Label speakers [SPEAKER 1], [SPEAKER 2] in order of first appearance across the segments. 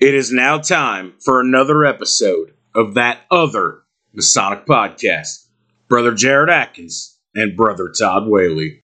[SPEAKER 1] It is now time for another episode of that other Masonic podcast. Brother Jared Atkins and Brother Todd Whaley.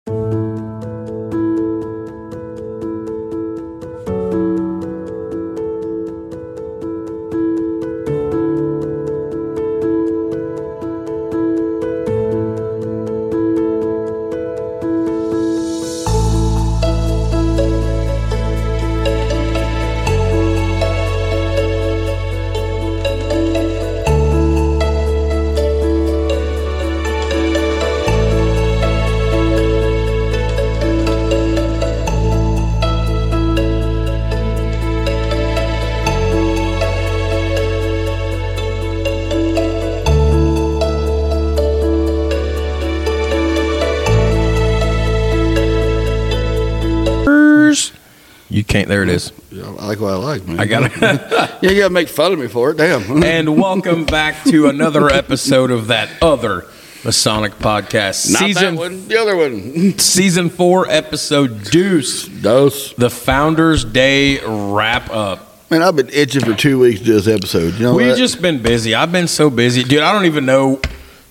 [SPEAKER 2] You can't. There it is.
[SPEAKER 3] Yeah, I like what I like, man.
[SPEAKER 2] I got it.
[SPEAKER 3] Yeah, you gotta make fun of me for it. Damn.
[SPEAKER 2] and welcome back to another episode of that other Masonic podcast,
[SPEAKER 3] Not
[SPEAKER 2] season
[SPEAKER 3] that one, the other one.
[SPEAKER 2] season four, episode Deuce,
[SPEAKER 3] Dose.
[SPEAKER 2] the Founder's Day wrap up.
[SPEAKER 3] Man, I've been itching for two weeks to do this episode. You know
[SPEAKER 2] We've
[SPEAKER 3] what?
[SPEAKER 2] just been busy. I've been so busy, dude. I don't even know.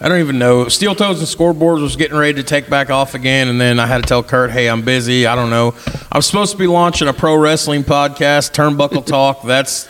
[SPEAKER 2] I don't even know. Steel toes and scoreboards was getting ready to take back off again, and then I had to tell Kurt, "Hey, I'm busy. I don't know. I'm supposed to be launching a pro wrestling podcast, Turnbuckle Talk. That's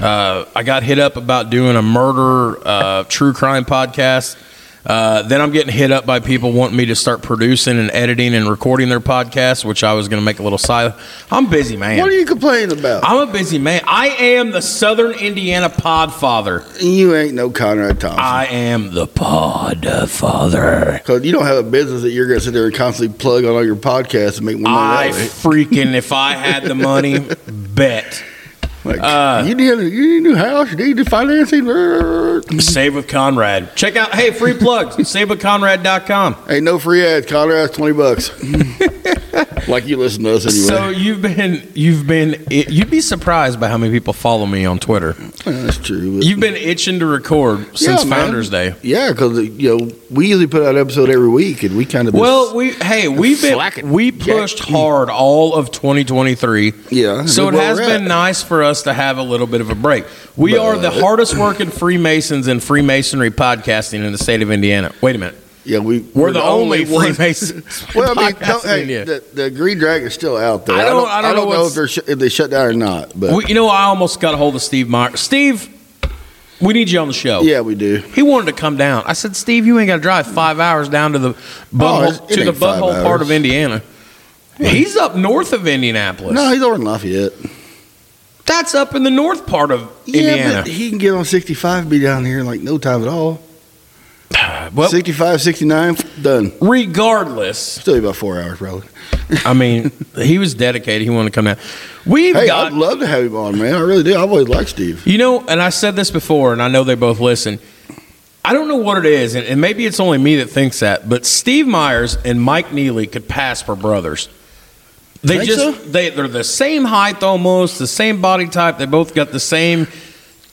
[SPEAKER 2] Uh, I got hit up about doing a murder uh, true crime podcast. Uh, then I'm getting hit up by people wanting me to start producing and editing and recording their podcast, which I was going to make a little side. I'm busy, man.
[SPEAKER 3] what are you complaining about?
[SPEAKER 2] I'm a busy man. I am the Southern Indiana Podfather.
[SPEAKER 3] you ain't no Conrad Thompson.
[SPEAKER 2] I am the Podfather.
[SPEAKER 3] Cause you don't have a business that you're gonna sit there and constantly plug on all your podcasts and make money.
[SPEAKER 2] I
[SPEAKER 3] that way.
[SPEAKER 2] freaking, if I had the money, bet.
[SPEAKER 3] Like,
[SPEAKER 2] uh,
[SPEAKER 3] you need a, you need a new house. You need new financing. Ain't
[SPEAKER 2] Save with Conrad. Check out, hey, free plugs, savewithconrad.com.
[SPEAKER 3] no free ads. Conrad's twenty bucks. like you listen to us anyway.
[SPEAKER 2] So you've been you've been it- you'd be surprised by how many people follow me on Twitter.
[SPEAKER 3] Yeah, that's true. but-
[SPEAKER 2] You've been itching to record since
[SPEAKER 3] Yeah, man.
[SPEAKER 2] Founders Day.
[SPEAKER 3] Yeah, because you know we usually put out an episode every week, and we kind of
[SPEAKER 2] Well, we hey we've been
[SPEAKER 3] Slacking.
[SPEAKER 2] we pushed hard all of 2023.
[SPEAKER 3] Yeah,
[SPEAKER 2] so it
[SPEAKER 3] where
[SPEAKER 2] has
[SPEAKER 3] we're
[SPEAKER 2] been uh,
[SPEAKER 3] at.
[SPEAKER 2] nice for us to have a little bit of a break. We are the
[SPEAKER 3] But-
[SPEAKER 2] hardest working Freemasons in Freemasonry podcasting in the state of Indiana. Wait a minute,
[SPEAKER 3] yeah we
[SPEAKER 2] we're, the, only,
[SPEAKER 3] ones-
[SPEAKER 2] Freemasons.
[SPEAKER 3] Well, I mean,
[SPEAKER 2] podcasting
[SPEAKER 3] don't,
[SPEAKER 2] in
[SPEAKER 3] hey,
[SPEAKER 2] Indiana.
[SPEAKER 3] the, the Green Dragon's still out there.
[SPEAKER 2] I don't- I don't know
[SPEAKER 3] know
[SPEAKER 2] what's-
[SPEAKER 3] if, they're sh- if they shut down or not, but
[SPEAKER 2] We- you know, I almost got a hold of Steve Meyer. Steve, we need you on the show.
[SPEAKER 3] yeah, we do.
[SPEAKER 2] He wanted to come down. I said, Steve, you ain't got to drive five hours down to the
[SPEAKER 3] it's-
[SPEAKER 2] butthole,
[SPEAKER 3] Oh, it
[SPEAKER 2] to the
[SPEAKER 3] ain't five
[SPEAKER 2] butthole part
[SPEAKER 3] hours.
[SPEAKER 2] of Indiana. He's up north of Indianapolis.
[SPEAKER 3] No, he's over in Lafayette.
[SPEAKER 2] That's up in the north part of
[SPEAKER 3] Yeah,
[SPEAKER 2] Indiana.
[SPEAKER 3] but he can get on 65 and be down here in like no time at all.
[SPEAKER 2] Well,
[SPEAKER 3] 65, 69, done.
[SPEAKER 2] regardless,
[SPEAKER 3] Still about four hours, probably.
[SPEAKER 2] I mean, he was dedicated. He wanted to come down. We've
[SPEAKER 3] Hey,
[SPEAKER 2] got
[SPEAKER 3] I'd love to have him on, man. I really do. I've always liked Steve.
[SPEAKER 2] You know, and I said this before, and I know they both listen. I don't know what it is, and, and maybe it's only me that thinks that, but Steve Myers and Mike Neely could pass for brothers. They
[SPEAKER 3] Think
[SPEAKER 2] just
[SPEAKER 3] so?
[SPEAKER 2] they they're the same height almost, the same body type. They both got the same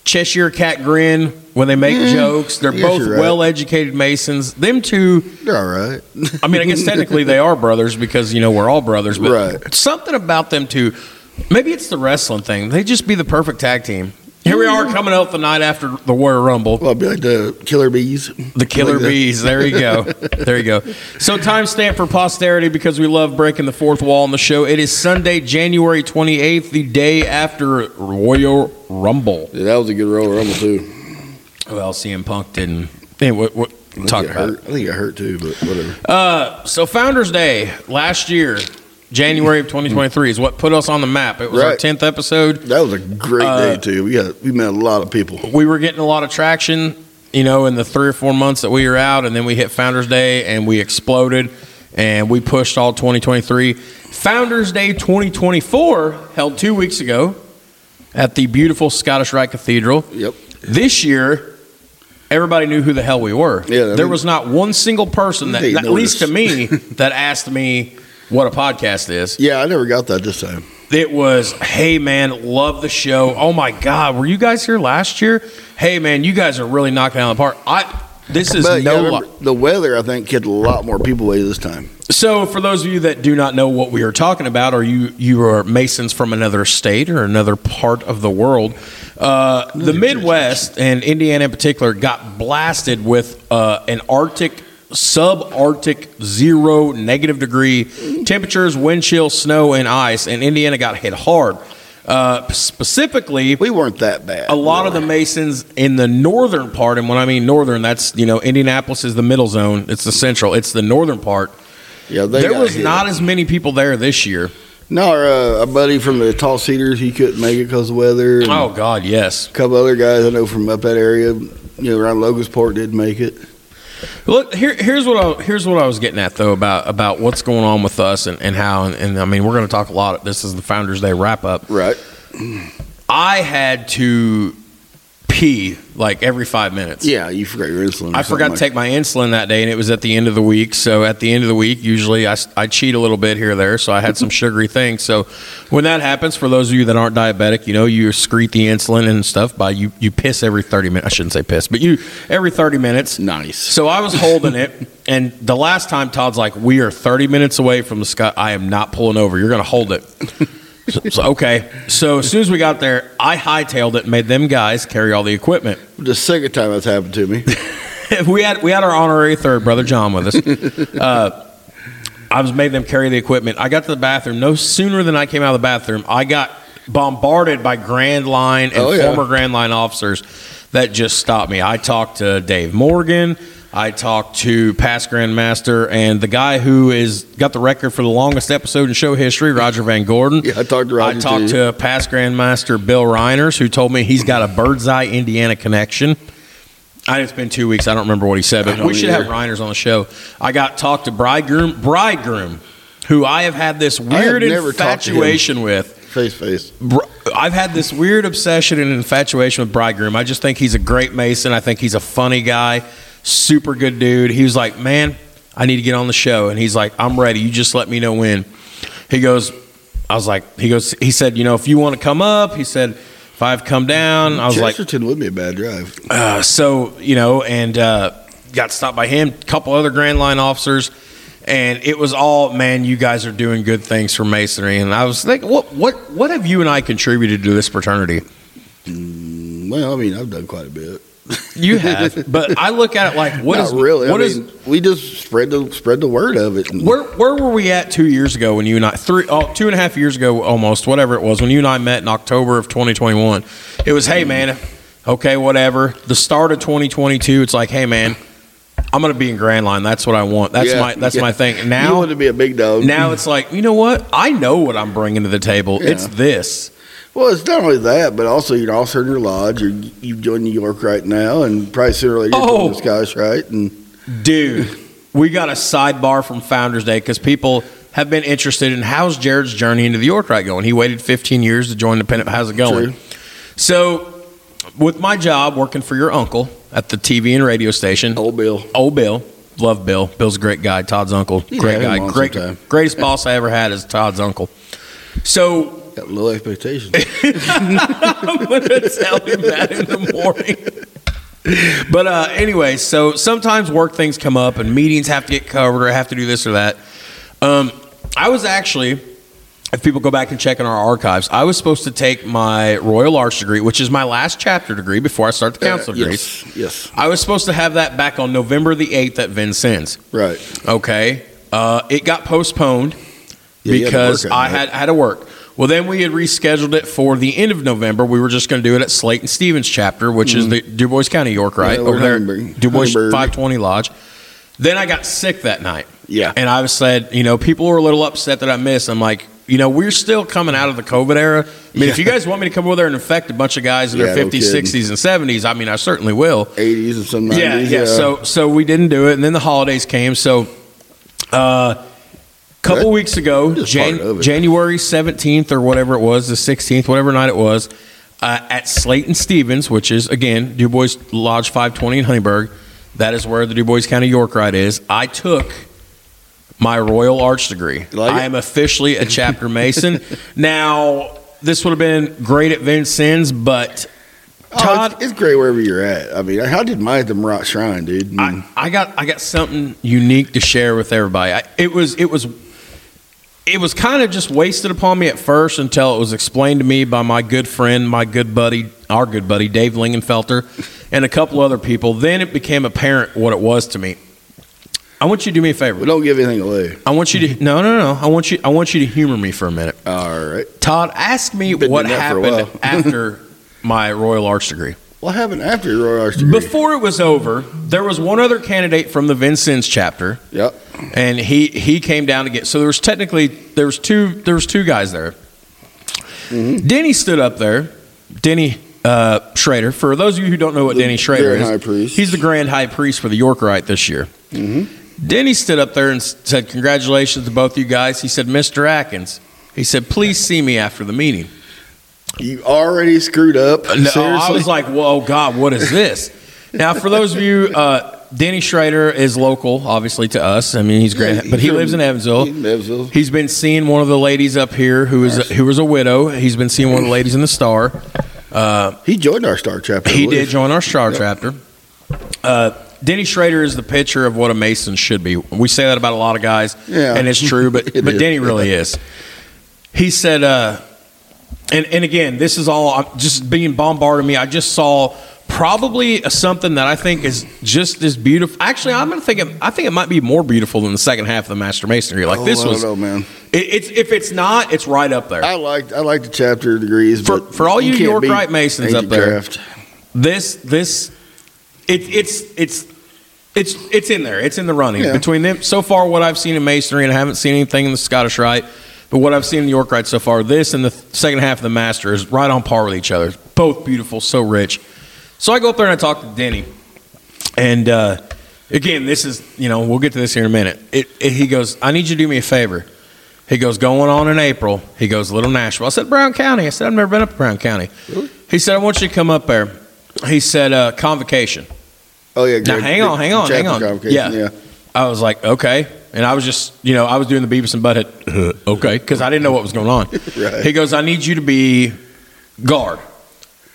[SPEAKER 2] Cheshire cat grin when they make jokes. They're
[SPEAKER 3] Mm-hmm. Yes,
[SPEAKER 2] both
[SPEAKER 3] you're right.
[SPEAKER 2] well-educated Masons. Them two
[SPEAKER 3] They're all right.
[SPEAKER 2] I mean, I guess technically they are brothers because you know we're all brothers, but
[SPEAKER 3] Right.
[SPEAKER 2] something about them too. Maybe it's the wrestling thing. They just be the perfect tag team. Here we are coming out the night after the Warrior Rumble.
[SPEAKER 3] well, I'd be like the Killer Bees.
[SPEAKER 2] The Killer
[SPEAKER 3] Like that.
[SPEAKER 2] Bees. There you go. There you go. So timestamp for posterity because we love breaking the fourth wall on the show. It is Sunday, January twenty eighth, the day after Royal Rumble.
[SPEAKER 3] Yeah, that was a good roll rumble too.
[SPEAKER 2] Well, CM Punk didn't. Hey, what, what,
[SPEAKER 3] I think
[SPEAKER 2] talk
[SPEAKER 3] it
[SPEAKER 2] about it.
[SPEAKER 3] hurt. I think it hurt too, but whatever.
[SPEAKER 2] Uh, so Founders Day last year, January of 2023, is what put us on the map. It was our
[SPEAKER 3] Right.
[SPEAKER 2] 10th episode.
[SPEAKER 3] That was a great
[SPEAKER 2] Uh,
[SPEAKER 3] day too. We got we met a lot of people.
[SPEAKER 2] We were getting a lot of traction, you know, in the three or four months that we were out, and then we hit Founders Day and we exploded and we pushed all 2023. Founders Day 2024 held two weeks ago at the beautiful Scottish Rite Cathedral.
[SPEAKER 3] Yep.
[SPEAKER 2] This year, everybody knew who the hell we were.
[SPEAKER 3] Yeah, I
[SPEAKER 2] there
[SPEAKER 3] mean-
[SPEAKER 2] was not one single person that,
[SPEAKER 3] They
[SPEAKER 2] at least to me,
[SPEAKER 3] noticed.
[SPEAKER 2] that asked me what a podcast is.
[SPEAKER 3] Yeah, I never got that this time.
[SPEAKER 2] It was, hey man, love the show. Oh my god, were you guys here last year? Hey man, you guys are really knocking it out of the park. I this is
[SPEAKER 3] But yeah,
[SPEAKER 2] no
[SPEAKER 3] remember,
[SPEAKER 2] lie.
[SPEAKER 3] the weather I think kept a lot more people away this time.
[SPEAKER 2] So, for those of you that do not know what we are talking about, or you you are Masons from another state or another part of the world, uh, the Midwest and Indiana in particular got blasted with uh, an Arctic sub-Arctic zero negative degree temperatures, wind chill, snow, and ice, and Indiana got hit hard. Uh, specifically,
[SPEAKER 3] We weren't that bad.
[SPEAKER 2] a lot of the Masons in the northern part, and when I mean northern, that's you know Indianapolis is the middle zone. It's the central. It's the northern part.
[SPEAKER 3] yeah, they
[SPEAKER 2] there
[SPEAKER 3] got
[SPEAKER 2] was
[SPEAKER 3] hit.
[SPEAKER 2] not as many people there this year.
[SPEAKER 3] No, our, uh, our buddy from the Tall Cedars, he couldn't make it because of weather. and
[SPEAKER 2] Oh God, yes.
[SPEAKER 3] A couple other guys I know from up that area, you know, around Logansport, did make it.
[SPEAKER 2] Look, here, here's what I, here's what I was getting at though about about what's going on with us and, and how and, and I mean we're going to talk a lot. This is the Founders Day wrap up.
[SPEAKER 3] Right.
[SPEAKER 2] I had to pee like every five minutes.
[SPEAKER 3] Yeah, you forgot your insulin. or
[SPEAKER 2] I forgot to
[SPEAKER 3] something
[SPEAKER 2] take my insulin that day, and it was at the end of the week. So at the end of the week, usually I, s- I cheat a little bit here or there. So I had some sugary things. So when that happens, for those of you that aren't diabetic, you know you excrete the insulin and stuff by you you piss every thirty minutes. I shouldn't say piss, but you every thirty minutes.
[SPEAKER 3] like- Nice.
[SPEAKER 2] So I was holding it, and the last time Todd's like, "We are thirty minutes away from the sky. I am not pulling over. You're going to hold it." So, so, okay. So as soon as we got there, I hightailed it, and made them guys carry all the equipment
[SPEAKER 3] The second time that's happened to me.
[SPEAKER 2] we had we had our honorary third brother John with us. Uh, I was made them carry the equipment. I got to the bathroom. No sooner than I came out of the bathroom, I got bombarded by Grand Line and
[SPEAKER 3] Oh, yeah.
[SPEAKER 2] former Grand Line officers that just stopped me. I talked to Dave Morgan. I talked to past Grandmaster and the guy who is got the record for the longest episode in show history, Roger Van Gordon.
[SPEAKER 3] Yeah, I talked to Roger,
[SPEAKER 2] I talked
[SPEAKER 3] too.
[SPEAKER 2] to past Grandmaster Bill Reiners, who told me he's got a Bird's Eye Indiana connection. I it's been two weeks. I don't remember what he said, but
[SPEAKER 3] don't
[SPEAKER 2] we should
[SPEAKER 3] either.
[SPEAKER 2] have Reiners on the show. I got talked to bridegroom, bridegroom, who I have had this weird
[SPEAKER 3] never talked to him.
[SPEAKER 2] infatuation with.
[SPEAKER 3] face, face.
[SPEAKER 2] Br- I've had this weird obsession and infatuation with bridegroom. I just think he's a great mason. I think he's a funny guy, super good dude. He was like, man, I need to get on the show, and he's like, I'm ready. You just let me know when. He goes, I was like, he goes, he said, you know, if you want to come up, he said, if I've come down, I was like,
[SPEAKER 3] Chesterton would be a bad drive.
[SPEAKER 2] uh, so you know, and uh, got stopped by him, a couple other Grand Line officers, and it was all, man, you guys are doing good things for masonry. And I was like, what, what, what have you and I contributed to this fraternity?
[SPEAKER 3] Well, I mean, I've done quite a bit.
[SPEAKER 2] You have, but I look at it like, what
[SPEAKER 3] Not
[SPEAKER 2] is
[SPEAKER 3] really.
[SPEAKER 2] what
[SPEAKER 3] I
[SPEAKER 2] is-
[SPEAKER 3] mean, we just spread the spread the word of it. and-
[SPEAKER 2] where where were we at two years ago when you and I three oh, two and a half years ago almost whatever it was when you and I met in October of 2021? It was hey man, okay whatever. The start of 2022, it's like hey man, I'm gonna be in Grand Line. That's what I want. That's
[SPEAKER 3] Yeah,
[SPEAKER 2] my that's
[SPEAKER 3] yeah.
[SPEAKER 2] my thing.
[SPEAKER 3] you
[SPEAKER 2] Now
[SPEAKER 3] want to be a big dog.
[SPEAKER 2] now it's like you know what I know what I'm bringing to the table.
[SPEAKER 3] Yeah.
[SPEAKER 2] It's this.
[SPEAKER 3] Well, it's not only that, but also you're also in your lodge. You're, you've joined New York right now, and probably sooner or later you're
[SPEAKER 2] Oh.
[SPEAKER 3] joining the Scottish right. And
[SPEAKER 2] Dude, we got a sidebar from Founders Day because people have been interested in how's Jared's journey into the York right going. He waited 15 years to join the Pennant. How's it going?
[SPEAKER 3] True.
[SPEAKER 2] So, with my job working for your uncle at the TV and radio station,
[SPEAKER 3] old Bill,
[SPEAKER 2] old Bill, love Bill. Bill's a great guy. Todd's uncle,
[SPEAKER 3] Yeah,
[SPEAKER 2] great
[SPEAKER 3] him
[SPEAKER 2] guy,
[SPEAKER 3] on
[SPEAKER 2] great,
[SPEAKER 3] sometime.
[SPEAKER 2] greatest boss I ever had is Todd's uncle. So
[SPEAKER 3] got low expectations.
[SPEAKER 2] I'm gonna tell him that in the morning. But uh, anyway, so sometimes work things come up and meetings have to get covered or have to do this or that. Um, I was actually, if people go back and check in our archives, I was supposed to take my Royal Arts degree, which is my last chapter degree before I start the council degrees.
[SPEAKER 3] Uh, yes, yes,
[SPEAKER 2] I was supposed to have that back on November the 8th at Vincennes.
[SPEAKER 3] right.
[SPEAKER 2] Okay. Uh, it got postponed
[SPEAKER 3] Yeah, you had to
[SPEAKER 2] because
[SPEAKER 3] work that
[SPEAKER 2] I
[SPEAKER 3] night.
[SPEAKER 2] had, had to work. Well, then we had rescheduled it for the end of November. We were just going to do it at Slate and Stevens chapter, which is the Du Bois County, York, right?
[SPEAKER 3] Mm-hmm. Yeah,
[SPEAKER 2] Over there,
[SPEAKER 3] we're Huntingburg.
[SPEAKER 2] Du Bois
[SPEAKER 3] Huntingburg.
[SPEAKER 2] 520 Lodge. Then I got sick that night.
[SPEAKER 3] Yeah.
[SPEAKER 2] And I was said, you know, people were a little upset that I missed. I'm like, you know, we're still coming out of the COVID era. I mean, if you guys want me to come over there and infect a bunch of guys in
[SPEAKER 3] Yeah,
[SPEAKER 2] their
[SPEAKER 3] no
[SPEAKER 2] 50s,
[SPEAKER 3] kidding.
[SPEAKER 2] 60s, and 70s, I mean, I certainly will.
[SPEAKER 3] 80s and some 90s.
[SPEAKER 2] Yeah, yeah. So so we didn't do it, and then the holidays came. So, uh, couple
[SPEAKER 3] That-
[SPEAKER 2] weeks ago,
[SPEAKER 3] that's
[SPEAKER 2] Jan-
[SPEAKER 3] part of it.
[SPEAKER 2] January seventeenth or whatever it was, the sixteenth, whatever night it was, uh, at Slayton Stevens, which is again Du Bois Lodge five twenty in Honeyburg. That is where the Du Bois County York Ride is. I took my Royal Arch degree.
[SPEAKER 3] You like
[SPEAKER 2] I
[SPEAKER 3] it?
[SPEAKER 2] am officially a chapter mason. now, this would have been great at Vincennes, but Todd,
[SPEAKER 3] Oh, it's, it's great wherever you're at. I mean, I, I did mine at the Marat Shrine, dude. Mm. and-
[SPEAKER 2] I, I got I got something unique to share with everybody. I, it was it was it was kind of just wasted upon me at first until it was explained to me by my good friend, my good buddy, our good buddy Dave Lingenfelter, and a couple other people. Then it became apparent what it was to me. I want you to do me a
[SPEAKER 3] we
[SPEAKER 2] favor.
[SPEAKER 3] don't give anything away.
[SPEAKER 2] I want you to no no no. I want you I want you to humor me for a minute.
[SPEAKER 3] All right.
[SPEAKER 2] Todd, ask me
[SPEAKER 3] Been
[SPEAKER 2] what
[SPEAKER 3] doing that for a
[SPEAKER 2] happened
[SPEAKER 3] while.
[SPEAKER 2] after my Royal Arts degree.
[SPEAKER 3] What happened after your Royal Arts degree?
[SPEAKER 2] Before it was over, there was one other candidate from the Vincennes chapter
[SPEAKER 3] yep.
[SPEAKER 2] and he he came down to get so there was technically there was two there was two guys there
[SPEAKER 3] Mm-hmm.
[SPEAKER 2] denny stood up there denny uh, schrader for those of you who don't know what
[SPEAKER 3] The
[SPEAKER 2] denny schrader
[SPEAKER 3] Grand
[SPEAKER 2] is
[SPEAKER 3] High Priest.
[SPEAKER 2] he's the grand high priest for the yorkerite this year
[SPEAKER 3] Mm-hmm.
[SPEAKER 2] denny stood up there and s- said congratulations to both you guys he said mr atkins he said please see me after the meeting
[SPEAKER 3] You already screwed up.
[SPEAKER 2] no,
[SPEAKER 3] Seriously?
[SPEAKER 2] I was like, "Whoa, God, what is this?" now, for those of you, uh, Danny Schrader is local, obviously to us. I mean, he's
[SPEAKER 3] Yeah,
[SPEAKER 2] great,
[SPEAKER 3] he's
[SPEAKER 2] but he
[SPEAKER 3] from-
[SPEAKER 2] lives in Evansville.
[SPEAKER 3] he's in Evansville.
[SPEAKER 2] He's been seeing one of the ladies up here who is who was a widow. He's been seeing one of the ladies in the Star. Uh,
[SPEAKER 3] he joined our Star chapter. I
[SPEAKER 2] he
[SPEAKER 3] believe.
[SPEAKER 2] did join our Star
[SPEAKER 3] Yep.
[SPEAKER 2] chapter. Uh, Denny Schrader is the picture of what a Mason should be. We say that about a lot of guys,
[SPEAKER 3] Yeah.
[SPEAKER 2] and it's true, but
[SPEAKER 3] It
[SPEAKER 2] but
[SPEAKER 3] is.
[SPEAKER 2] Denny really is. He said, uh, and and again, this is all I'm just being bombarded. Me, I just saw probably something that I think is just as beautiful. Actually, I'm gonna think it, I think it might be more beautiful than the second half of the Master Masonry. Like
[SPEAKER 3] Oh,
[SPEAKER 2] this
[SPEAKER 3] I don't
[SPEAKER 2] was,
[SPEAKER 3] know, man.
[SPEAKER 2] it, it's if it's not, it's right up there.
[SPEAKER 3] I liked I liked the chapter degrees,
[SPEAKER 2] For-
[SPEAKER 3] but
[SPEAKER 2] for all you
[SPEAKER 3] can't
[SPEAKER 2] York
[SPEAKER 3] beat
[SPEAKER 2] Wright Masons
[SPEAKER 3] Angel
[SPEAKER 2] up there.
[SPEAKER 3] Draft.
[SPEAKER 2] this this it, it's it's it's it's in there. It's in the running
[SPEAKER 3] Yeah.
[SPEAKER 2] between them. So far, what I've seen in masonry, and I haven't seen anything in the Scottish Rite, but what I've seen in the York Rite so far, this and the th- second half of the Master is right on par with each other. Both beautiful, so rich. So I go up there and I talk to Denny, and uh, again, this is you know we'll get to this here in a minute. It, it, he goes, I need you to do me a favor. He goes, going on in April. He goes, Little Nashville. I said, Brown County. I said, I've never been up to Brown County. He said, I want you to come up there. He said, uh, convocation.
[SPEAKER 3] Oh yeah,
[SPEAKER 2] Now,
[SPEAKER 3] Greg-
[SPEAKER 2] hang on, hang on,
[SPEAKER 3] chapter
[SPEAKER 2] hang on.
[SPEAKER 3] convocation,
[SPEAKER 2] Yeah.
[SPEAKER 3] yeah.
[SPEAKER 2] I was like, okay. And I was just, you know, I was doing the Beavis and Butthead, okay, because I didn't know what was going on.
[SPEAKER 3] Right.
[SPEAKER 2] He goes, I need you to be guard,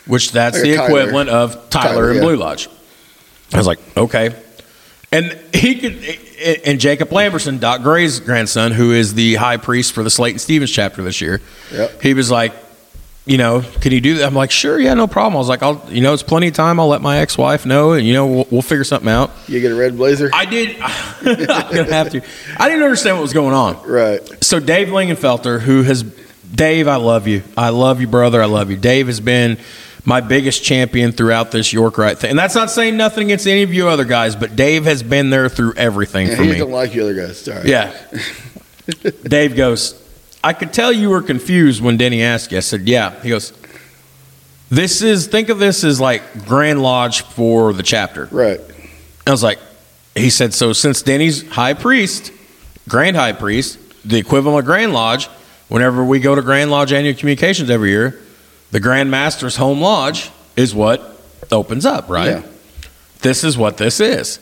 [SPEAKER 2] which that's
[SPEAKER 3] Like a
[SPEAKER 2] the
[SPEAKER 3] Tyler.
[SPEAKER 2] equivalent of Tyler,
[SPEAKER 3] Tyler,
[SPEAKER 2] and
[SPEAKER 3] yeah.
[SPEAKER 2] Blue Lodge. I was like, okay. And he could, and Jacob Lamberson, Doc Gray's grandson, who is the high priest for the Slayton Stevens chapter this year,
[SPEAKER 3] Yep.
[SPEAKER 2] he was like, you know, can you do that? I'm like, sure, yeah, no problem. I was like, I'll, you know, it's plenty of time. I'll let my ex wife know, and you know, we'll, we'll figure something out.
[SPEAKER 3] You get a red blazer,
[SPEAKER 2] I did. I'm gonna have to. I didn't understand what was going on.
[SPEAKER 3] right?
[SPEAKER 2] So Dave Lingenfelter, who has Dave, I love you. I love you, brother. I love you. Dave has been my biggest champion throughout this York right thing, and that's not saying nothing against any of you other guys, but Dave has been there through everything
[SPEAKER 3] Yeah,
[SPEAKER 2] for
[SPEAKER 3] he
[SPEAKER 2] me.
[SPEAKER 3] don't like you other guys. Sorry.
[SPEAKER 2] Yeah. Dave goes, I could tell you were confused when Denny asked you. I said, Yeah. He goes, This is, think of this as like Grand Lodge for the chapter.
[SPEAKER 3] Right.
[SPEAKER 2] I was like, he said, so since Denny's high priest, grand high priest, the equivalent of Grand Lodge, whenever we go to Grand Lodge annual communications every year, the Grand Master's home lodge is what opens up, right?
[SPEAKER 3] Yeah.
[SPEAKER 2] This is what this is.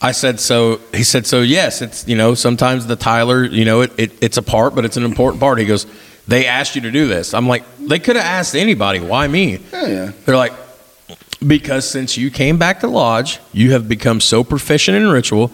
[SPEAKER 2] I said, so he said, so yes, it's, you know, sometimes the Tyler, you know, it, it, it's a part, but it's an important part. He goes, they asked you to do this. I'm like, they could have asked anybody. Why me?
[SPEAKER 3] Yeah, Oh, yeah.
[SPEAKER 2] They're like, because since you came back to lodge, you have become so proficient in ritual,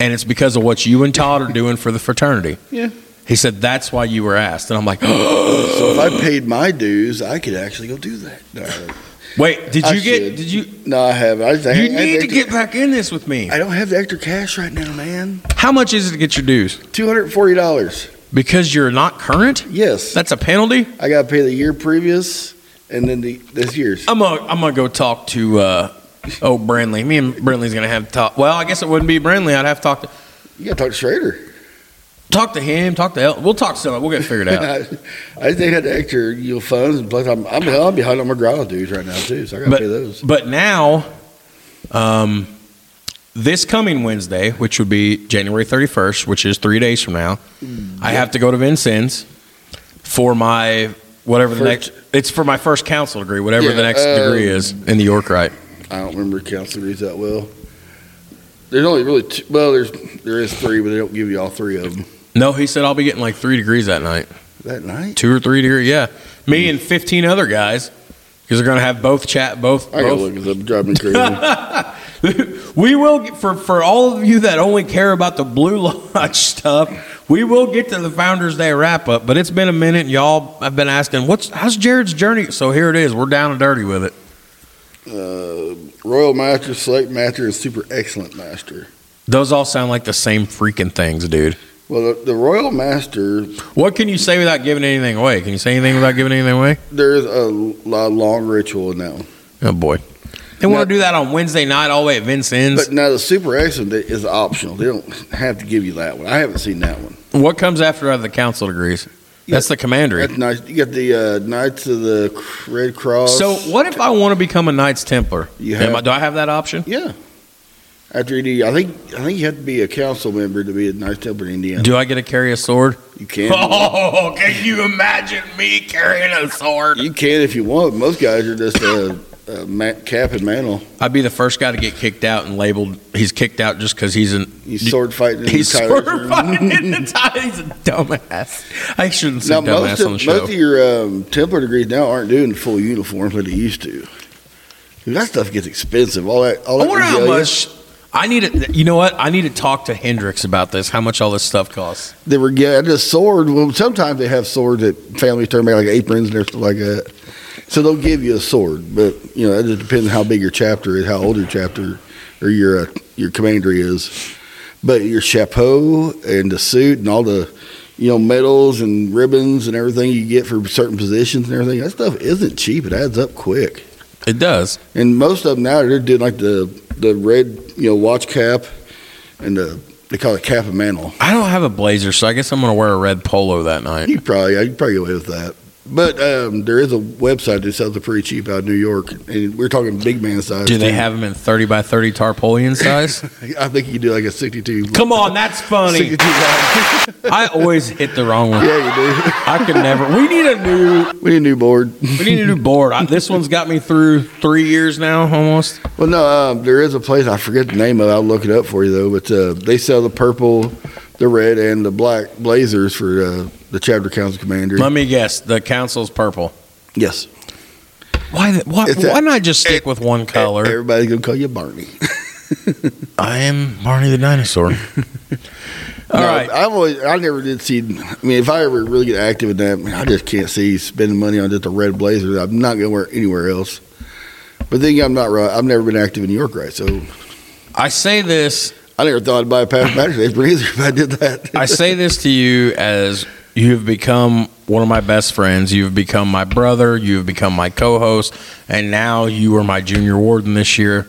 [SPEAKER 2] and it's because of what you and Todd are doing for the fraternity.
[SPEAKER 3] Yeah.
[SPEAKER 2] He said that's why you were asked, and I'm like,
[SPEAKER 3] So if I paid my dues, I could actually go do that. No, I-
[SPEAKER 2] wait, did
[SPEAKER 3] I
[SPEAKER 2] you get?
[SPEAKER 3] should.
[SPEAKER 2] Did you?
[SPEAKER 3] No, I haven't. I, just- I,
[SPEAKER 2] You
[SPEAKER 3] I,
[SPEAKER 2] need to get back in this with me.
[SPEAKER 3] I don't have the extra cash right now, man.
[SPEAKER 2] How much is it to get your dues?
[SPEAKER 3] Two hundred forty dollars.
[SPEAKER 2] Because you're not current.
[SPEAKER 3] Yes,
[SPEAKER 2] That's a penalty.
[SPEAKER 3] I got to pay the year previous and then the this year's.
[SPEAKER 2] I'm gonna I'm gonna go talk to uh, oh Brindley. Me and Brindley's gonna have to talk. Well, I guess it wouldn't be Brindley. I'd have to talk to
[SPEAKER 3] You got to talk to Schrader.
[SPEAKER 2] talk to him. Talk to El- we'll talk to someone. We'll get it figured out.
[SPEAKER 3] I, I just ain't had the extra you know, funds. Plus, I'm I'm, I'm behind on my growl dues right now too, so I got to
[SPEAKER 2] But-
[SPEAKER 3] pay those.
[SPEAKER 2] But now, um, this coming Wednesday, which would be January 31st, which is three days from now,
[SPEAKER 3] Mm-hmm.
[SPEAKER 2] I have to go to Vincennes for my whatever the
[SPEAKER 3] First-
[SPEAKER 2] next. It's for my first council degree, whatever
[SPEAKER 3] Yeah,
[SPEAKER 2] the next
[SPEAKER 3] um,
[SPEAKER 2] degree is in the York right.
[SPEAKER 3] I don't remember council dues that well. There's only really two, well, there's there is three, but they don't give you all three of them
[SPEAKER 2] No, he said I'll be getting like three degrees that night,
[SPEAKER 3] that night. Mm.
[SPEAKER 2] two or three degree. Yeah, me and 15 other guys. because they're going to have both chat both.
[SPEAKER 3] I gotta
[SPEAKER 2] both.
[SPEAKER 3] look it up. Drive me crazy.
[SPEAKER 2] we will get- for for all of you that only care about the Blue Lodge stuff. We will get to the Founders Day wrap up, but it's been a minute. and Y'all have been asking, what's how's Jared's journey? So here it is. We're down and dirty with it.
[SPEAKER 3] uh, Royal Master, Select Master, and Super Excellent Master.
[SPEAKER 2] Those all sound like the same freaking things, dude.
[SPEAKER 3] Well, the, the Royal Master,
[SPEAKER 2] What can you say without giving anything away? Can you say anything without giving anything away?
[SPEAKER 3] there's a lot long ritual in that one.
[SPEAKER 2] Oh boy, they
[SPEAKER 3] No.
[SPEAKER 2] want to do that on Wednesday night, all the way at Vincennes.
[SPEAKER 3] But now the Super Excellent is optional. They don't have to give you that one. I haven't seen that one.
[SPEAKER 2] What comes after the council degrees? That's the commander.
[SPEAKER 3] That's nice. You got the uh, Knights of the Red Cross.
[SPEAKER 2] So, what if I want to become a Knights Templar?
[SPEAKER 3] You
[SPEAKER 2] Am
[SPEAKER 3] have-
[SPEAKER 2] I- do I have that option?
[SPEAKER 3] yeah. After you do, I think I think you have to be a council member to be a Knights Temple in Indiana.
[SPEAKER 2] Do I get to carry a sword?
[SPEAKER 3] You can.
[SPEAKER 2] Oh, can you imagine me carrying a sword?
[SPEAKER 3] You can if you want. Most guys are just uh, uh, ma- cap and mantle.
[SPEAKER 2] I'd be the first guy to get kicked out and labeled. He's kicked out just because he's an
[SPEAKER 3] You sword fighting. in the
[SPEAKER 2] he's
[SPEAKER 3] tires.
[SPEAKER 2] certified in the tie. He's a dumbass. I shouldn't say
[SPEAKER 3] Now
[SPEAKER 2] dumbass
[SPEAKER 3] most
[SPEAKER 2] on the
[SPEAKER 3] of, most
[SPEAKER 2] show.
[SPEAKER 3] of your um, Templar degrees now aren't doing full uniforms like they used to. Dude, that stuff gets expensive. All that. All
[SPEAKER 2] I
[SPEAKER 3] that
[SPEAKER 2] wonder how
[SPEAKER 3] regalia.
[SPEAKER 2] much. I need to. You know what? I need to talk to Hendrix about this. How much all this stuff costs?
[SPEAKER 3] They were getting the sword. Well, sometimes they have swords that families turn back like aprons and stuff like that. So they'll give you a sword, but you know that just depends on how big your chapter is, how old your chapter or your uh, your commander is. But your chapeau and the suit and all the you know medals and ribbons and everything you get for certain positions and everything that stuff isn't cheap. It adds up quick.
[SPEAKER 2] It does.
[SPEAKER 3] And most of them now they're doing like the the red you know watch cap and the they call it cap and mantle.
[SPEAKER 2] I don't have a blazer, so I guess I'm gonna wear a red polo that night.
[SPEAKER 3] You probably I could probably get away with that. But um, there is a website that sells it pretty cheap out of New York, and we're talking big man size.
[SPEAKER 2] Do they
[SPEAKER 3] too.
[SPEAKER 2] have them in 30 by 30 tarpaulin size?
[SPEAKER 3] I think you can do like a sixty-two.
[SPEAKER 2] Come on, that's funny.
[SPEAKER 3] 62 yeah,
[SPEAKER 2] I always hit the wrong one.
[SPEAKER 3] you
[SPEAKER 2] I could never. We need a new.
[SPEAKER 3] do. We need a new board.
[SPEAKER 2] We need a new board. I, this one's got me through three years now, almost.
[SPEAKER 3] Well, no, um, there is a place I forget the name of. it. I'll look it up for you though. But uh, they sell the purple, the red, and the black blazers for uh, the chapter council commander.
[SPEAKER 2] Let me guess. The council's purple.
[SPEAKER 3] yes,
[SPEAKER 2] Why? The, why?
[SPEAKER 3] It's a-
[SPEAKER 2] why not just stick with one color?
[SPEAKER 3] Everybody's gonna call you Barney.
[SPEAKER 2] I am Barney the dinosaur. All
[SPEAKER 3] No,
[SPEAKER 2] right.
[SPEAKER 3] I've always, I never did see. I mean, if I ever really get active in that, man, I just can't see spending money on just a red blazer. that I'm not gonna wear it anywhere else. But then again, I'm not right. I've never been active in New York, right? So
[SPEAKER 2] I say this.
[SPEAKER 3] I never thought I'd buy a pass match apron either if I did that.
[SPEAKER 2] I say this to you as you have become one of my best friends. You have become my brother. You have become my co-host, and now you are my junior warden this year.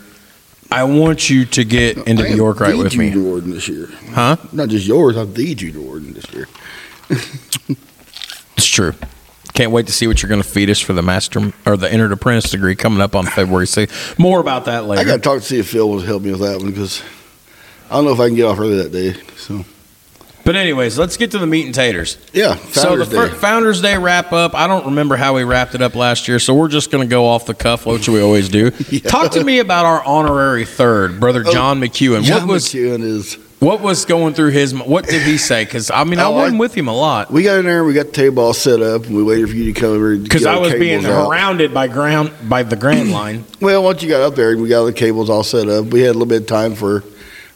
[SPEAKER 2] I want you to get into
[SPEAKER 3] I
[SPEAKER 2] the
[SPEAKER 3] am
[SPEAKER 2] York right
[SPEAKER 3] the
[SPEAKER 2] with
[SPEAKER 3] junior
[SPEAKER 2] me,
[SPEAKER 3] Warden this year,
[SPEAKER 2] huh?
[SPEAKER 3] not just yours. I'm the junior warden this year.
[SPEAKER 2] It's true. Can't wait to see what you're going to feed us for the master or the entered apprentice degree coming up on February 6th. More about that
[SPEAKER 3] I got
[SPEAKER 2] later.
[SPEAKER 3] to talk to see if Phil will help me with that one because I don't know if I can get off early that day. So
[SPEAKER 2] But anyways, let's get to the meat and taters.
[SPEAKER 3] yeah,
[SPEAKER 2] so the
[SPEAKER 3] Founders
[SPEAKER 2] fir-
[SPEAKER 3] Day.
[SPEAKER 2] Founders Day wrap up. I don't remember how we wrapped it up last year, so we're just going to go off the cuff, which we always do. Talk to me about our honorary third, brother John McEwen.
[SPEAKER 3] Oh, John
[SPEAKER 2] what was
[SPEAKER 3] McEwen is
[SPEAKER 2] what was going through his? m- What did he say? Because I mean, I
[SPEAKER 3] Oh,
[SPEAKER 2] wasn't
[SPEAKER 3] I-
[SPEAKER 2] with him a lot
[SPEAKER 3] we got in there and we got the table all set up and we waited for you to come over.
[SPEAKER 2] because I was being
[SPEAKER 3] around.
[SPEAKER 2] surrounded by ground by the Grand Line.
[SPEAKER 3] Well, once you got up there, we got all the cables all set up. We had a little bit of time for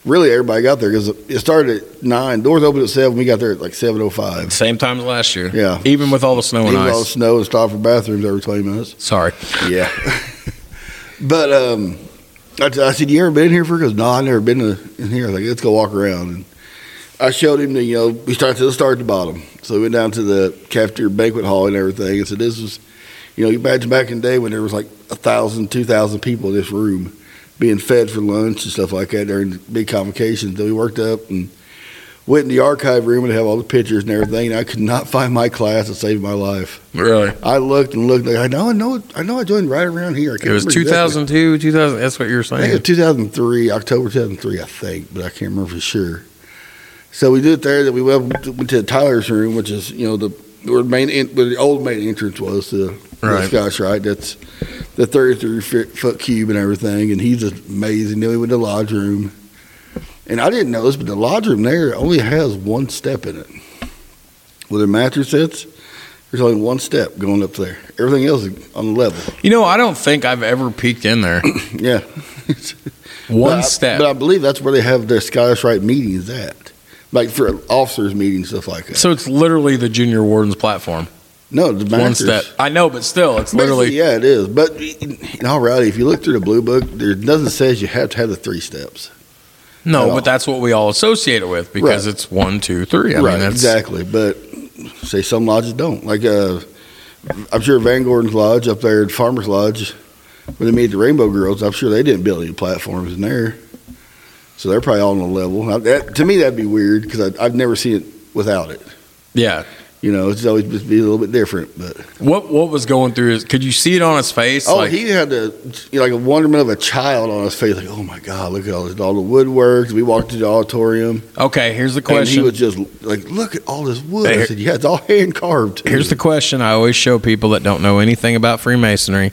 [SPEAKER 3] really everybody got there because it started at nine. Doors opened at seven. We got there at like seven o five.
[SPEAKER 2] Same time as last year.
[SPEAKER 3] Yeah.
[SPEAKER 2] even with all the snow and
[SPEAKER 3] Even all the
[SPEAKER 2] ice.
[SPEAKER 3] snow and stopped for bathrooms every twenty minutes.
[SPEAKER 2] Sorry.
[SPEAKER 3] Yeah, but um, I, I said, "You ever been here for?" Because no, I never been to, in here. I was like, "Let's go walk around." And I showed him the you know we started to let's start at the bottom. So we went down to the cafeteria banquet hall and everything. And so this was, you know, you imagine back in the day when there was like a thousand, two thousand people in this room being fed for lunch and stuff like that during the big convocations. So we worked up and went in the archive room and have all the pictures and everything. And I could not find my class that saved my life.
[SPEAKER 2] Really.
[SPEAKER 3] I looked and looked. Like, I know, I know, I know. I joined right around here. I can't
[SPEAKER 2] It was
[SPEAKER 3] remember exactly.
[SPEAKER 2] 2002, 2000. That's what you were
[SPEAKER 3] I think it
[SPEAKER 2] saying.
[SPEAKER 3] was 2003, October 2003, I think, but I can't remember for sure. So we did it there. That we went, to- went to Tyler's room, which is you know the where the main en- where the old main entrance was to the
[SPEAKER 2] Right.
[SPEAKER 3] Scotch right. That's the 33 fi- foot cube and everything, and he's amazing. Then we went to the lodge room, and I didn't know this, but the lodge room there only has one step in it. Where the mattress sits, There's only one step going up there. Everything else is on the level.
[SPEAKER 2] You know, I don't think I've ever peeked in there.
[SPEAKER 3] Yeah.
[SPEAKER 2] One
[SPEAKER 3] But I-
[SPEAKER 2] step.
[SPEAKER 3] but I believe that's where they have their Scottish Rite meetings at, like for officers' meetings, stuff like that.
[SPEAKER 2] so it's literally the junior warden's platform.
[SPEAKER 3] no, the
[SPEAKER 2] One
[SPEAKER 3] masters.
[SPEAKER 2] step. I know, but still, it's literally.
[SPEAKER 3] Basically, yeah, it is. But in all reality, if you look through the blue book, there's nothing that says you have to have the three steps.
[SPEAKER 2] No,
[SPEAKER 3] at all.
[SPEAKER 2] but that's what we all associate it with because it's one, two, three. I mean, that's,
[SPEAKER 3] exactly. But say some lodges don't. Like uh, I'm sure Van Gordon's Lodge up there at Farmer's Lodge, when they meet the Rainbow Girls, I'm sure they didn't build any platforms in there. So they're probably all on a level. Now, that, to me, that'd be weird because I've never seen it without it.
[SPEAKER 2] Yeah.
[SPEAKER 3] You know, it's always just be a little bit different. But
[SPEAKER 2] What what was going through his? Could you see it on his face?
[SPEAKER 3] oh,
[SPEAKER 2] like,
[SPEAKER 3] he had the you know, like a wonderment of a child on his face. Like, oh my God, look at all this, all the woodwork. We walked to the auditorium,
[SPEAKER 2] okay. Here's the
[SPEAKER 3] and he
[SPEAKER 2] question.
[SPEAKER 3] was just like, look at all this wood.
[SPEAKER 2] Hey,
[SPEAKER 3] I
[SPEAKER 2] here-
[SPEAKER 3] said, yeah, it's all hand carved.
[SPEAKER 2] Here's the question I always show people that don't know anything about Freemasonry,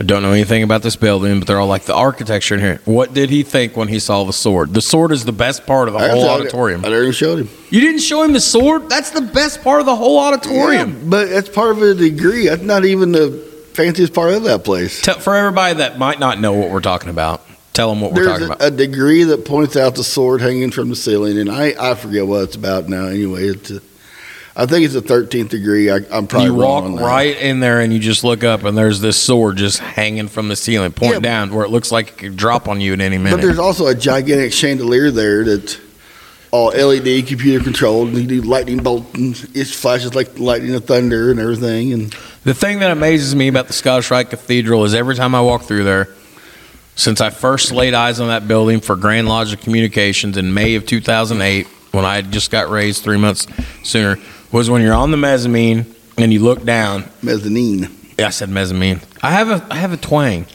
[SPEAKER 2] or don't know anything about this building, but they're all like the architecture in here. What did he think when he saw the sword? The sword is the best part of the
[SPEAKER 3] That's
[SPEAKER 2] whole
[SPEAKER 3] all I-
[SPEAKER 2] auditorium.
[SPEAKER 3] I never even showed him.
[SPEAKER 2] You didn't show him the sword? That's the best part of the whole auditorium.
[SPEAKER 3] Yeah, but that's part of a degree. That's not even the fanciest part of that place.
[SPEAKER 2] Tell, for everybody that might not know what we're talking about, tell them what we're
[SPEAKER 3] There's
[SPEAKER 2] talking
[SPEAKER 3] a,
[SPEAKER 2] about.
[SPEAKER 3] a degree that points out the sword hanging from the ceiling, and I, I forget what it's about now. Anyway, it's a, I think it's the thirteenth degree. I, I'm probably
[SPEAKER 2] You
[SPEAKER 3] wrong
[SPEAKER 2] walk
[SPEAKER 3] on that.
[SPEAKER 2] right in there and you just look up, and there's this sword just hanging from the ceiling, point
[SPEAKER 3] Yeah.
[SPEAKER 2] down, where it looks like it could drop on you at any
[SPEAKER 3] But
[SPEAKER 2] minute.
[SPEAKER 3] there's also a gigantic chandelier there that's all LED, computer controlled, and you do lightning bolt, and it flashes like lightning and thunder and everything. And
[SPEAKER 2] The thing that amazes me about the Scottish Rite Cathedral is every time I walk through there, since I first laid eyes on that building for Grand Lodge of Communications in May of 2008, when I had just got raised three months sooner, was when you're on the mezzanine and you look down.
[SPEAKER 3] mezzanine.
[SPEAKER 2] Yeah, I said mezzanine. I have a I have a twang.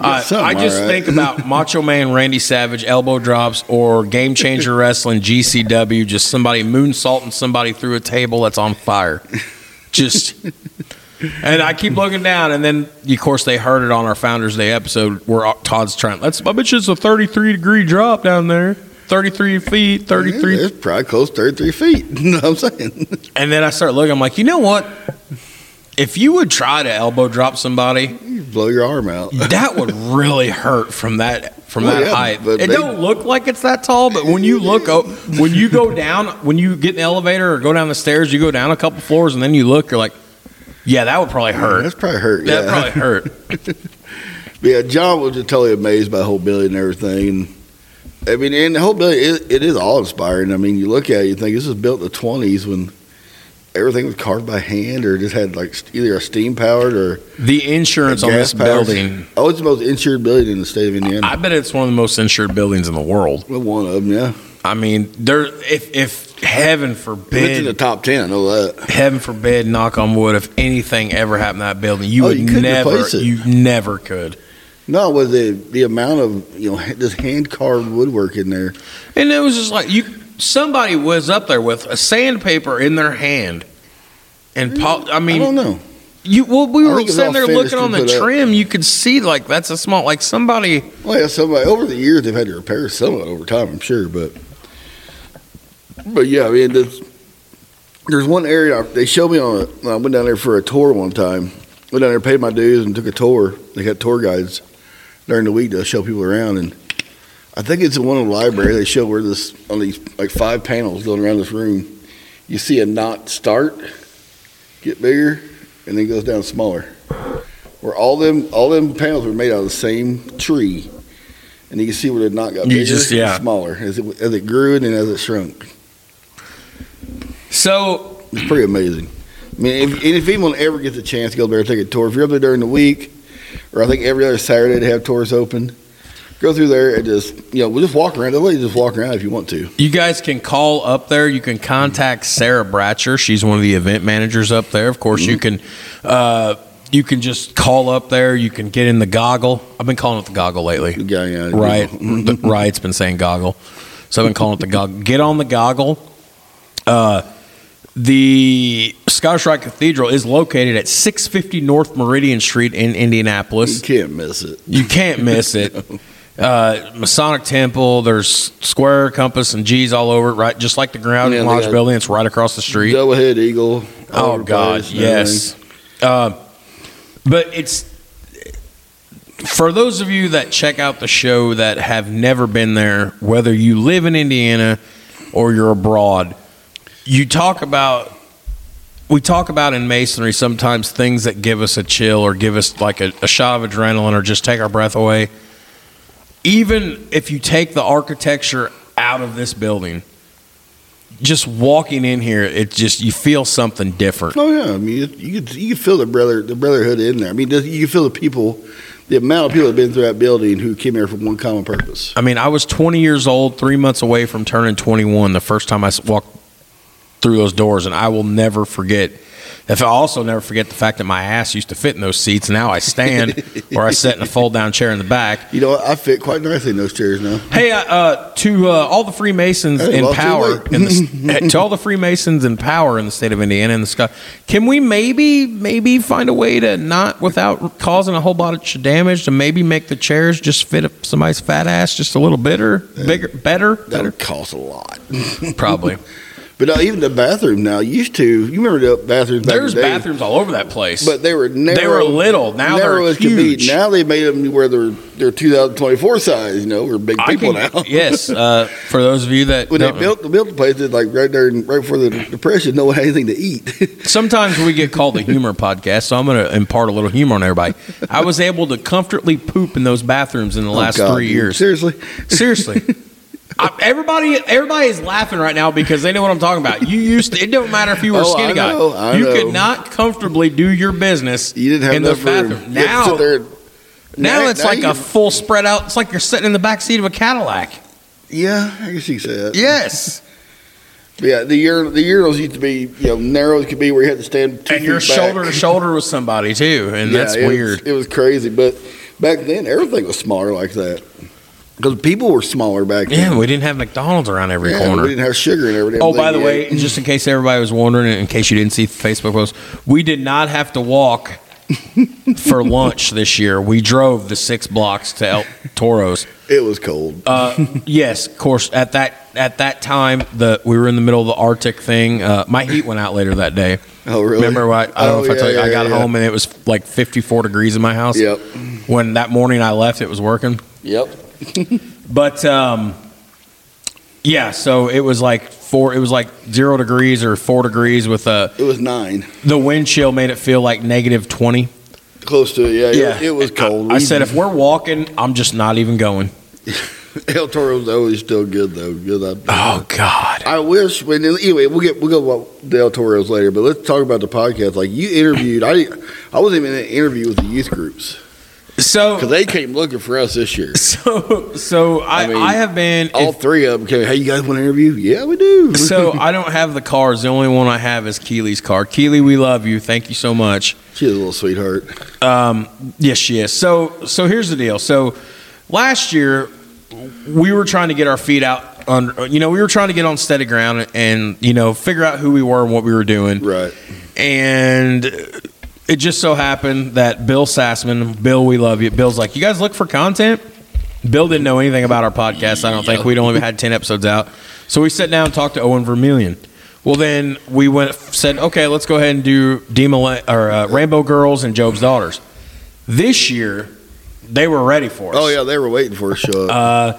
[SPEAKER 2] Uh,
[SPEAKER 3] something,
[SPEAKER 2] I just
[SPEAKER 3] all right.
[SPEAKER 2] think about Macho Man Randy Savage elbow drops or Game Changer Wrestling GCW, just somebody moonsaulting somebody through a table that's on fire. Just and I keep looking down, and then of course they heard it on our Founders Day episode where Todd's trying. Let's I bet you it's a thirty three degree drop down there, thirty three feet, thirty three
[SPEAKER 3] Yeah, It's probably close to 33 feet. You know what I'm saying?
[SPEAKER 2] and then I start looking. I'm like, you know what? If you would try to elbow drop somebody,
[SPEAKER 3] You blow your arm out.
[SPEAKER 2] that would really hurt from that from
[SPEAKER 3] Well,
[SPEAKER 2] that
[SPEAKER 3] Oh, yeah,
[SPEAKER 2] height. It
[SPEAKER 3] but they-
[SPEAKER 2] don't look like it's that tall, but when you look, o- when you go down, when you get in the elevator or go down the stairs, you go down a couple floors, and then you look, you're like, yeah, that would probably
[SPEAKER 3] That's
[SPEAKER 2] hurt.
[SPEAKER 3] probably hurt.
[SPEAKER 2] That
[SPEAKER 3] yeah.
[SPEAKER 2] probably hurt.
[SPEAKER 3] But yeah, John was just totally amazed by the whole building and everything. And I mean, and the whole building, it, it is awe inspiring. I mean, you look at it, you think this was built in the 20s when everything was carved by hand or just had like either a steam powered or
[SPEAKER 2] The insurance on this
[SPEAKER 3] gas powered.
[SPEAKER 2] building,
[SPEAKER 3] Oh, it's the most insured building in the state of Indiana.
[SPEAKER 2] I bet it's one of the most insured buildings in the world.
[SPEAKER 3] well, one of them, yeah.
[SPEAKER 2] I mean, there if if heaven
[SPEAKER 3] It's in the
[SPEAKER 2] forbid,
[SPEAKER 3] top 10, I know that.
[SPEAKER 2] heaven forbid, knock on wood, if anything ever happened to that building, you
[SPEAKER 3] Oh,
[SPEAKER 2] would
[SPEAKER 3] you couldn't replace
[SPEAKER 2] never,
[SPEAKER 3] it.
[SPEAKER 2] you never could.
[SPEAKER 3] No, with the, the amount of, you know, this hand carved woodwork in there.
[SPEAKER 2] And it was just like you somebody was up there with a sandpaper in their hand. And pol- I
[SPEAKER 3] Mm, I
[SPEAKER 2] mean,
[SPEAKER 3] don't know.
[SPEAKER 2] you well, we
[SPEAKER 3] I
[SPEAKER 2] were
[SPEAKER 3] think it's
[SPEAKER 2] sitting
[SPEAKER 3] all
[SPEAKER 2] there
[SPEAKER 3] finished
[SPEAKER 2] looking on the
[SPEAKER 3] and put up.
[SPEAKER 2] trim. You could see like that's a small like somebody.
[SPEAKER 3] Well, yeah, somebody over the years they've had to repair some of it over time, I'm sure, but but yeah, I mean, there's, there's one area I, they showed me on. A, when I went down there for a tour one time. Went down there, paid my dues, and took a tour. They got tour guides during the week to show people around, and I think it's in one of the library. They show where this on these like five panels going around this room. You see a knot start, get bigger, and then goes down smaller. Where all them all them panels were made out of the same tree, and you can see where the knot got
[SPEAKER 2] You
[SPEAKER 3] bigger,
[SPEAKER 2] just-
[SPEAKER 3] and
[SPEAKER 2] yeah.
[SPEAKER 3] smaller as it as it grew and then as it shrunk.
[SPEAKER 2] So
[SPEAKER 3] It's pretty amazing. I mean, if, and if anyone ever gets a chance to go up there and take a tour, if you're up there during the week, or I think every other Saturday they have tours open, go through there and just, you know, we'll just walk around. They'll let you just walk around if you want to.
[SPEAKER 2] you guys can call up there. You can contact Sarah Bratcher. She's one of the event managers up there. Of course, you can.
[SPEAKER 3] Mm-hmm.
[SPEAKER 2] Uh, you can just call up there. You can get in the goggle. I've been calling it the goggle lately.
[SPEAKER 3] The guy, Uh, you know,
[SPEAKER 2] Right,
[SPEAKER 3] you know.
[SPEAKER 2] the, right's been saying goggle, so I've been calling it the goggle. Get on the goggle. Uh, the Scottish Rite Cathedral is located at 650 North Meridian Street in
[SPEAKER 3] You
[SPEAKER 2] Indianapolis.
[SPEAKER 3] can't miss it.
[SPEAKER 2] You can't miss it. uh, Masonic temple. There's square compass and G's all over it, right? Just like the ground
[SPEAKER 3] Yeah,
[SPEAKER 2] in
[SPEAKER 3] they
[SPEAKER 2] Lodge
[SPEAKER 3] got-
[SPEAKER 2] Building. It's right across the street.
[SPEAKER 3] Double head eagle. all
[SPEAKER 2] Oh
[SPEAKER 3] over the
[SPEAKER 2] God,
[SPEAKER 3] place and
[SPEAKER 2] yes. Uh, but it's for those of you that check out the show that have never been there, whether you live in Indiana or you're abroad, you talk about we talk about in masonry sometimes things that give us a chill or give us like a, a shot of adrenaline or just take our breath away. Even if you take the architecture out of this building, just walking in here, it just you feel something different.
[SPEAKER 3] everything. Oh yeah, I mean it- you could you could feel the brother the brotherhood in there. I mean just- you could feel the people, the amount of people that've been through that building who came here for one common purpose.
[SPEAKER 2] I mean, I was 20 years old, three months away from turning 21 the first time I s- walked through those doors, and I will never forget. If I also never forget the fact that my ass used to fit in those seats. Now I stand or I sit in a fold down chair in the back.
[SPEAKER 3] You know, I fit quite nicely in those chairs now.
[SPEAKER 2] Hey, uh, uh, to uh, all the Freemasons
[SPEAKER 3] Hey,
[SPEAKER 2] in
[SPEAKER 3] well, too
[SPEAKER 2] power,
[SPEAKER 3] late.
[SPEAKER 2] in the, eh, to all the Freemasons in power in the state of Indiana and the sky, can we maybe maybe find a way to not without causing a whole bunch of damage to maybe make the chairs just fit up somebody's fat ass just a little bitter, bigger, better,
[SPEAKER 3] That
[SPEAKER 2] better,
[SPEAKER 3] would cost a lot.
[SPEAKER 2] probably.
[SPEAKER 3] But now, even the bathroom now used to. You remember the bathrooms? back in
[SPEAKER 2] There's
[SPEAKER 3] the day,
[SPEAKER 2] bathrooms all over that place.
[SPEAKER 3] but they were narrow.
[SPEAKER 2] were little. Now they're
[SPEAKER 3] narrow as could be.
[SPEAKER 2] huge.
[SPEAKER 3] Now they made them where they're they're 2024 size. You know, we're big
[SPEAKER 2] I
[SPEAKER 3] people
[SPEAKER 2] can-
[SPEAKER 3] now.
[SPEAKER 2] yes, uh, for those of you that
[SPEAKER 3] When they
[SPEAKER 2] don't know.
[SPEAKER 3] built the built the place, it's like right there, in- right before the depression, no one had anything to eat.
[SPEAKER 2] Sometimes we get called the humor podcast, so I'm going to impart a little humor on everybody. I was able to comfortably poop in those bathrooms in the last
[SPEAKER 3] Oh, God,
[SPEAKER 2] three
[SPEAKER 3] dude.
[SPEAKER 2] years.
[SPEAKER 3] seriously.
[SPEAKER 2] Seriously. I, everybody, everybody is laughing right now because they know what I'm talking about. You used to. It don't matter if you were a
[SPEAKER 3] Oh,
[SPEAKER 2] skinny
[SPEAKER 3] I know,
[SPEAKER 2] guy.
[SPEAKER 3] I
[SPEAKER 2] you
[SPEAKER 3] know.
[SPEAKER 2] could not comfortably do your business
[SPEAKER 3] You didn't have
[SPEAKER 2] in those
[SPEAKER 3] enough room.
[SPEAKER 2] bathrooms.
[SPEAKER 3] You had to
[SPEAKER 2] Now,
[SPEAKER 3] sit there and-
[SPEAKER 2] now,
[SPEAKER 3] now-
[SPEAKER 2] it's
[SPEAKER 3] now
[SPEAKER 2] like
[SPEAKER 3] you-
[SPEAKER 2] a full spread out. It's like you're sitting in the back seat of a Cadillac.
[SPEAKER 3] yeah, I guess you could say that.
[SPEAKER 2] Yes,
[SPEAKER 3] But yeah. The year the urinals used to be you know narrow as could be, where you had to stand. Two
[SPEAKER 2] and you're
[SPEAKER 3] feet back.
[SPEAKER 2] shoulder to shoulder with somebody too, and
[SPEAKER 3] Yeah,
[SPEAKER 2] that's
[SPEAKER 3] it was-
[SPEAKER 2] weird.
[SPEAKER 3] it was crazy, but back then everything was smaller like that because people were smaller back then.
[SPEAKER 2] Yeah, we didn't have McDonald's around every
[SPEAKER 3] Yeah,
[SPEAKER 2] corner.
[SPEAKER 3] We didn't have sugar in everything.
[SPEAKER 2] Oh, by the way, just in case everybody was wondering, in case you didn't see the Facebook post, we did not have to walk for lunch this year. We drove the six blocks to El Toros.
[SPEAKER 3] it was cold.
[SPEAKER 2] Uh, yes, of course. At that at that time, the we were in the middle of the Arctic thing. Uh, my heat went out later that day.
[SPEAKER 3] Oh, really?
[SPEAKER 2] Remember, what, I don't know
[SPEAKER 3] Oh,
[SPEAKER 2] if I
[SPEAKER 3] yeah,
[SPEAKER 2] told you, I
[SPEAKER 3] yeah,
[SPEAKER 2] got
[SPEAKER 3] yeah.
[SPEAKER 2] home and it was like 54 degrees in my house.
[SPEAKER 3] Yep.
[SPEAKER 2] When that morning I left, it was working.
[SPEAKER 3] Yep.
[SPEAKER 2] But um, yeah, so it was like four. It was like zero degrees or four degrees with a.
[SPEAKER 3] It was nine,
[SPEAKER 2] The wind chill made it feel like negative twenty.
[SPEAKER 3] close to it. Yeah, It, it was cold.
[SPEAKER 2] I, said, if we're walking, I'm just not even going.
[SPEAKER 3] El Toro's always still good though. Good. I,
[SPEAKER 2] Oh God.
[SPEAKER 3] I wish. When anyway, we'll get we'll go about the El Toro's later, but let's talk about the podcast. Like you interviewed, I I wasn't even in an interview with the youth groups because
[SPEAKER 2] So
[SPEAKER 3] they came looking for us this year.
[SPEAKER 2] so so I I,
[SPEAKER 3] I mean,
[SPEAKER 2] have been.
[SPEAKER 3] All
[SPEAKER 2] if-
[SPEAKER 3] three of them came. Hey, you guys want to interview? Yeah, we do.
[SPEAKER 2] so I don't have the cars. The only one I have is Keely's car. Keely, we love you. Thank you so much.
[SPEAKER 3] she's a little sweetheart.
[SPEAKER 2] Um, yes, she is. So, so here's the deal. So, last year we were trying to get our feet out under. You know, we were trying to get on steady ground and, you know figure out who we were and what we were doing.
[SPEAKER 3] Right.
[SPEAKER 2] And it just so happened that Bill Sassman, Bill, we love you. Bill's like, you guys look for content. Bill didn't know anything about our podcast. I don't think we'd only had ten episodes out. So we sat down and talked to Owen Vermillion. Well, then we went said, okay, let's go ahead and do Demole- or uh, Rainbow Girls and Job's Daughters. This year, they were ready for us.
[SPEAKER 3] Oh yeah, they were waiting for us to show up.
[SPEAKER 2] Uh,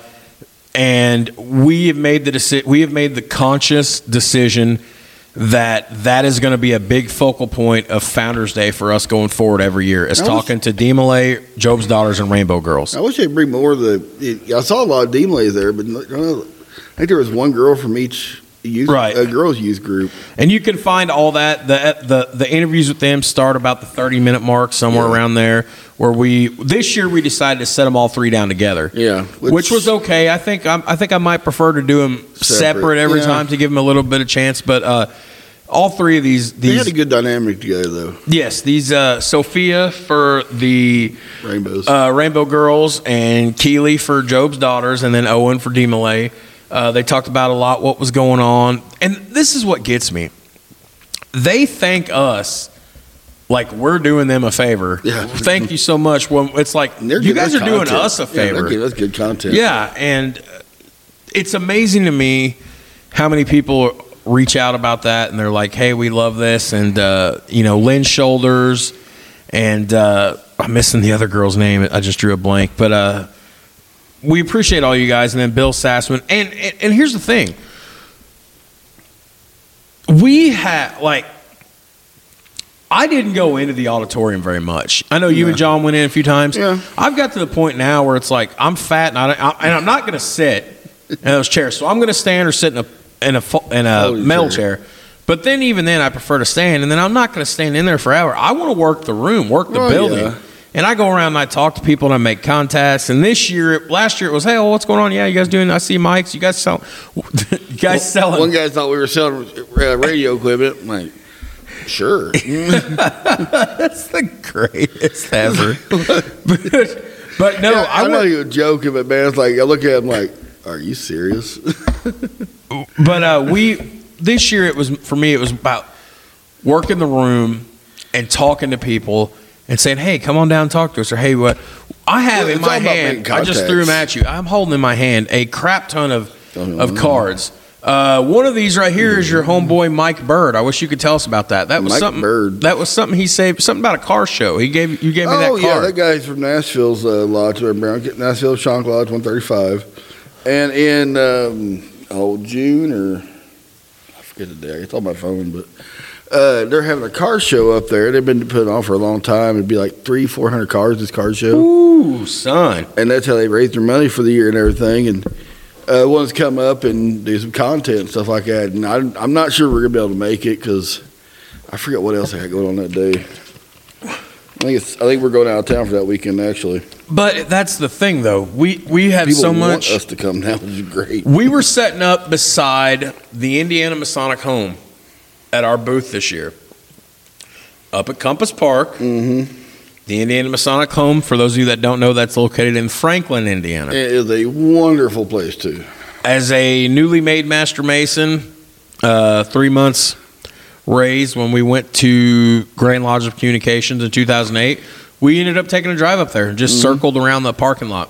[SPEAKER 2] and we have made the deci- we have made the conscious decision that that is going to be a big focal point of Founders Day for us going forward every year. Is
[SPEAKER 3] I was-
[SPEAKER 2] talking to Demolay, Job's daughters, and Rainbow Girls.
[SPEAKER 3] I wish they'd bring more of the. I saw a lot of Demlays there, but no- no- I think there was one girl from each youth,
[SPEAKER 2] Right.
[SPEAKER 3] uh, girls' youth group.
[SPEAKER 2] And you can find all that. The, the the interviews with them start about the 30 minute mark, somewhere
[SPEAKER 3] Yeah.
[SPEAKER 2] around there. Where we this year we decided to set them all three down together.
[SPEAKER 3] Yeah,
[SPEAKER 2] Which, was okay. I think I'm, I think I might prefer to do them separate,
[SPEAKER 3] Separate.
[SPEAKER 2] every
[SPEAKER 3] Yeah.
[SPEAKER 2] time to give them a little bit of chance. But uh, all three of these
[SPEAKER 3] They
[SPEAKER 2] these
[SPEAKER 3] had a good dynamic together though.
[SPEAKER 2] Yes, these uh, Sophia for the
[SPEAKER 3] Rainbows.
[SPEAKER 2] uh, Rainbow Girls and Keely for Job's Daughters, and then Owen for Demolay. Uh, they talked about a lot what was going on, and this is what gets me. They thank us like we're doing them a favor.
[SPEAKER 3] Yeah.
[SPEAKER 2] Thank you so much. Well, it's like
[SPEAKER 3] And they're
[SPEAKER 2] you
[SPEAKER 3] giving
[SPEAKER 2] guys are doing
[SPEAKER 3] content.
[SPEAKER 2] us a
[SPEAKER 3] Yeah, they're
[SPEAKER 2] favor.
[SPEAKER 3] giving us good content.
[SPEAKER 2] Yeah, and uh, it's amazing to me how many people reach out about that and they're like, "Hey, we love this," and uh, you know, Lynn Shoulders, and uh, I'm missing the other girl's name. I just drew a blank, but uh, we appreciate all you guys, and then Bill Sassman, and and, and here's the thing. We had like I didn't go into the auditorium very much. I know you and John went in a few times.
[SPEAKER 3] Yeah.
[SPEAKER 2] I've got to the point now where it's like I'm fat and I, don't- I and I'm not going to sit in those chairs. So I'm going to stand or sit in a in a fu- in a
[SPEAKER 3] Folding
[SPEAKER 2] metal
[SPEAKER 3] chair.
[SPEAKER 2] chair. But then even then I prefer to stand and then I'm not going to stand in there forever. I want to work the room, work the
[SPEAKER 3] Well,
[SPEAKER 2] building.
[SPEAKER 3] yeah.
[SPEAKER 2] And I go around and I talk to people and I make contacts. And this year, last year it was, hey, well, what's going on? Yeah, you guys doing? I see mics. You guys sell, you guys selling.
[SPEAKER 3] One guy thought we were selling uh, radio equipment. I'm like, sure.
[SPEAKER 2] That's the greatest ever. but, but no,
[SPEAKER 3] Yeah,
[SPEAKER 2] I,
[SPEAKER 3] I, know
[SPEAKER 2] would-
[SPEAKER 3] you were joking, but man, it's like I look at him like, are you serious?
[SPEAKER 2] but uh, we this year it was for me it was about working the room and talking to people and saying, "Hey, come on down, and talk to us," or "Hey, what." I have
[SPEAKER 3] Well,
[SPEAKER 2] in
[SPEAKER 3] it's
[SPEAKER 2] my
[SPEAKER 3] all about
[SPEAKER 2] hand.
[SPEAKER 3] making
[SPEAKER 2] I just threw them at
[SPEAKER 3] contacts.
[SPEAKER 2] you. I'm holding in my hand a crap ton of of
[SPEAKER 3] Mhm.
[SPEAKER 2] cards. Uh, one of these right here is your homeboy Mike Bird. I wish you could tell us about that. That was
[SPEAKER 3] Mike
[SPEAKER 2] something.
[SPEAKER 3] Bird.
[SPEAKER 2] That was something he saved. Something about a car show. He gave you gave me
[SPEAKER 3] oh
[SPEAKER 2] that
[SPEAKER 3] yeah,
[SPEAKER 2] card.
[SPEAKER 3] that guy's from Nashville's uh, lodge, uh, Brown, Nashville Shonk Lodge, one thirty five, and in um, oh June or I forget the day. It's on my phone, but. Uh, they're having a car show up there. They've been putting on for a long time. It'd be like three, four hundred cars this car show.
[SPEAKER 2] Ooh, son.
[SPEAKER 3] and that's how they raise their money for the year and everything. And uh, one's come up and do some content and stuff like that. And I, I'm not sure we're gonna be able to make it because I forget what else I had going on that day. I think it's, I think we're going out of town for that weekend. Actually,
[SPEAKER 2] But that's the thing, though. We we have
[SPEAKER 3] people
[SPEAKER 2] so
[SPEAKER 3] want
[SPEAKER 2] much.
[SPEAKER 3] us to come now, which is great.
[SPEAKER 2] We were setting up beside the Indiana Masonic Home at our booth this year, up at Compass Park.
[SPEAKER 3] Mm-hmm.
[SPEAKER 2] The Indiana Masonic Home, for those of you that don't know, that's located in Franklin, Indiana.
[SPEAKER 3] It is a wonderful place too.
[SPEAKER 2] As a newly made Master Mason, uh, three months raise when we went to Grand Lodge of Communications in 2008, we ended up taking a drive up there and just circled around the parking lot.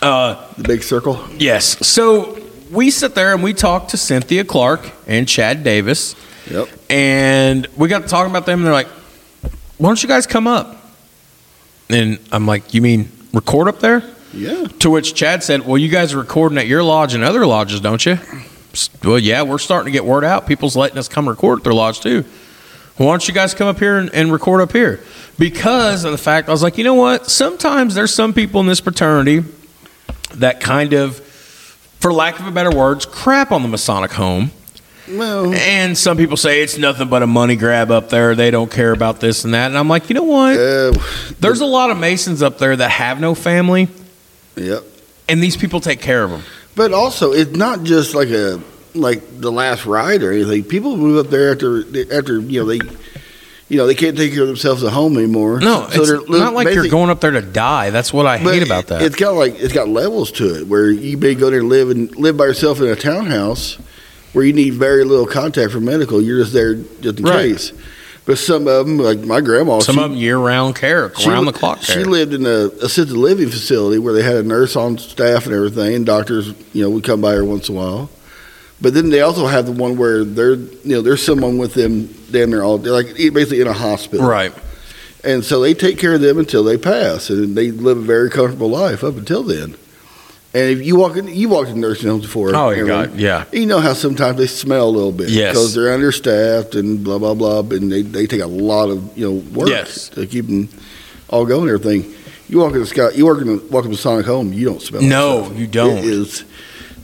[SPEAKER 2] Uh,
[SPEAKER 3] The big circle.
[SPEAKER 2] Yes. So we sit there and we talk to Cynthia Clark and Chad Davis,
[SPEAKER 3] Yep.
[SPEAKER 2] and we got to talking about them. And they're like, "Why don't you guys come up?" And I'm like, "You mean record up there?"
[SPEAKER 3] Yeah.
[SPEAKER 2] To which Chad said, "Well, you guys are recording at your lodge and other lodges, don't you?" S- Well, yeah, we're starting to get word out. People's letting us come record at their lodge too. Why don't you guys come up here and, and record up here? Because of the fact, I was like, you know what? Sometimes there's some people in this fraternity that kind of, for lack of a better words, crap on the Masonic home.
[SPEAKER 3] Well,
[SPEAKER 2] And some people say it's nothing but a money grab up there. They don't care about this and that. And I'm like, you know what?
[SPEAKER 3] uh,
[SPEAKER 2] There's a lot of Masons up there that have no family,
[SPEAKER 3] yep.
[SPEAKER 2] and these people take care of them.
[SPEAKER 3] But also, it's not just like a like the last ride or anything. People move up there after after you know they you know they can't take care of themselves at home anymore.
[SPEAKER 2] No,
[SPEAKER 3] So they're
[SPEAKER 2] it's not like you're
[SPEAKER 3] basic-
[SPEAKER 2] going up there to die. That's what I
[SPEAKER 3] but
[SPEAKER 2] hate about that.
[SPEAKER 3] It's kind of like it's got levels to it where you may go there and live and live by yourself in a townhouse where you need very little contact for medical. You're just there just in
[SPEAKER 2] Right.
[SPEAKER 3] case. But some of them, like my grandma,
[SPEAKER 2] Some
[SPEAKER 3] she,
[SPEAKER 2] of them year round care, around the clock
[SPEAKER 3] she
[SPEAKER 2] care.
[SPEAKER 3] lived in a assisted living facility where they had a nurse on staff and everything, and doctors, you know, would come by her once in a while. But then they also have the one where they're, you know, there's someone with them damn near all day, like e, basically in a hospital.
[SPEAKER 2] right.
[SPEAKER 3] And so they take care of them until they pass, and they live a very comfortable life up until then. And if you walk in, you walked in nursing homes before.
[SPEAKER 2] Oh, you
[SPEAKER 3] everyone.
[SPEAKER 2] got yeah.
[SPEAKER 3] You know how sometimes they smell a little bit
[SPEAKER 2] Yes.
[SPEAKER 3] because they're understaffed and blah blah blah, and they, they take a lot of you know work
[SPEAKER 2] Yes.
[SPEAKER 3] to keep them all going. And everything. You walk in the sky. You walk in the, walk in the Sonic home. You don't smell. that
[SPEAKER 2] No,
[SPEAKER 3] stuff.
[SPEAKER 2] you don't.
[SPEAKER 3] It is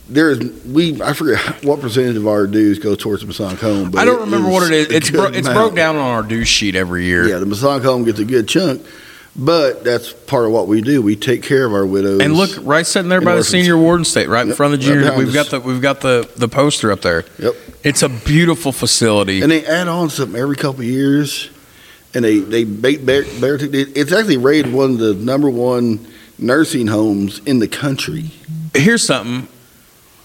[SPEAKER 3] there is we I forget what percentage of our dues go towards the Masonic home. But
[SPEAKER 2] I don't remember what it is.
[SPEAKER 3] a
[SPEAKER 2] It's bro-
[SPEAKER 3] good
[SPEAKER 2] it's
[SPEAKER 3] amount.
[SPEAKER 2] broke down on our due sheet every year.
[SPEAKER 3] Yeah, the Masonic home gets a good chunk, but that's part of what we do. We take care of our widows.
[SPEAKER 2] And look, right sitting there
[SPEAKER 3] And
[SPEAKER 2] by the
[SPEAKER 3] orphans.
[SPEAKER 2] senior warden state, right in
[SPEAKER 3] Yep,
[SPEAKER 2] front of the
[SPEAKER 3] right
[SPEAKER 2] junior,
[SPEAKER 3] behind
[SPEAKER 2] we've got
[SPEAKER 3] us.
[SPEAKER 2] the we've got the the poster up there.
[SPEAKER 3] Yep.
[SPEAKER 2] It's a beautiful facility.
[SPEAKER 3] and they add on something every couple of years, and they they ba- ba- bear- it's actually rated one of the number one nursing homes in the country.
[SPEAKER 2] Here's something.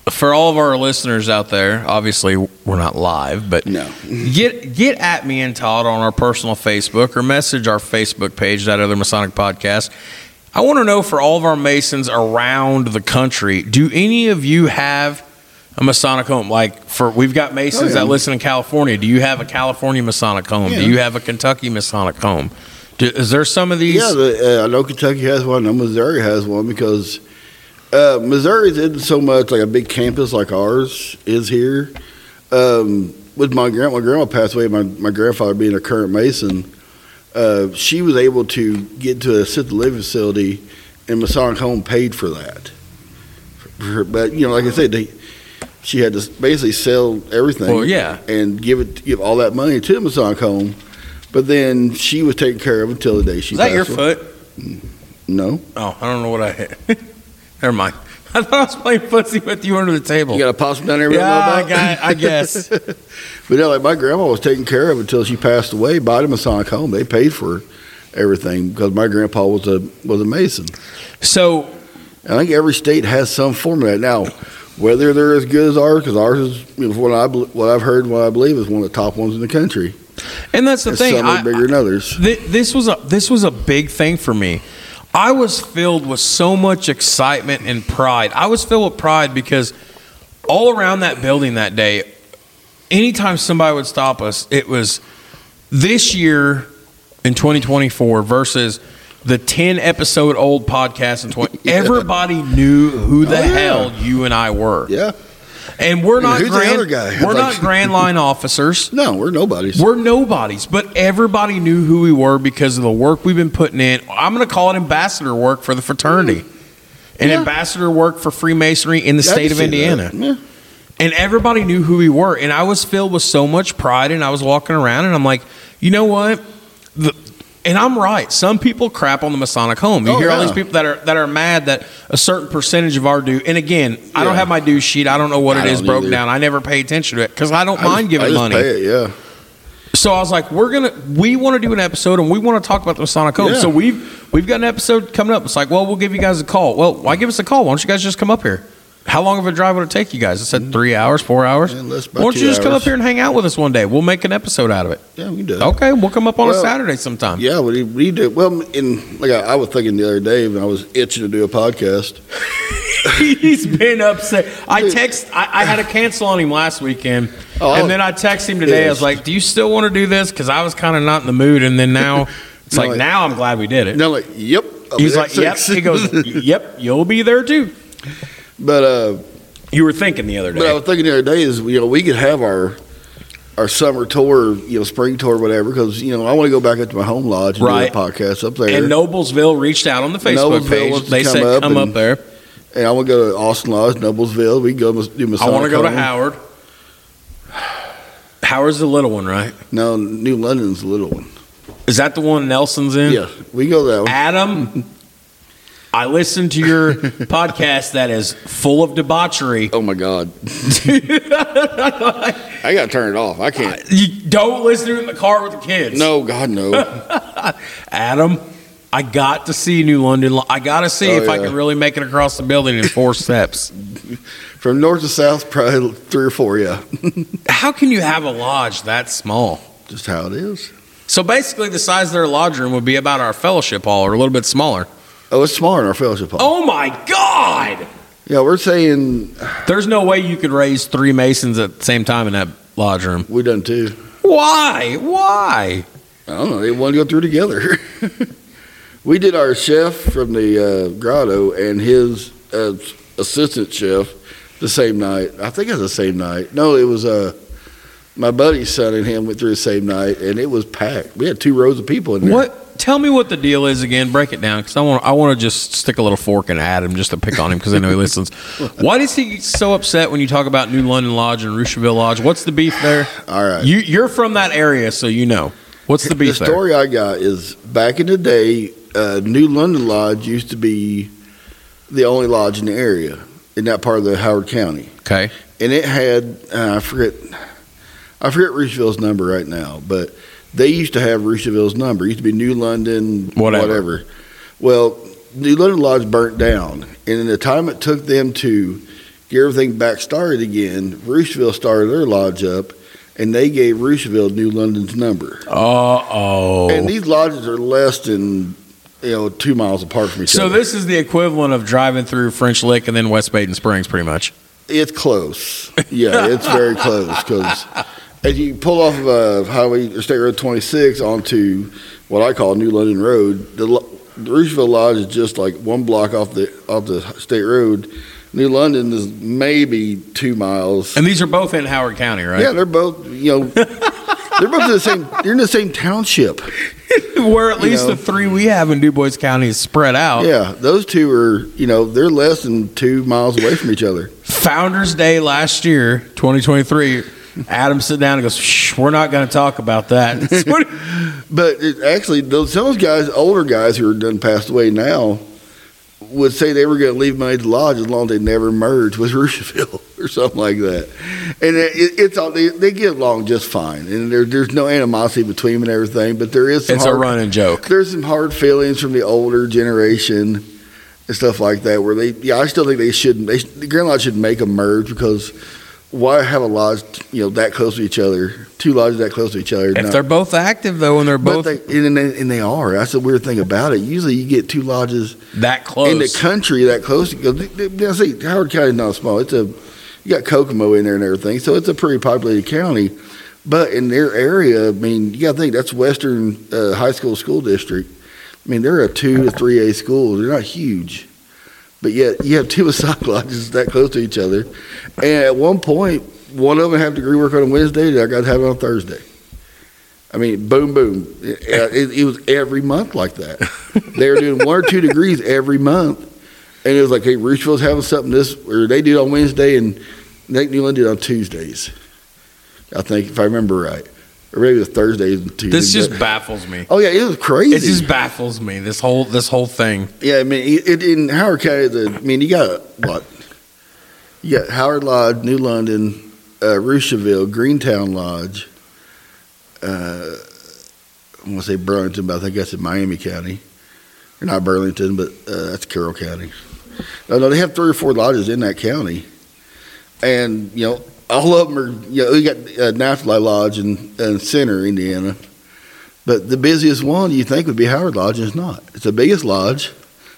[SPEAKER 2] for all of our listeners out there, obviously we're not live, but
[SPEAKER 3] No.
[SPEAKER 2] get get at me and Todd on our personal Facebook or message our Facebook page, that other Masonic podcast. I want to know for all of our Masons around the country, do any of you have a Masonic home? Like for we've got Masons
[SPEAKER 3] Oh, yeah.
[SPEAKER 2] that listen in California. Do you have a California Masonic home?
[SPEAKER 3] Yeah.
[SPEAKER 2] Do you have a Kentucky Masonic home? Do, is there some of these?
[SPEAKER 3] Yeah, the, uh, I know Kentucky has one. I know Missouri has one because uh, Missouri's isn't so much like a big campus like ours is here. Um, with my grand, my grandma passed away. My my grandfather being a current Mason, uh, she was able to get to a assisted living facility, and Masonic Home paid for that. For her- But you know, like I said, they, she had to basically sell everything
[SPEAKER 2] well, yeah.
[SPEAKER 3] and give it give all that money to Masonic Home. But then she was taken care of until the day she
[SPEAKER 2] Is that
[SPEAKER 3] passed
[SPEAKER 2] your
[SPEAKER 3] away.
[SPEAKER 2] foot?
[SPEAKER 3] No.
[SPEAKER 2] Oh, I don't know what I hit. Never mind. I thought I was playing footsie with you under the table.
[SPEAKER 3] You got a possum down there? we don't know
[SPEAKER 2] yeah, I,
[SPEAKER 3] about?
[SPEAKER 2] got- I guess.
[SPEAKER 3] But yeah, like my grandma was taken care of until she passed away by the Masonic home. They paid for everything because my grandpa was a was a Mason.
[SPEAKER 2] So,
[SPEAKER 3] And I think every state has some form of that now. Whether they're as good as ours, because ours is you know, from what I bel- what I've heard, and what I believe is one of the top ones in the country.
[SPEAKER 2] and that's the
[SPEAKER 3] and
[SPEAKER 2] thing.
[SPEAKER 3] some are
[SPEAKER 2] I-
[SPEAKER 3] bigger than others.
[SPEAKER 2] Th- this was a this was a big thing for me. I was filled with so much excitement and pride. I was filled with pride because all around that building that day, anytime somebody would stop us, it was this year in 2024 versus the 10 episode old podcast in 20.
[SPEAKER 3] Yeah.
[SPEAKER 2] Everybody knew who the
[SPEAKER 3] Oh, yeah.
[SPEAKER 2] hell you and I were,
[SPEAKER 3] Yeah.
[SPEAKER 2] and we're not
[SPEAKER 3] Who's the
[SPEAKER 2] grand,
[SPEAKER 3] other guy?
[SPEAKER 2] we're
[SPEAKER 3] Like-
[SPEAKER 2] not grand line officers.
[SPEAKER 3] No, we're nobodies.
[SPEAKER 2] We're nobodies, but everybody knew who we were because of the work we've been putting in. I'm going to call it ambassador work for the fraternity. And
[SPEAKER 3] Yeah.
[SPEAKER 2] ambassador work for Freemasonry in the
[SPEAKER 3] I
[SPEAKER 2] state
[SPEAKER 3] can
[SPEAKER 2] of
[SPEAKER 3] see
[SPEAKER 2] Indiana.
[SPEAKER 3] that. Yeah.
[SPEAKER 2] And everybody knew who we were. And I was filled with so much pride. And I was walking around and I'm like, you know what? The, and I'm right. Some people crap on the Masonic home. You
[SPEAKER 3] Oh,
[SPEAKER 2] hear all
[SPEAKER 3] yeah.
[SPEAKER 2] these people that are that are mad that a certain percentage of our due. And again, I don't
[SPEAKER 3] Yeah.
[SPEAKER 2] have my due sheet. I don't know what
[SPEAKER 3] I
[SPEAKER 2] it is
[SPEAKER 3] don't
[SPEAKER 2] broken
[SPEAKER 3] either.
[SPEAKER 2] down. I never pay attention to it because I don't
[SPEAKER 3] I
[SPEAKER 2] mind
[SPEAKER 3] just-
[SPEAKER 2] giving
[SPEAKER 3] I just
[SPEAKER 2] money.
[SPEAKER 3] pay it, yeah.
[SPEAKER 2] So I was like, we're gonna we want to do an episode and we want to talk about the Masonic Home.
[SPEAKER 3] Yeah.
[SPEAKER 2] So we've we've got an episode coming up. It's like, well, we'll give you guys a call. Well, why give us a call? Why don't you guys just come up here? How long of a drive would it take you guys? It said three hours, four hours.
[SPEAKER 3] Yeah,
[SPEAKER 2] Why
[SPEAKER 3] less about
[SPEAKER 2] don't you
[SPEAKER 3] two
[SPEAKER 2] just come up
[SPEAKER 3] hours.
[SPEAKER 2] here and hang out with us one day? We'll make an episode out of it.
[SPEAKER 3] Yeah, we can do that.
[SPEAKER 2] Okay, we'll come up on a
[SPEAKER 3] Well,
[SPEAKER 2] Saturday sometime.
[SPEAKER 3] Yeah, what do you, what do, you do? Well, in like I, I was thinking the other day when I was itching to do a podcast.
[SPEAKER 2] He's been upset. I text. I, I had a cancel on him last weekend,
[SPEAKER 3] Oh,
[SPEAKER 2] and then I text him today. I was
[SPEAKER 3] yes.
[SPEAKER 2] like, "Do you still want to do this?" Because I was kind of not in the mood, and then now it's
[SPEAKER 3] No,
[SPEAKER 2] like,
[SPEAKER 3] like-
[SPEAKER 2] now I'm glad we did it.
[SPEAKER 3] And I'm like, "Yep." I'll be
[SPEAKER 2] He's
[SPEAKER 3] there
[SPEAKER 2] like,
[SPEAKER 3] at
[SPEAKER 2] yep.
[SPEAKER 3] six."
[SPEAKER 2] He goes, yep, you'll be there too.
[SPEAKER 3] but uh,
[SPEAKER 2] You were thinking the other
[SPEAKER 3] but I
[SPEAKER 2] day.
[SPEAKER 3] was thinking the other day is you know we could have our our summer tour, you know, spring tour, whatever, because you know I want to go back up to my home lodge and
[SPEAKER 2] Right.
[SPEAKER 3] do a podcast up there,
[SPEAKER 2] And
[SPEAKER 3] and,
[SPEAKER 2] Noblesville reached out on the Facebook
[SPEAKER 3] Noblesville
[SPEAKER 2] page.
[SPEAKER 3] wants to
[SPEAKER 2] They
[SPEAKER 3] come
[SPEAKER 2] said,
[SPEAKER 3] up
[SPEAKER 2] come up
[SPEAKER 3] and-
[SPEAKER 2] there.
[SPEAKER 3] I want to go to Austin Lodge, Noblesville. We can go do Masonic.
[SPEAKER 2] I want to go to
[SPEAKER 3] Home.
[SPEAKER 2] Howard. Howard's the little one, right?
[SPEAKER 3] No, New London's the little one.
[SPEAKER 2] Is that the one Nelson's in?
[SPEAKER 3] Yeah, we go that one.
[SPEAKER 2] Adam, I listened to your podcast that is full of debauchery.
[SPEAKER 3] Oh my God, I got to turn it off. I can't.
[SPEAKER 2] you don't listen to it in the car with the kids.
[SPEAKER 3] No, God, no.
[SPEAKER 2] Adam, I got to see New London. Lo- I got to see
[SPEAKER 3] Oh,
[SPEAKER 2] if I
[SPEAKER 3] yeah.
[SPEAKER 2] can really make it across the building in four steps.
[SPEAKER 3] From north to south, probably three or four. Yeah,
[SPEAKER 2] How can you have a lodge that small?
[SPEAKER 3] just how it is.
[SPEAKER 2] So basically, the size of their lodge room would be about our fellowship hall, or a little bit smaller.
[SPEAKER 3] Oh, it's smaller in our fellowship hall.
[SPEAKER 2] Oh my God!
[SPEAKER 3] Yeah, we're saying
[SPEAKER 2] There's no way you could raise three masons at the same time in that lodge room.
[SPEAKER 3] we done too.
[SPEAKER 2] Why? Why?
[SPEAKER 3] I don't know. They want to go through together. we did our chef from the uh, grotto and his uh, assistant chef the same night. I think it was the same night. No, it was uh, my buddy's son and him went through the same night, and it was packed. We had two rows of people in there.
[SPEAKER 2] What? Tell me what the deal is again. Break it down, because I want I want to just stick a little fork in Adam just to pick on him because I know he listens. Why is he so upset when you talk about New London Lodge and Rucheville Lodge? What's the beef there?
[SPEAKER 3] All right.
[SPEAKER 2] You you're from that area, so you know. What's the beef
[SPEAKER 3] the
[SPEAKER 2] there?
[SPEAKER 3] story I got is back in the day, uh, New London Lodge used to be the only lodge in the area in that part of the Howard County.
[SPEAKER 2] Okay.
[SPEAKER 3] and it had uh, I forget I forget Roosevelt number right now, but they used to have Roosevelt's number. It used to be New London,
[SPEAKER 2] Whatever.
[SPEAKER 3] whatever. Well, New London Lodge burnt down, and in the time it took them to get everything back started again. Roosevelt started their lodge up, and they gave Roosevelt New London's number.
[SPEAKER 2] Uh oh.
[SPEAKER 3] And these lodges are less than you know two miles apart from each
[SPEAKER 2] So
[SPEAKER 3] other.
[SPEAKER 2] this is the equivalent of driving through French Lick and then West Baden Springs, pretty much.
[SPEAKER 3] It's close. Yeah, it's very close because as you pull off of uh, Highway or State Road 26 onto what I call New London Road, the, lo- the Roosevelt Lodge is just like one block off the off the state road. New London is maybe two miles.
[SPEAKER 2] And these are both in Howard County, right?
[SPEAKER 3] Yeah, they're both you know they're both in the same. They're in the same township.
[SPEAKER 2] Where at least the
[SPEAKER 3] know.
[SPEAKER 2] three we have in Du Bois County is spread out.
[SPEAKER 3] Yeah, those two are you know they're less than two miles away from each other.
[SPEAKER 2] Founders Day last year, 2023. Adam sit down and goes, Shh, "We're not going to talk about that."
[SPEAKER 3] But it, actually, those, some of those guys, older guys who are done passed away now, would say they were going to leave money to the lodge as long as they never merged with Roosevelt or something like that. And it, it, it's all they, they get along just fine, and there, there's no animosity between them and everything. But there is some
[SPEAKER 2] it's a
[SPEAKER 3] hard,
[SPEAKER 2] running joke.
[SPEAKER 3] there's some hard feelings from the older generation and stuff like that. Where they, yeah, I still think they shouldn't. They, the Grand Lodge should make a merge because why have a lodge you know that close to each other? Two lodges that close to each other?
[SPEAKER 2] If
[SPEAKER 3] No.
[SPEAKER 2] they're both active though, and they're
[SPEAKER 3] But
[SPEAKER 2] both
[SPEAKER 3] they, and, they, and they are. That's the weird thing about it. Usually, you get two lodges
[SPEAKER 2] that
[SPEAKER 3] in the
[SPEAKER 2] close,
[SPEAKER 3] country that close. Now, see, Howard County's not small. It's a you got Kokomo in there and everything, so it's a pretty populated county. But in their area, I mean, you got to think that's Western uh, High School School District. I mean, they're a two to three A school. They're not huge, but yet you have two Masonic lodges that close to each other. And at one point, one of them had degree work on a Wednesday. The other got to have it on Thursday. I mean, boom, boom. It, it, it was every month like that. They were doing one or two degrees every month, and it was like, hey, Roosevelt's having something this, or they do it on Wednesday, and Nick Newland did it on Tuesdays. I think, if I remember right, or maybe it was Thursdays and Tuesdays.
[SPEAKER 2] this just
[SPEAKER 3] but-
[SPEAKER 2] baffles me.
[SPEAKER 3] oh yeah, it was crazy.
[SPEAKER 2] It just baffles me. This whole this whole thing.
[SPEAKER 3] Yeah, I mean, it, it, in Howard County, the, I mean, you got what? You got Howard Lodge, New London, uh, Roosevelt, Greentown Lodge. Uh, I want to say Burlington, but I think that's in Miami County. Or not Burlington, but uh, that's Carroll County. No, no, they have three or four lodges in that county, and you know, all of them are. You know, we got uh, Naftalite Lodge in, in Center, Indiana. But the busiest one you think would be Howard Lodge, and it's not. It's the biggest lodge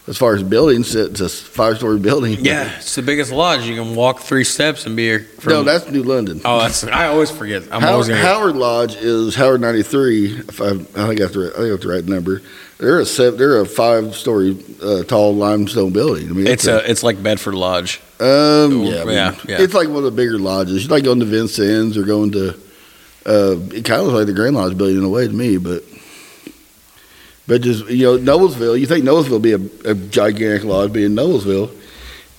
[SPEAKER 3] as far as buildings. It's a five story building.
[SPEAKER 2] Yeah, it's the biggest lodge. You can walk three steps and be here. From,
[SPEAKER 3] no, that's New London.
[SPEAKER 2] oh, that's I always forget. I'm always
[SPEAKER 3] Howard,
[SPEAKER 2] gonna.
[SPEAKER 3] Howard Lodge is Howard 93. If I, I think I have the right, I think I have the right number. They're a seven, they're a five story uh, tall limestone building. I mean,
[SPEAKER 2] it's a it's like Bedford Lodge.
[SPEAKER 3] um, yeah, I mean,
[SPEAKER 2] yeah, yeah.
[SPEAKER 3] It's like one of the bigger lodges. It's like going to Vincennes or going to. Uh, it kind of looks like the Grand Lodge building in a way to me, but. But just you know, Noblesville. You think Noblesville would be a, a gigantic lodge, being Noblesville,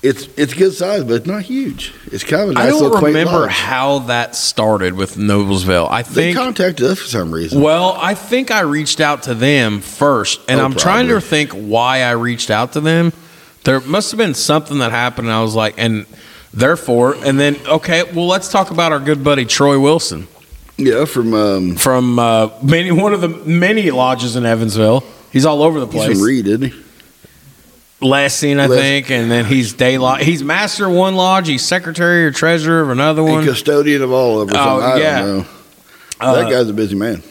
[SPEAKER 3] it's it's good size, but it's not huge. It's kind of a nice
[SPEAKER 2] I don't
[SPEAKER 3] little quaint
[SPEAKER 2] remember
[SPEAKER 3] lodge.
[SPEAKER 2] how that started with Noblesville. I
[SPEAKER 3] They
[SPEAKER 2] think
[SPEAKER 3] contacted us for some reason.
[SPEAKER 2] Well, I think I reached out to them first, and
[SPEAKER 3] Oh,
[SPEAKER 2] I'm trying to
[SPEAKER 3] probably.
[SPEAKER 2] think why I reached out to them. There must have been something that happened, and I was like, and therefore, and then okay, well, let's talk about our good buddy Troy Wilson
[SPEAKER 3] Yeah, from um,
[SPEAKER 2] from uh, many one of the many lodges in Evansville. He's all over the
[SPEAKER 3] he's
[SPEAKER 2] place.
[SPEAKER 3] from Reed, isn't he?
[SPEAKER 2] Lessing, I
[SPEAKER 3] Les-
[SPEAKER 2] think, and then he's day lodge. He's master of one lodge. He's secretary or treasurer of another
[SPEAKER 3] And
[SPEAKER 2] one.
[SPEAKER 3] custodian of all of us.
[SPEAKER 2] Oh,
[SPEAKER 3] I
[SPEAKER 2] yeah.
[SPEAKER 3] don't know.
[SPEAKER 2] Uh,
[SPEAKER 3] that guy's a busy man.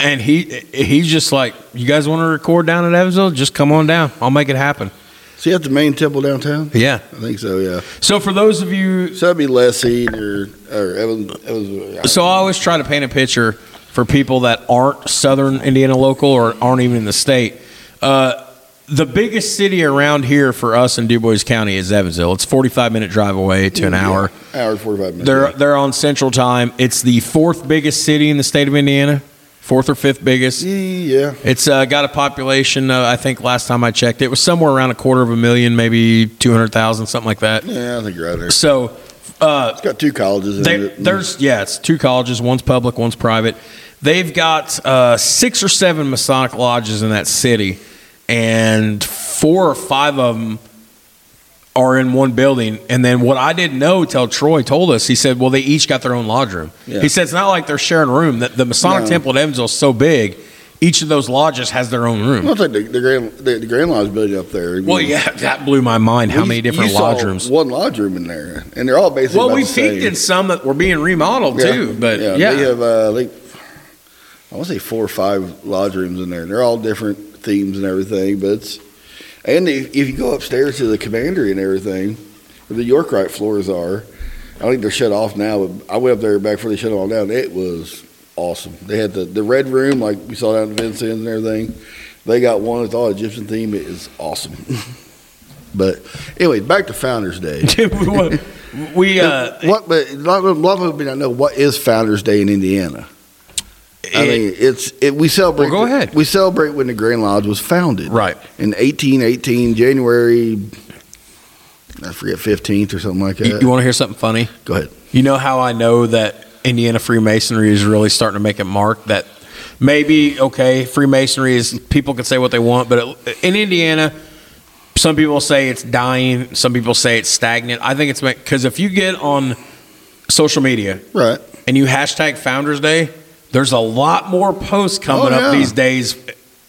[SPEAKER 2] and he he's just like, you guys want to record down at Evansville? Just come on down. I'll make it happen.
[SPEAKER 3] Is he at the main temple downtown?
[SPEAKER 2] Yeah.
[SPEAKER 3] I think so. Yeah.
[SPEAKER 2] So for those of you,
[SPEAKER 3] So that'd be Leslie or or Evan. uh, Evan
[SPEAKER 2] so I always try to paint a picture for people that aren't Southern Indiana local or aren't even in the state. Uh, the biggest city around here for us in Du Bois County is Evansville. It's 45 minute drive away to an hour.
[SPEAKER 3] hour and forty five minutes.
[SPEAKER 2] They're they're on Central Time. It's the fourth biggest city in the state of Indiana, fourth or fifth biggest.
[SPEAKER 3] yeah.
[SPEAKER 2] It's uh, got a population. Uh, I think last time I checked, it was somewhere around a quarter of a million, maybe two hundred thousand, something like that.
[SPEAKER 3] Yeah, I think you're out there. It's
[SPEAKER 2] So. Uh,
[SPEAKER 3] got two colleges in
[SPEAKER 2] they,
[SPEAKER 3] it.
[SPEAKER 2] there's yeah, it's two colleges, one's public, one's private. They've got uh, six or seven Masonic lodges in that city, and four or five of them are in one building. And then what I didn't know till Troy told us, he said, "Well, they each got their own lodge room."
[SPEAKER 3] Yeah.
[SPEAKER 2] He said it's not like they're sharing a room. That the Masonic
[SPEAKER 3] No.
[SPEAKER 2] temple at Evansville is so big. each of those lodges has their own room.
[SPEAKER 3] Well, it's like the, the grand the, the grand lodge building up there.
[SPEAKER 2] Well, yeah, that blew my mind. How
[SPEAKER 3] You-
[SPEAKER 2] many
[SPEAKER 3] you
[SPEAKER 2] different
[SPEAKER 3] saw
[SPEAKER 2] lodge rooms?
[SPEAKER 3] One lodge room in there, and they're all basically.
[SPEAKER 2] Well,
[SPEAKER 3] about
[SPEAKER 2] we
[SPEAKER 3] the same.
[SPEAKER 2] peaked in some that were being remodeled
[SPEAKER 3] Yeah,
[SPEAKER 2] Oh, too, but yeah,
[SPEAKER 3] they have uh, like I want to say four or five lodge rooms in there. They're all different themes and everything, but it's and if, if you go upstairs to the commandery and everything, where the Yorkite floors are, I think they're shut off now. But I went up there back before they shut them all down. It was awesome. They had the the red room like we saw down at Vincent's and everything. They got one with all Egyptian theme. It is awesome. but anyway, back to Founder's Day.
[SPEAKER 2] we uh,
[SPEAKER 3] Yeah, what? But a lot of, a lot of people don't know what is Founder's Day in Indiana. I
[SPEAKER 2] it-
[SPEAKER 3] mean, it's it, we celebrate.
[SPEAKER 2] Well, go ahead.
[SPEAKER 3] We celebrate when the Grand Lodge was founded
[SPEAKER 2] right.
[SPEAKER 3] in 1818, January. I forget fifteenth or something like that.
[SPEAKER 2] You, want to hear something funny?
[SPEAKER 3] go ahead.
[SPEAKER 2] You know how I know that Indiana Freemasonry is really starting to make a mark that maybe okay, Freemasonry is people can say what they want, but it, in Indiana, some people say it's dying, some people say it's stagnant. I think it's because if you get on social media
[SPEAKER 3] Right.
[SPEAKER 2] and you hashtag Founders Day, there's a lot more posts coming
[SPEAKER 3] Oh,
[SPEAKER 2] up
[SPEAKER 3] yeah.
[SPEAKER 2] these days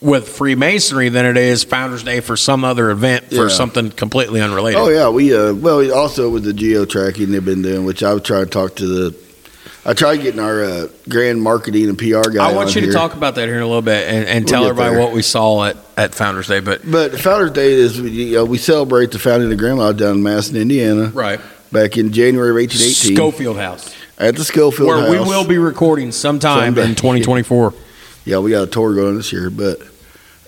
[SPEAKER 2] with Freemasonry than it is Founders Day for some other event for
[SPEAKER 3] Yeah.
[SPEAKER 2] something completely unrelated.
[SPEAKER 3] Oh yeah, we uh well we also with the geo tracking they've been doing, which I was trying to talk to the. I tried getting our uh, grand marketing and PR guy.
[SPEAKER 2] I want
[SPEAKER 3] on
[SPEAKER 2] you to
[SPEAKER 3] here.
[SPEAKER 2] talk about that here in a little bit and, and
[SPEAKER 3] We'll
[SPEAKER 2] tell
[SPEAKER 3] get
[SPEAKER 2] everybody
[SPEAKER 3] there.
[SPEAKER 2] what we saw at, at Founders Day. But
[SPEAKER 3] But Founder's Day is you know, we celebrate the founding of the Grand Lodge down in Madison, Indiana.
[SPEAKER 2] right,
[SPEAKER 3] back in January of 1818
[SPEAKER 2] Schofield House,
[SPEAKER 3] at the Schofield
[SPEAKER 2] where
[SPEAKER 3] House.
[SPEAKER 2] we will be recording sometime
[SPEAKER 3] Someday.
[SPEAKER 2] in 2024.
[SPEAKER 3] Yeah, we got a tour going this year, but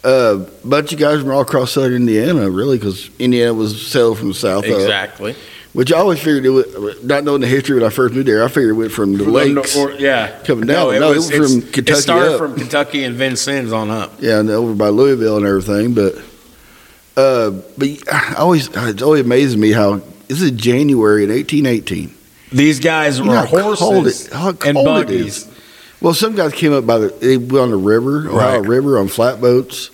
[SPEAKER 3] a uh, bunch of guys from all across southern Indiana, really, because Indiana was settled from the south up. uh, Which I always figured it would, not knowing the history when I first moved there, I figured it went from the lakes.
[SPEAKER 2] yeah,
[SPEAKER 3] coming down. No, it was
[SPEAKER 2] it's-
[SPEAKER 3] from Kentucky
[SPEAKER 2] It started
[SPEAKER 3] up.
[SPEAKER 2] from Kentucky and Vincennes on up.
[SPEAKER 3] yeah, and over by Louisville and everything. But uh, but I always it always amazes me how this is January in 1818.
[SPEAKER 2] These guys
[SPEAKER 3] You
[SPEAKER 2] were
[SPEAKER 3] know how cold
[SPEAKER 2] horses
[SPEAKER 3] it- how
[SPEAKER 2] and
[SPEAKER 3] cold it
[SPEAKER 2] buggies.
[SPEAKER 3] is. Well, some guys came up by the they went on the river, Ohio
[SPEAKER 2] Right.
[SPEAKER 3] River, on flatboats.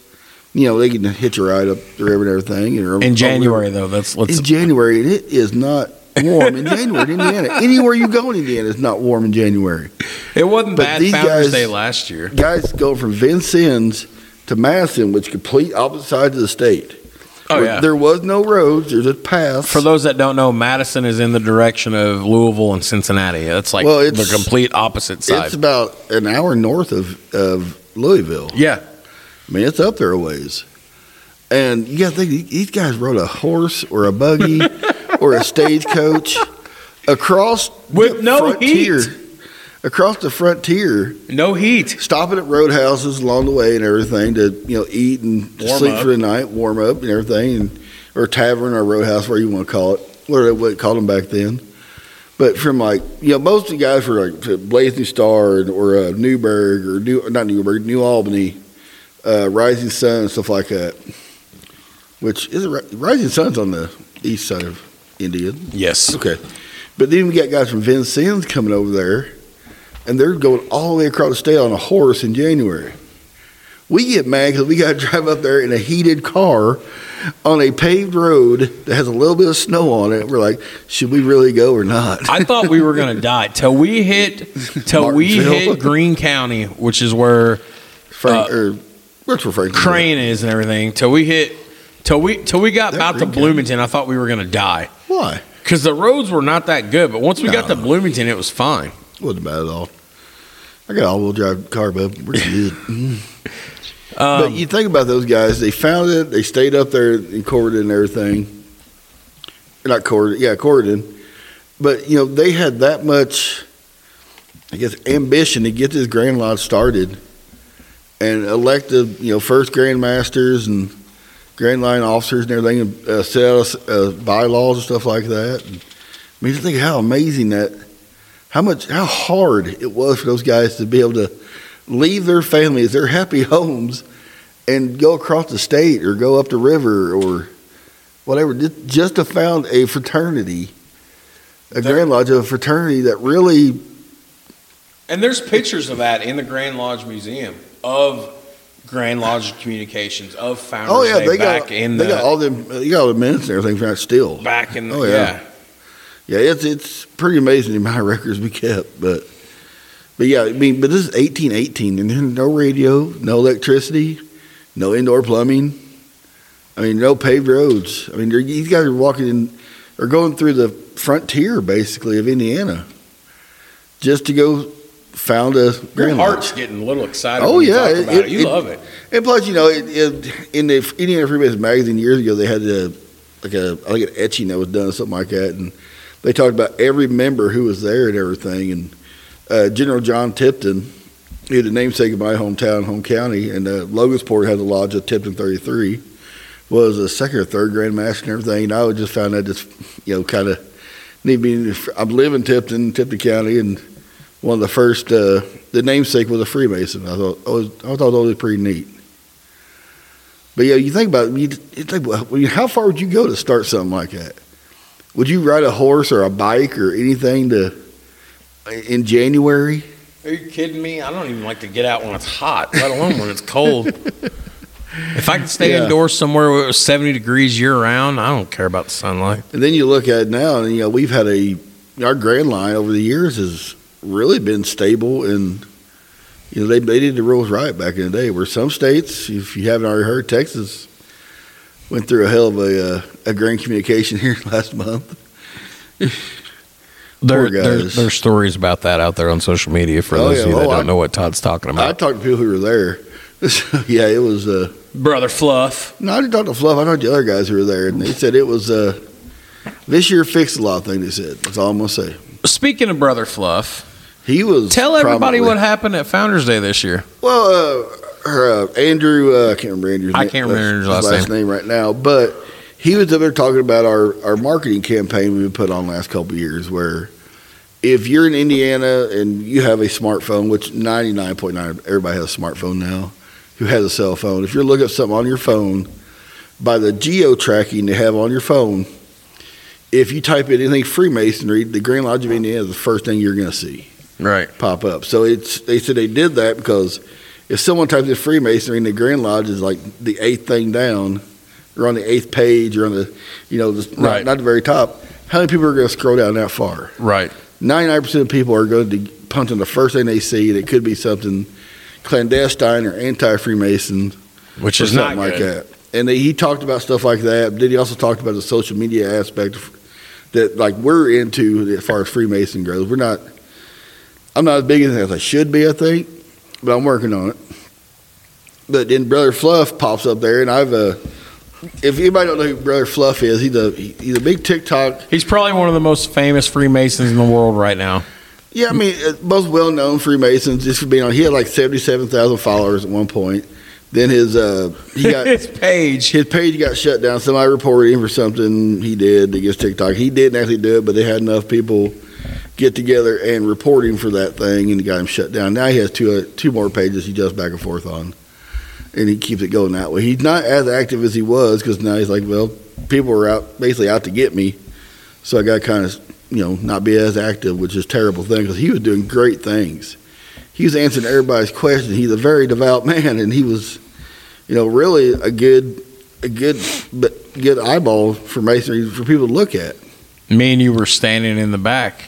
[SPEAKER 3] You know, they can hitch a ride up the river and everything. And
[SPEAKER 2] In January, though, that's let's.
[SPEAKER 3] in January, and it is not warm in January in Indiana. Anywhere you go in Indiana, it's not warm in January.
[SPEAKER 2] It wasn't
[SPEAKER 3] but
[SPEAKER 2] bad
[SPEAKER 3] these
[SPEAKER 2] Founders
[SPEAKER 3] guys-
[SPEAKER 2] Day last year.
[SPEAKER 3] Guys go from Vincennes to Madison, which complete opposite sides of the state.
[SPEAKER 2] Oh
[SPEAKER 3] Where
[SPEAKER 2] yeah.
[SPEAKER 3] There was no roads. There's a path.
[SPEAKER 2] For those that don't know, Madison is in the direction of Louisville and Cincinnati. That's like
[SPEAKER 3] Well,
[SPEAKER 2] the
[SPEAKER 3] it's-
[SPEAKER 2] complete opposite side.
[SPEAKER 3] it's about an hour north of, of Louisville.
[SPEAKER 2] yeah,
[SPEAKER 3] I mean, it's up there a ways. And you got to think these guys rode a horse or a buggy or a stagecoach across
[SPEAKER 2] With no heat.
[SPEAKER 3] across the frontier,
[SPEAKER 2] no heat.
[SPEAKER 3] stopping at roadhouses along the way and everything to you know eat and
[SPEAKER 2] Warm
[SPEAKER 3] sleep
[SPEAKER 2] up.
[SPEAKER 3] for the night, warm up and everything, and, or tavern or roadhouse, where you want to call it, what they what they called them back then. But from like you know, most of the guys were like to Blazing Star or, or uh, Newburgh or New not Newburgh, New Albany, uh, Rising Sun and stuff like that. Which is it, Rising Sun's on the east side of India.
[SPEAKER 2] Yes.
[SPEAKER 3] Okay. But then we got guys from Vincennes coming over there, and they're going all the way across the state on a horse in January. We get mad because we got to drive up there in a heated car on a paved road that has a little bit of snow on it. We're like, should we really go or not?
[SPEAKER 2] I thought we were gonna die till we hit till we
[SPEAKER 3] Martinsville.
[SPEAKER 2] hit Greene County, which is where
[SPEAKER 3] Frank, or what's for Frank?
[SPEAKER 2] Crane is and everything. Till we hit till we till we got
[SPEAKER 3] That
[SPEAKER 2] about to
[SPEAKER 3] Greene County.
[SPEAKER 2] Bloomington, I thought we were gonna die
[SPEAKER 3] Why?
[SPEAKER 2] because the roads were not that good. But once we got to Bloomington, it was fine.
[SPEAKER 3] Wasn't bad at all. I got an all-wheel drive car, bub. We're good. Mm-hmm.
[SPEAKER 2] Um,
[SPEAKER 3] but you think about those guys. They found it. They stayed up there in Corridon and everything. Not Corridon. Yeah, Corridon. But, you know, they had that much, I guess, ambition to get this Grand Lodge started and elect the, you know, first Grand Masters and Grand Line officers and everything and uh, set out uh, bylaws and stuff like that. And, I mean, just think how amazing that, how much, how hard it was for those guys to be able to leave their families, their happy homes, and go across the state or go up the river or whatever, just, just to found a fraternity, a Grand Lodge of a fraternity that really,
[SPEAKER 2] And there's pictures of that in the Grand Lodge Museum of Grand Lodge communications of Founders
[SPEAKER 3] oh yeah,
[SPEAKER 2] Day
[SPEAKER 3] they
[SPEAKER 2] back
[SPEAKER 3] got
[SPEAKER 2] in
[SPEAKER 3] they
[SPEAKER 2] the
[SPEAKER 3] got all them, you got all the minutes and everything from that still.
[SPEAKER 2] back in the,
[SPEAKER 3] Oh,
[SPEAKER 2] yeah.
[SPEAKER 3] yeah. Yeah, it's it's pretty amazing the amount of records we kept, but But yeah, I mean, but this is eighteen eighteen, and then no radio, no electricity, no indoor plumbing. I mean, no paved roads. I mean, they're- these guys are walking in, or going through the frontier basically of Indiana, just to go found a
[SPEAKER 2] Your
[SPEAKER 3] Lodge.
[SPEAKER 2] heart's getting a little excited.
[SPEAKER 3] Oh,
[SPEAKER 2] when you
[SPEAKER 3] yeah,
[SPEAKER 2] talk
[SPEAKER 3] it-
[SPEAKER 2] about
[SPEAKER 3] it-
[SPEAKER 2] it. you
[SPEAKER 3] it-
[SPEAKER 2] love it.
[SPEAKER 3] And plus, you know, it, it, in the Indiana Freemasons magazine years ago, they had a like a like an etching that was done, something like that, and they talked about every member who was there and everything. And uh, General John Tipton, he had a namesake of my hometown, home county, and uh, Logansport had the lodge of Tipton Thirty Three. Was a second or third Grand Master and everything. And I would just found that just you know kind of need me. I'm living Tipton, Tipton County, and one of the first uh, the namesake was a Freemason. I thought I, was, I thought that was pretty neat. But yeah, you think about it, you, you think, well, I mean, how far would you go to start something like that? Would you ride a horse or a bike or anything to in January?
[SPEAKER 2] Are you kidding me? I don't even like to get out when it's hot, let alone when it's cold. If I could stay
[SPEAKER 3] Yeah.
[SPEAKER 2] indoors somewhere where it was 70 degrees year round, I don't care about the sunlight.
[SPEAKER 3] And then you look at it now, and you know we've had a our grand line over the years has really been stable, and you know they they did the rules right back in the day. Where some states, if you haven't already heard, Texas went through a hell of a uh, a grand communication here last month.
[SPEAKER 2] There,
[SPEAKER 3] Poor guys.
[SPEAKER 2] there's, there's stories about that out there on social media for
[SPEAKER 3] Oh,
[SPEAKER 2] those
[SPEAKER 3] yeah.
[SPEAKER 2] of you that
[SPEAKER 3] Oh,
[SPEAKER 2] don't
[SPEAKER 3] I-
[SPEAKER 2] know what Todd's talking
[SPEAKER 3] I
[SPEAKER 2] about.
[SPEAKER 3] talked to people who were there. So, yeah, it was. Uh,
[SPEAKER 2] Brother Fluff.
[SPEAKER 3] No, I didn't talk to Fluff. I talked to the other guys who were there, and they said it was uh, this year fixed a lot of things. They said that's all I'm gonna say.
[SPEAKER 2] Speaking of Brother Fluff,
[SPEAKER 3] He was
[SPEAKER 2] tell everybody
[SPEAKER 3] prominently-
[SPEAKER 2] what happened at Founders Day this year.
[SPEAKER 3] Well, uh, her, uh, Andrew, uh, I can't remember Andrew's.
[SPEAKER 2] I
[SPEAKER 3] na-
[SPEAKER 2] can't remember his
[SPEAKER 3] his
[SPEAKER 2] last
[SPEAKER 3] last name. right now, but he was up there talking about our our marketing campaign we've put on last couple of years. Where if you're in Indiana and you have a smartphone, which 99.9 everybody has a smartphone now, who has a cell phone, if you're looking up something on your phone, by the geo tracking they have on your phone. If you type in anything Freemasonry, the Grand Lodge of Indiana is the first thing you're going to see
[SPEAKER 2] Right.
[SPEAKER 3] pop up. So it's they said they did that because if someone types in Freemasonry and the Grand Lodge is like the eighth thing down, or on the eighth page, or on the you know the,
[SPEAKER 2] Right.
[SPEAKER 3] not, not the very top, how many people are going to scroll down that far?
[SPEAKER 2] Right.
[SPEAKER 3] Ninety nine percent of people are going to punch on the first thing they see, and it could be something clandestine or anti Freemason
[SPEAKER 2] Which
[SPEAKER 3] or
[SPEAKER 2] is not
[SPEAKER 3] something
[SPEAKER 2] good.
[SPEAKER 3] like that. And he talked about stuff like that. But then he also talked about the social media aspect of, that, like, we're into as far as Freemason goes. We're not. I'm not as big into it as I should be, I think, but I'm working on it. But then Brother Fluff pops up there, and I've uh, if anybody don't know who Brother Fluff is, he's a he- he's a big TikTok.
[SPEAKER 2] He's probably one of the most famous Freemasons in the world right now.
[SPEAKER 3] Yeah, I mean, uh, most well known Freemasons. Just for being on, he had like seventy seven thousand followers at one point. Then his uh, he got
[SPEAKER 2] His page.
[SPEAKER 3] His page got shut down. Somebody reported him for something he did against TikTok. He didn't actually do it, but they had enough people get together and report him for that thing, and got him shut down. Now he has two uh, two more pages he jumps back and forth on, and he keeps it going that way. He's not as active as he was because now he's like, well, people are out basically out to get me, so I got to kind of you know not be as active, which is a terrible thing because he was doing great things. He was answering everybody's question. He's a very devout man, and he was, you know, really a good a good but good eyeball for masonry for people to look at.
[SPEAKER 2] Me and you were standing in the back,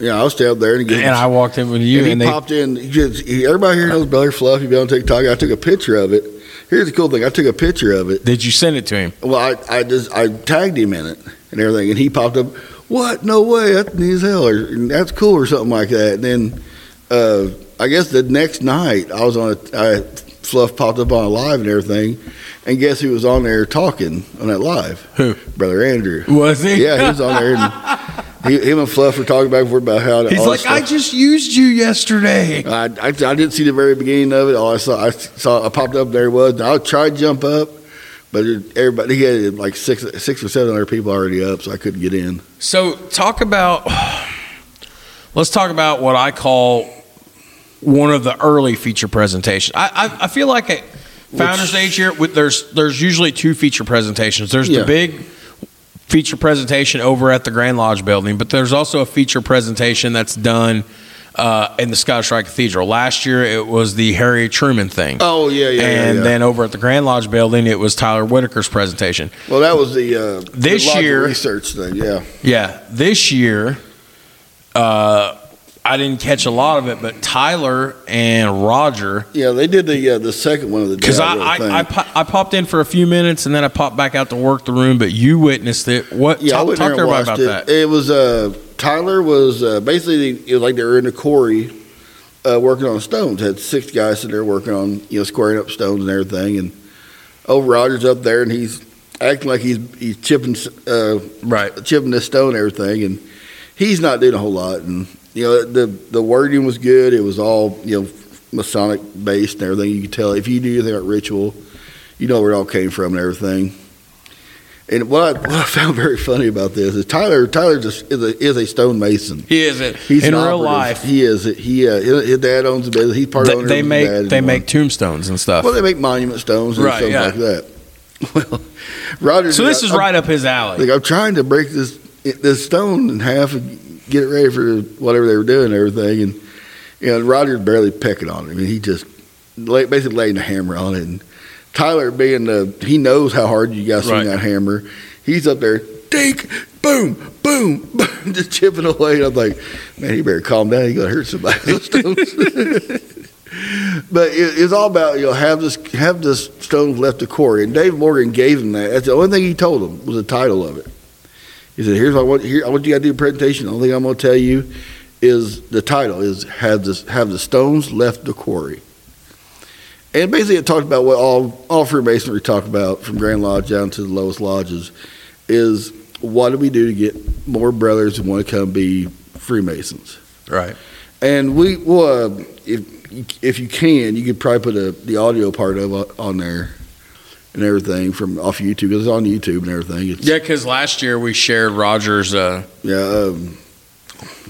[SPEAKER 3] Yeah, I was down there and, again,
[SPEAKER 2] and I walked in with you,
[SPEAKER 3] and he
[SPEAKER 2] and they
[SPEAKER 3] popped in. He just, he, everybody here knows Brother Fluff. He been on TikTok. I took a picture of it. Here's the cool thing. I took a picture of it.
[SPEAKER 2] did you send it to him?
[SPEAKER 3] Well, I, I just I tagged him in it and everything, and he popped up. What? No way! That's neat as hell, or that's cool, or something like that. And then uh, I guess the next night I was on a I, Fluff popped up on a live and everything, and guess who was on there talking on that live?
[SPEAKER 2] Who?
[SPEAKER 3] Brother Andrew.
[SPEAKER 2] Was he?
[SPEAKER 3] Yeah, he was on there. And he, him and Fluff were talking back and forth about how.
[SPEAKER 2] He's
[SPEAKER 3] all
[SPEAKER 2] Oh, like,
[SPEAKER 3] this
[SPEAKER 2] I
[SPEAKER 3] stuff-
[SPEAKER 2] just used you yesterday.
[SPEAKER 3] I, I, I didn't see the very beginning of it. All I saw, I saw, I popped up. There it was. And I tried to jump up, but it- everybody he had like six, six or seven other people already up, so I couldn't get in.
[SPEAKER 2] So talk about. Let's talk about what I call one of the early feature presentations. I I, I feel like at Founders Day each year, with, there's there's usually two feature presentations. There's
[SPEAKER 3] Yeah.
[SPEAKER 2] the big feature presentation over at the Grand Lodge building, but there's also a feature presentation that's done. Uh, in the Scottish Rite Cathedral. Last year, it was the Harry Truman thing.
[SPEAKER 3] Oh yeah, yeah,
[SPEAKER 2] and
[SPEAKER 3] yeah.
[SPEAKER 2] then over at the Grand Lodge building, it was Tyler Whitaker's presentation.
[SPEAKER 3] well, that was the uh,
[SPEAKER 2] This
[SPEAKER 3] the lodge
[SPEAKER 2] year-
[SPEAKER 3] research thing. Yeah,
[SPEAKER 2] Yeah, this year, uh, I didn't catch a lot of it, but Tyler and Roger,
[SPEAKER 3] Yeah, they did the uh, the second one of the
[SPEAKER 2] because I
[SPEAKER 3] Diablo
[SPEAKER 2] I,
[SPEAKER 3] thing.
[SPEAKER 2] I, po- I popped in for a few minutes and then I popped back out to work the room, but you witnessed it. What?
[SPEAKER 3] yeah, I
[SPEAKER 2] talk
[SPEAKER 3] went
[SPEAKER 2] talk
[SPEAKER 3] there
[SPEAKER 2] to
[SPEAKER 3] and
[SPEAKER 2] everybody about
[SPEAKER 3] watched it.
[SPEAKER 2] that.
[SPEAKER 3] It was uh, Tyler was uh, basically it was like they were in the quarry uh, working on stones. Had six guys sitting there working on you know squaring up stones and everything. And old Rogers up there and he's acting like he's he's chipping uh,
[SPEAKER 2] Right.
[SPEAKER 3] chipping this stone and everything. And he's not doing a whole lot. And you know the the wording was good. It was all you know Masonic based and everything. You could tell if you knew anything about ritual, you know where it all came from and everything. And what I, what I found very funny about this is Tyler. Tyler is a, is a, is a stonemason.
[SPEAKER 2] He is it
[SPEAKER 3] He's
[SPEAKER 2] in
[SPEAKER 3] an
[SPEAKER 2] real
[SPEAKER 3] operative.
[SPEAKER 2] life.
[SPEAKER 3] He is. He uh, his his dad owns a business. He's part
[SPEAKER 2] They,
[SPEAKER 3] owner.
[SPEAKER 2] they
[SPEAKER 3] of his dad
[SPEAKER 2] make
[SPEAKER 3] and
[SPEAKER 2] they
[SPEAKER 3] one-
[SPEAKER 2] make tombstones and stuff.
[SPEAKER 3] Well, they make monument stones and
[SPEAKER 2] Right,
[SPEAKER 3] stuff
[SPEAKER 2] yeah.
[SPEAKER 3] like that. Well, Roger.
[SPEAKER 2] so this is
[SPEAKER 3] I'm-
[SPEAKER 2] right up his alley.
[SPEAKER 3] Like I'm trying to break this this stone in half and get it ready for whatever they were doing and everything. And you know, Roger's barely pecking on it. I mean, he just lay, basically laying the hammer on it. And Tyler, being the he knows how hard you guys swing
[SPEAKER 2] Right.
[SPEAKER 3] that hammer. He's up there, dink, boom, boom, boom, just chipping away. And I'm like, man, you better calm down. You're gonna hurt somebody. with those stones." But it, it's all about you know have this have this stone left the quarry, and Dave Morgan gave him that. That's the only thing he told him was the title of it. He said, "Here's what I want. Here, I want you guys to do a presentation. The only thing I'm going to tell you is the title is have this have the stones left the quarry." And basically, it talked about what all all Freemasonry talked about from Grand Lodge down to the lowest lodges is what do we do to get more brothers who want to come be Freemasons.
[SPEAKER 2] Right.
[SPEAKER 3] And we well, uh, if if you can, you could probably put a, the audio part of it on there and everything from off YouTube because it's on YouTube and everything. It's,
[SPEAKER 2] Yeah, because last year we shared Roger's. Uh,
[SPEAKER 3] yeah, um,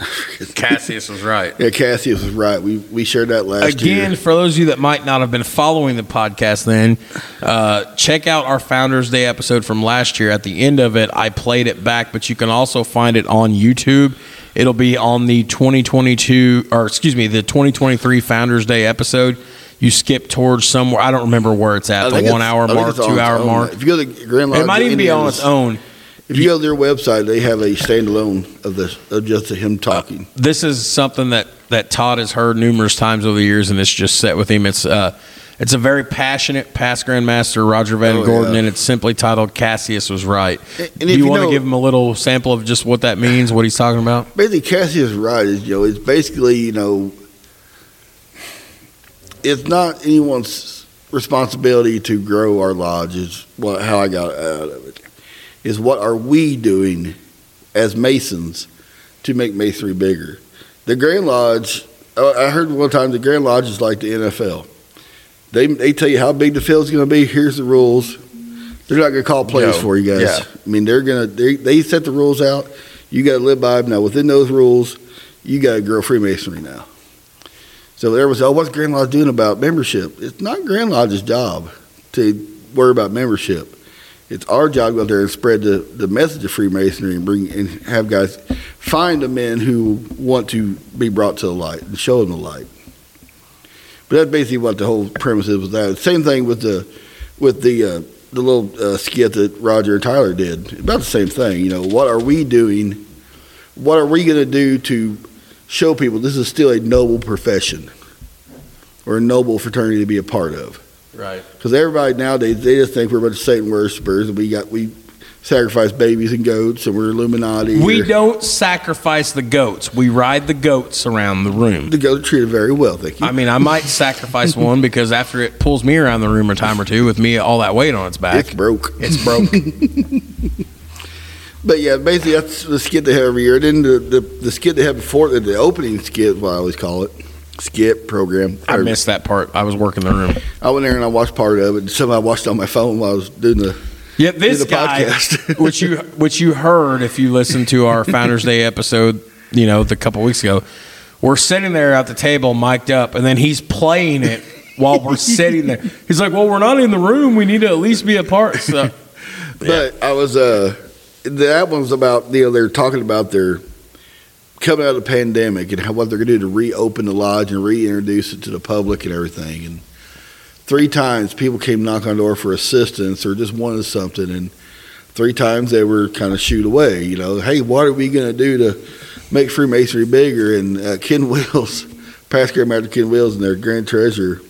[SPEAKER 2] Cassius was right.
[SPEAKER 3] yeah. Cassius was right. We we shared that last
[SPEAKER 2] Again,
[SPEAKER 3] year.
[SPEAKER 2] for those of you that might not have been following the podcast, then uh, check out our Founders Day episode from last year. At the end of it, I played it back, but you can also find it on YouTube. It'll be on the 2022, or excuse me, the 2023 Founders Day episode. You skip towards somewhere. I don't remember where it's
[SPEAKER 3] I
[SPEAKER 2] at.
[SPEAKER 3] think
[SPEAKER 2] The
[SPEAKER 3] it's-
[SPEAKER 2] one hour
[SPEAKER 3] I think
[SPEAKER 2] mark,
[SPEAKER 3] it's on
[SPEAKER 2] two
[SPEAKER 3] its
[SPEAKER 2] hour
[SPEAKER 3] own.
[SPEAKER 2] mark.
[SPEAKER 3] If you go to Grand Lodge,
[SPEAKER 2] It might even be on
[SPEAKER 3] Indians,
[SPEAKER 2] its own.
[SPEAKER 3] If you go to their website, they have a standalone of this of just him talking.
[SPEAKER 2] this is something that that Todd has heard numerous times over the years, and it's just set with him. It's uh, it's a very passionate past grandmaster Roger Van
[SPEAKER 3] Oh,
[SPEAKER 2] Gordon,
[SPEAKER 3] yeah.
[SPEAKER 2] and it's simply titled "Cassius was right."
[SPEAKER 3] And- and
[SPEAKER 2] Uh, Do
[SPEAKER 3] if
[SPEAKER 2] you,
[SPEAKER 3] you
[SPEAKER 2] want to
[SPEAKER 3] know-
[SPEAKER 2] give him a little sample of just what that means, what he's talking about?
[SPEAKER 3] basically Cassius right is you know it's basically you know it's not anyone's responsibility to grow our lodge is what how I got out of it is what are we doing as masons to make masonry bigger the Grand Lodge uh, I I heard one time the Grand Lodge is like the NFL they they tell you how big the field's going to be here's the rules they're not going to call
[SPEAKER 2] No.
[SPEAKER 3] plays for you guys
[SPEAKER 2] Yeah.
[SPEAKER 3] I mean they're going to they, they set the rules out you got to live by them. Now, within those rules, you got to grow Freemasonry now. So there was, oh, what's Grand Lodge doing about membership? It's not Grand Lodge's job to worry about membership. It's our job to go out there and spread the, the message of Freemasonry and bring and have guys find the men who want to be brought to the light and show them the light. But that's basically what the whole premise is with that. Same thing with the with the uh, the little uh, skit that Roger and Tyler did. About the same thing. You know, what are we doing what are we going to do to show people this is still a noble profession or a noble fraternity to be a part of?
[SPEAKER 2] Right.
[SPEAKER 3] Because everybody nowadays they just think we're a bunch of Satan worshippers and we got we sacrifice babies and goats and we're Illuminati.
[SPEAKER 2] We
[SPEAKER 3] or-
[SPEAKER 2] don't sacrifice the goats. We ride the goats around the room.
[SPEAKER 3] the goat treated very well, thank you.
[SPEAKER 2] I mean, I might sacrifice one because after it pulls me around the room a time or two with me all that weight on its back,
[SPEAKER 3] it's broke.
[SPEAKER 2] it's broke.
[SPEAKER 3] But yeah, basically that's the skit they have every year. Then the, the, the skit they had before the, the opening skit, what I always call it, skit program.
[SPEAKER 2] I
[SPEAKER 3] or-
[SPEAKER 2] missed that part. I was working the room.
[SPEAKER 3] I went there and I watched part of it. And somehow I watched it on my phone while I was doing the
[SPEAKER 2] Yeah, this
[SPEAKER 3] the
[SPEAKER 2] guy,
[SPEAKER 3] podcast.
[SPEAKER 2] which you which you heard if you listened to our Founders Day episode, you know, the couple weeks ago. We're sitting there at the table, mic'd up, and then he's playing it while we're sitting there. He's like, "Well, we're not in the room. We need to at least be apart." So,
[SPEAKER 3] But I was uh that one's about you know they're talking about their coming out of the pandemic and how what they're gonna do to reopen the lodge and reintroduce it to the public and everything and three times people came knock on the door for assistance or just wanted something and three times they were kind of shooed away you know hey what are we gonna do to make Freemasonry bigger. And uh, Ken Wills, past Grandmaster Ken Wills, and their grand treasurer,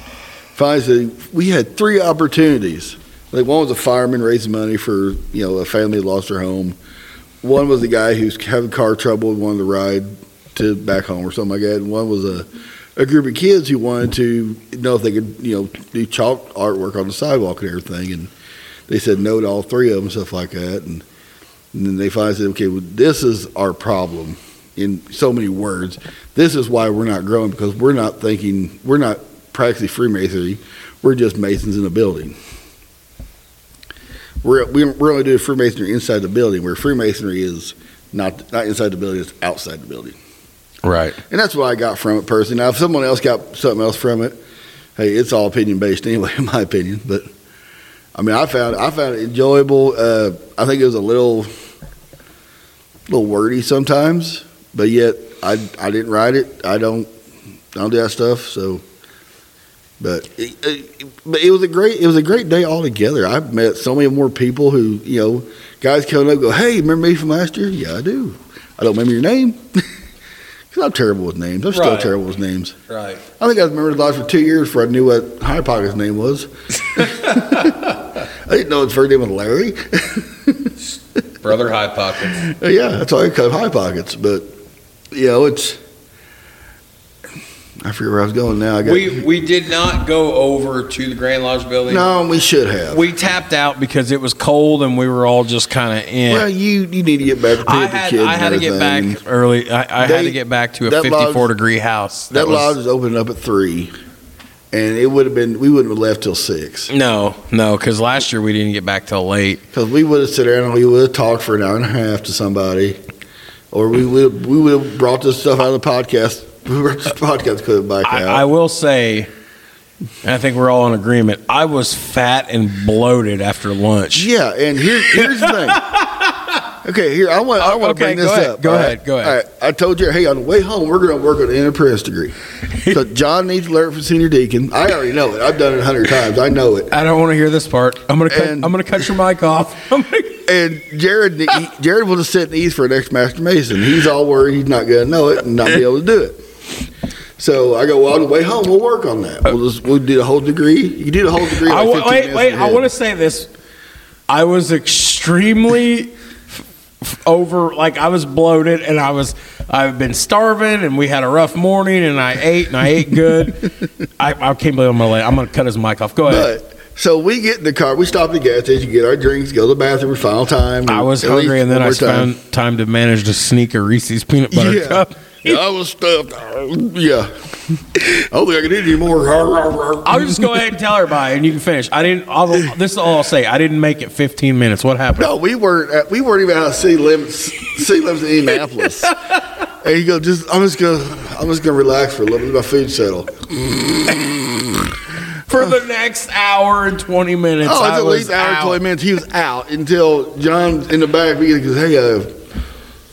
[SPEAKER 3] finds that we had three opportunities. Like one was a fireman raising money for you know a family that lost their home. One was the guy who's having car trouble and wanted to ride to back home or something like that. And one was a a group of kids who wanted to know if they could, you know, do chalk artwork on the sidewalk and everything. And they said no to all three of them, stuff like that. And, and then they finally said, okay, well, this is our problem in so many words. This is why we're not growing because we're not thinking, we're not practicing Freemasonry. We're just Masons in a building. We're, we- we're only doing Freemasonry inside the building, where Freemasonry is not, not inside the building, it's outside the building.
[SPEAKER 2] Right.
[SPEAKER 3] And that's what I got from it personally. Now, if someone else got something else from it, hey, it's all opinion based anyway, in my opinion. But I mean, I found I found it enjoyable. Uh, I think it was a little, little wordy sometimes, but yet I I didn't write it. I don't I don't do that stuff. So, but it, it, but it was a great it was a great day altogether. I met so many more people who you know guys coming up go, hey, remember me from last year? Yeah, I do. I don't remember your name. Cause I'm terrible with names. I'm still
[SPEAKER 2] Right.
[SPEAKER 3] terrible with names.
[SPEAKER 2] Right.
[SPEAKER 3] I think I remembered a lot for two years before I knew what High Pocket's name was. I didn't know his first name was Larry.
[SPEAKER 2] Brother High Pockets.
[SPEAKER 3] yeah, that's why I cut High Pockets. But you know, it's I forget where I was going now. I got
[SPEAKER 2] We we did not go over to the Grand Lodge building.
[SPEAKER 3] no, we should have.
[SPEAKER 2] We tapped out because it was cold and we were all just kind of in.
[SPEAKER 3] Well, you you need to get back to
[SPEAKER 2] I
[SPEAKER 3] the
[SPEAKER 2] had,
[SPEAKER 3] kids.
[SPEAKER 2] I
[SPEAKER 3] and
[SPEAKER 2] had to get
[SPEAKER 3] everything.
[SPEAKER 2] back early. I, I had
[SPEAKER 3] They-
[SPEAKER 2] to get back to a
[SPEAKER 3] that
[SPEAKER 2] 54
[SPEAKER 3] lodge-
[SPEAKER 2] degree house.
[SPEAKER 3] That
[SPEAKER 2] was-
[SPEAKER 3] lodge was opening up at three, and it would have been we wouldn't have left till six
[SPEAKER 2] No, no, because last year we didn't get back till late.
[SPEAKER 3] because we would have sat there and we would have talked for an hour and a half to somebody, or we would we would have brought this stuff out of the podcast. We brought this podcast could have back
[SPEAKER 2] I,
[SPEAKER 3] out.
[SPEAKER 2] I will say, and I think we're all in agreement. I was fat and bloated after lunch.
[SPEAKER 3] Yeah, and here, here's the thing. Okay, here I want I want
[SPEAKER 2] Okay,
[SPEAKER 3] to bring this
[SPEAKER 2] go ahead,
[SPEAKER 3] up.
[SPEAKER 2] go
[SPEAKER 3] all right?
[SPEAKER 2] ahead, go ahead.
[SPEAKER 3] All right, I told you, hey, on the way home, we're going to work on an apprentice degree. so John needs to learn from senior deacon. I already know it. I've done it a hundred times. I know it.
[SPEAKER 2] I don't want to hear this part. I'm gonna cut.
[SPEAKER 3] And-
[SPEAKER 2] I'm gonna cut your mic off. I'm gonna-
[SPEAKER 3] And Jared, he- Jared will just sit and eat for an ex master mason. He's all worried he's not going to know it and not be able to do it. So I go, well, on the way home, we'll work on that. We'll just we'll do the whole degree. You can do the whole degree.
[SPEAKER 2] I
[SPEAKER 3] Like
[SPEAKER 2] w-
[SPEAKER 3] 15
[SPEAKER 2] wait,
[SPEAKER 3] minutes
[SPEAKER 2] wait.
[SPEAKER 3] in
[SPEAKER 2] I
[SPEAKER 3] your
[SPEAKER 2] want to
[SPEAKER 3] head.
[SPEAKER 2] say this. I was extremely f- f- over. Like I was bloated, and I was. I've been starving, and we had a rough morning, and I ate, and I ate good. I, I can't believe I'm gonna. Let, I'm gonna cut his mic off. Go ahead.
[SPEAKER 3] But so we get in the car, we stop at the gas station, get our drinks, go to the bathroom, final time.
[SPEAKER 2] I was
[SPEAKER 3] At least
[SPEAKER 2] hungry, and then
[SPEAKER 3] one
[SPEAKER 2] I
[SPEAKER 3] more time.
[SPEAKER 2] found time to manage to sneak a Reese's peanut butter
[SPEAKER 3] Yeah.
[SPEAKER 2] cup.
[SPEAKER 3] I was stuffed. Yeah, I don't think I can eat anymore.
[SPEAKER 2] I'll just go ahead and tell everybody, and you can finish. I didn't. I'll, this is all I'll say. I didn't make it 15 minutes. What happened?
[SPEAKER 3] No, we weren't. At, we weren't even out of city limits. City limits in Indianapolis. and you go, just I'm just gonna I'm just gonna relax for a little bit. My food settle.
[SPEAKER 2] For the next hour and 20 minutes,
[SPEAKER 3] Oh, it's
[SPEAKER 2] I
[SPEAKER 3] at
[SPEAKER 2] was
[SPEAKER 3] least hour and
[SPEAKER 2] out.
[SPEAKER 3] twenty minutes. He was out until John in the back he goes, "Hey, uh,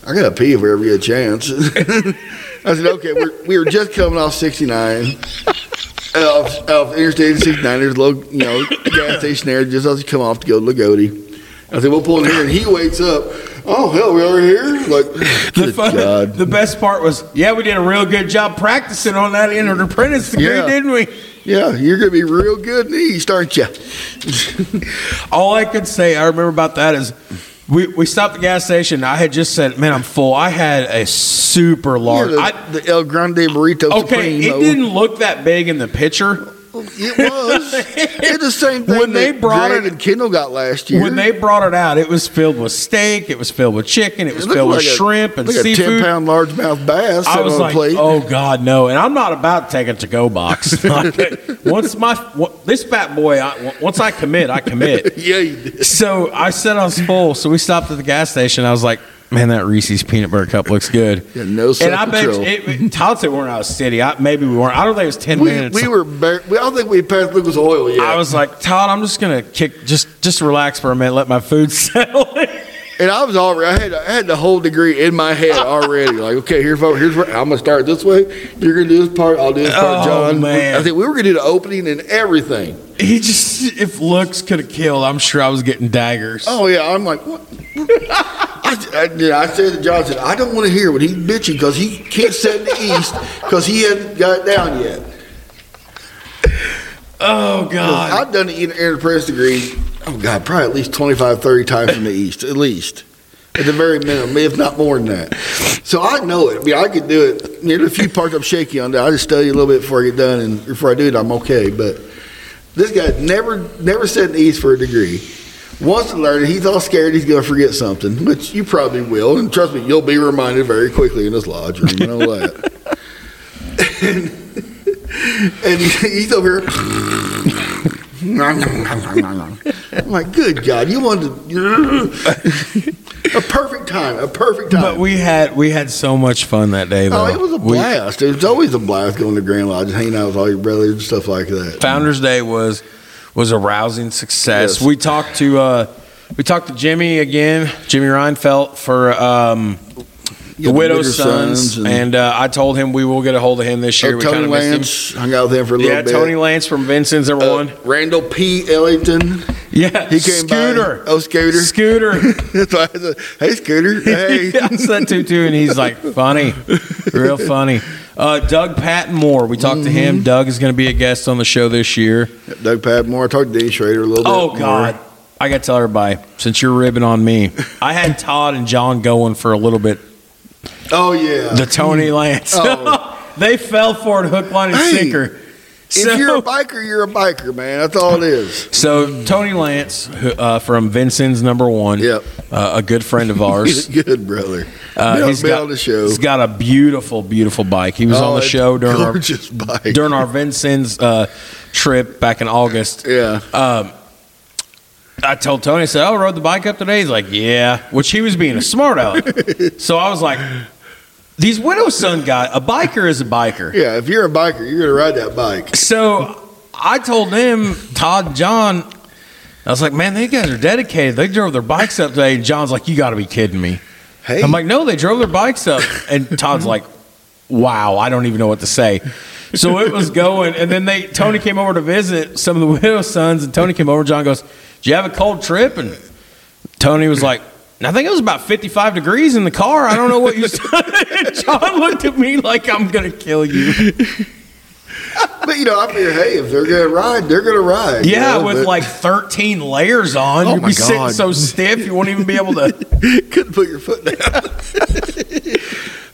[SPEAKER 3] I gotta pee wherever you get a chance." I said, "Okay, we're, we were just coming off sixty nine, off, off Interstate sixty nine. There's a little, you know, gas station there just as you come off to go to Lagodi." I said, "We'll pull in here," and he wakes up. Oh hell, we are here! Like,
[SPEAKER 2] The,
[SPEAKER 3] good
[SPEAKER 2] fun,
[SPEAKER 3] God.
[SPEAKER 2] the best part was, yeah, we did a real good job practicing on that entered apprentice degree,
[SPEAKER 3] Yeah.
[SPEAKER 2] didn't we?
[SPEAKER 3] yeah, you're gonna be real good in these, aren't you?
[SPEAKER 2] All I could say, I remember about that is. We, we stopped at the gas station. I had just said, "Man, I'm full." I had a super large.
[SPEAKER 3] the,
[SPEAKER 2] I,
[SPEAKER 3] the El Grande burrito.
[SPEAKER 2] okay,
[SPEAKER 3] Supremo.
[SPEAKER 2] it didn't look that big in the picture.
[SPEAKER 3] It was. it's the same thing
[SPEAKER 2] When
[SPEAKER 3] that
[SPEAKER 2] they brought
[SPEAKER 3] Grant
[SPEAKER 2] it-
[SPEAKER 3] and Kendall got last year.
[SPEAKER 2] When they brought it out, it was filled with steak, it was filled with chicken, it was
[SPEAKER 3] It looked
[SPEAKER 2] filled with
[SPEAKER 3] like a-
[SPEAKER 2] shrimp and
[SPEAKER 3] like a ten
[SPEAKER 2] seafood.
[SPEAKER 3] pound largemouth bass
[SPEAKER 2] I
[SPEAKER 3] sitting
[SPEAKER 2] was
[SPEAKER 3] on
[SPEAKER 2] like,
[SPEAKER 3] a plate.
[SPEAKER 2] "Oh God, no!" And I'm not about to take a to-go box. Like, once my w- this fat boy, I, once I commit, I commit.
[SPEAKER 3] Yeah, you did.
[SPEAKER 2] So I said I was full. So we stopped at the gas station. I was like, "Man, that Reese's peanut butter cup looks good."
[SPEAKER 3] Yeah, no
[SPEAKER 2] and I bet
[SPEAKER 3] self-control.
[SPEAKER 2] you- it, it, Todd said we weren't out of city. I, maybe we weren't. I don't think it was ten
[SPEAKER 3] We,
[SPEAKER 2] minutes.
[SPEAKER 3] we were. Bar- we, I don't think we passed Lucas Oil yet.
[SPEAKER 2] I was like, Todd, I'm just gonna kick, just just relax for a minute, let my food settle.
[SPEAKER 3] and I was already. I had. I had the whole degree in my head already. like, okay, here's what. Here's where I'm gonna start this way. You're gonna do this part. I'll do this part.
[SPEAKER 2] Oh,
[SPEAKER 3] John,
[SPEAKER 2] man.
[SPEAKER 3] I think we were gonna do the opening and everything.
[SPEAKER 2] He just, if looks could have killed, I'm sure I was getting daggers.
[SPEAKER 3] Oh yeah, I'm like, what? I I, I, yeah, I said to Johnson, I don't want to hear what he's bitching because he can't set in the east because he hasn't got it down yet.
[SPEAKER 2] Oh God.
[SPEAKER 3] I've done the Aaron Press degree, oh God, probably at least 25, 30 times in the East, at least. At the very minimum, if not more than that. So I know it. I mean, I could do it. There's a few parts I'm shaky on that. I just study a little bit before I get done, and before I do it, I'm okay. But this guy never never said in the East for a degree. Wants to learn it. He's all scared he's going to forget something, which you probably will. And trust me, you'll be reminded very quickly in this lodge room and all that. and he- he's over here. I'm like, good God, you wanted to- a perfect time, a perfect time.
[SPEAKER 2] But we had we had so much fun that day though.
[SPEAKER 3] oh, it was a
[SPEAKER 2] We-
[SPEAKER 3] blast. it was always a blast going to Grand Lodge and hanging out with all your brothers and stuff like that.
[SPEAKER 2] Founders Day was was a rousing success.
[SPEAKER 3] Yes.
[SPEAKER 2] We talked to uh, we talked to Jimmy again, Jimmy Reinfeldt for um,
[SPEAKER 3] Yeah,
[SPEAKER 2] the Widow's Sons, and, uh, I told him we will get a hold of him this year.
[SPEAKER 3] Oh,
[SPEAKER 2] we
[SPEAKER 3] Tony
[SPEAKER 2] kinda missed him.
[SPEAKER 3] Lance. Hung out with him for a little
[SPEAKER 2] Yeah,
[SPEAKER 3] bit.
[SPEAKER 2] Tony Lance from Vincent's number one.
[SPEAKER 3] Uh, Randall P. Ellington.
[SPEAKER 2] Yeah,
[SPEAKER 3] He came by.
[SPEAKER 2] Scooter.
[SPEAKER 3] Oh, Scooter.
[SPEAKER 2] Scooter.
[SPEAKER 3] That's why I said, hey, Scooter. Hey.
[SPEAKER 2] I said two two, and he's like funny, real funny. Uh, Doug Pattenmore. We talked to
[SPEAKER 3] Mm-hmm.
[SPEAKER 2] him. Doug is going to be a guest on the show this year.
[SPEAKER 3] Doug Padmore. I talked to Dean Schrader a little bit.
[SPEAKER 2] Oh
[SPEAKER 3] more.
[SPEAKER 2] God. I got to tell everybody since you're ribbing on me, I had Todd and John going for a little bit.
[SPEAKER 3] Oh, yeah.
[SPEAKER 2] The Tony Lance,
[SPEAKER 3] Oh.
[SPEAKER 2] they fell for it hook, line, and
[SPEAKER 3] Hey,
[SPEAKER 2] sinker.
[SPEAKER 3] if
[SPEAKER 2] So,
[SPEAKER 3] you're a biker, you're a biker, man. That's all it is.
[SPEAKER 2] so Tony Lance who, uh, from Vincent's number one,
[SPEAKER 3] Yep.
[SPEAKER 2] uh, a good friend of
[SPEAKER 3] He's
[SPEAKER 2] ours.
[SPEAKER 3] good, brother.
[SPEAKER 2] Uh,
[SPEAKER 3] been on,
[SPEAKER 2] he's
[SPEAKER 3] been
[SPEAKER 2] got-
[SPEAKER 3] on the show.
[SPEAKER 2] He's got a beautiful, beautiful bike. He was
[SPEAKER 3] Oh,
[SPEAKER 2] on the
[SPEAKER 3] it's
[SPEAKER 2] show during our
[SPEAKER 3] gorgeous bike.
[SPEAKER 2] during our Vincent's uh, trip back in August.
[SPEAKER 3] yeah.
[SPEAKER 2] Um, I told Tony, I said, "Oh, rode the bike up today." He's like, "Yeah," which he was being a smart aleck. so I was like, "These widow son guy, a biker is a biker."
[SPEAKER 3] Yeah, if you're a biker, you're gonna ride that bike.
[SPEAKER 2] So I told them, Todd, and John. I was like, "Man, they guys are dedicated. They drove their bikes up today." And John's like, "You got to be kidding me."
[SPEAKER 3] Hey,
[SPEAKER 2] I'm like, no, they drove their bikes up. And Todd's like, wow, I don't even know what to say. So it was going. And then they Tony came over to visit some of the widow's sons. And Tony came over. John goes, Did you have a cold trip? And Tony was like, I think it was about 55 degrees in the car. I don't know what you said. And John looked at me like, I'm going to kill you.
[SPEAKER 3] but you know, I figure, hey, if they're gonna ride, they're gonna ride. you
[SPEAKER 2] Yeah,
[SPEAKER 3] know,
[SPEAKER 2] with
[SPEAKER 3] but
[SPEAKER 2] like 13 layers on.
[SPEAKER 3] Oh
[SPEAKER 2] You'll
[SPEAKER 3] my
[SPEAKER 2] be sitting
[SPEAKER 3] God.
[SPEAKER 2] so stiff, you won't even be able to.
[SPEAKER 3] couldn't put your foot down.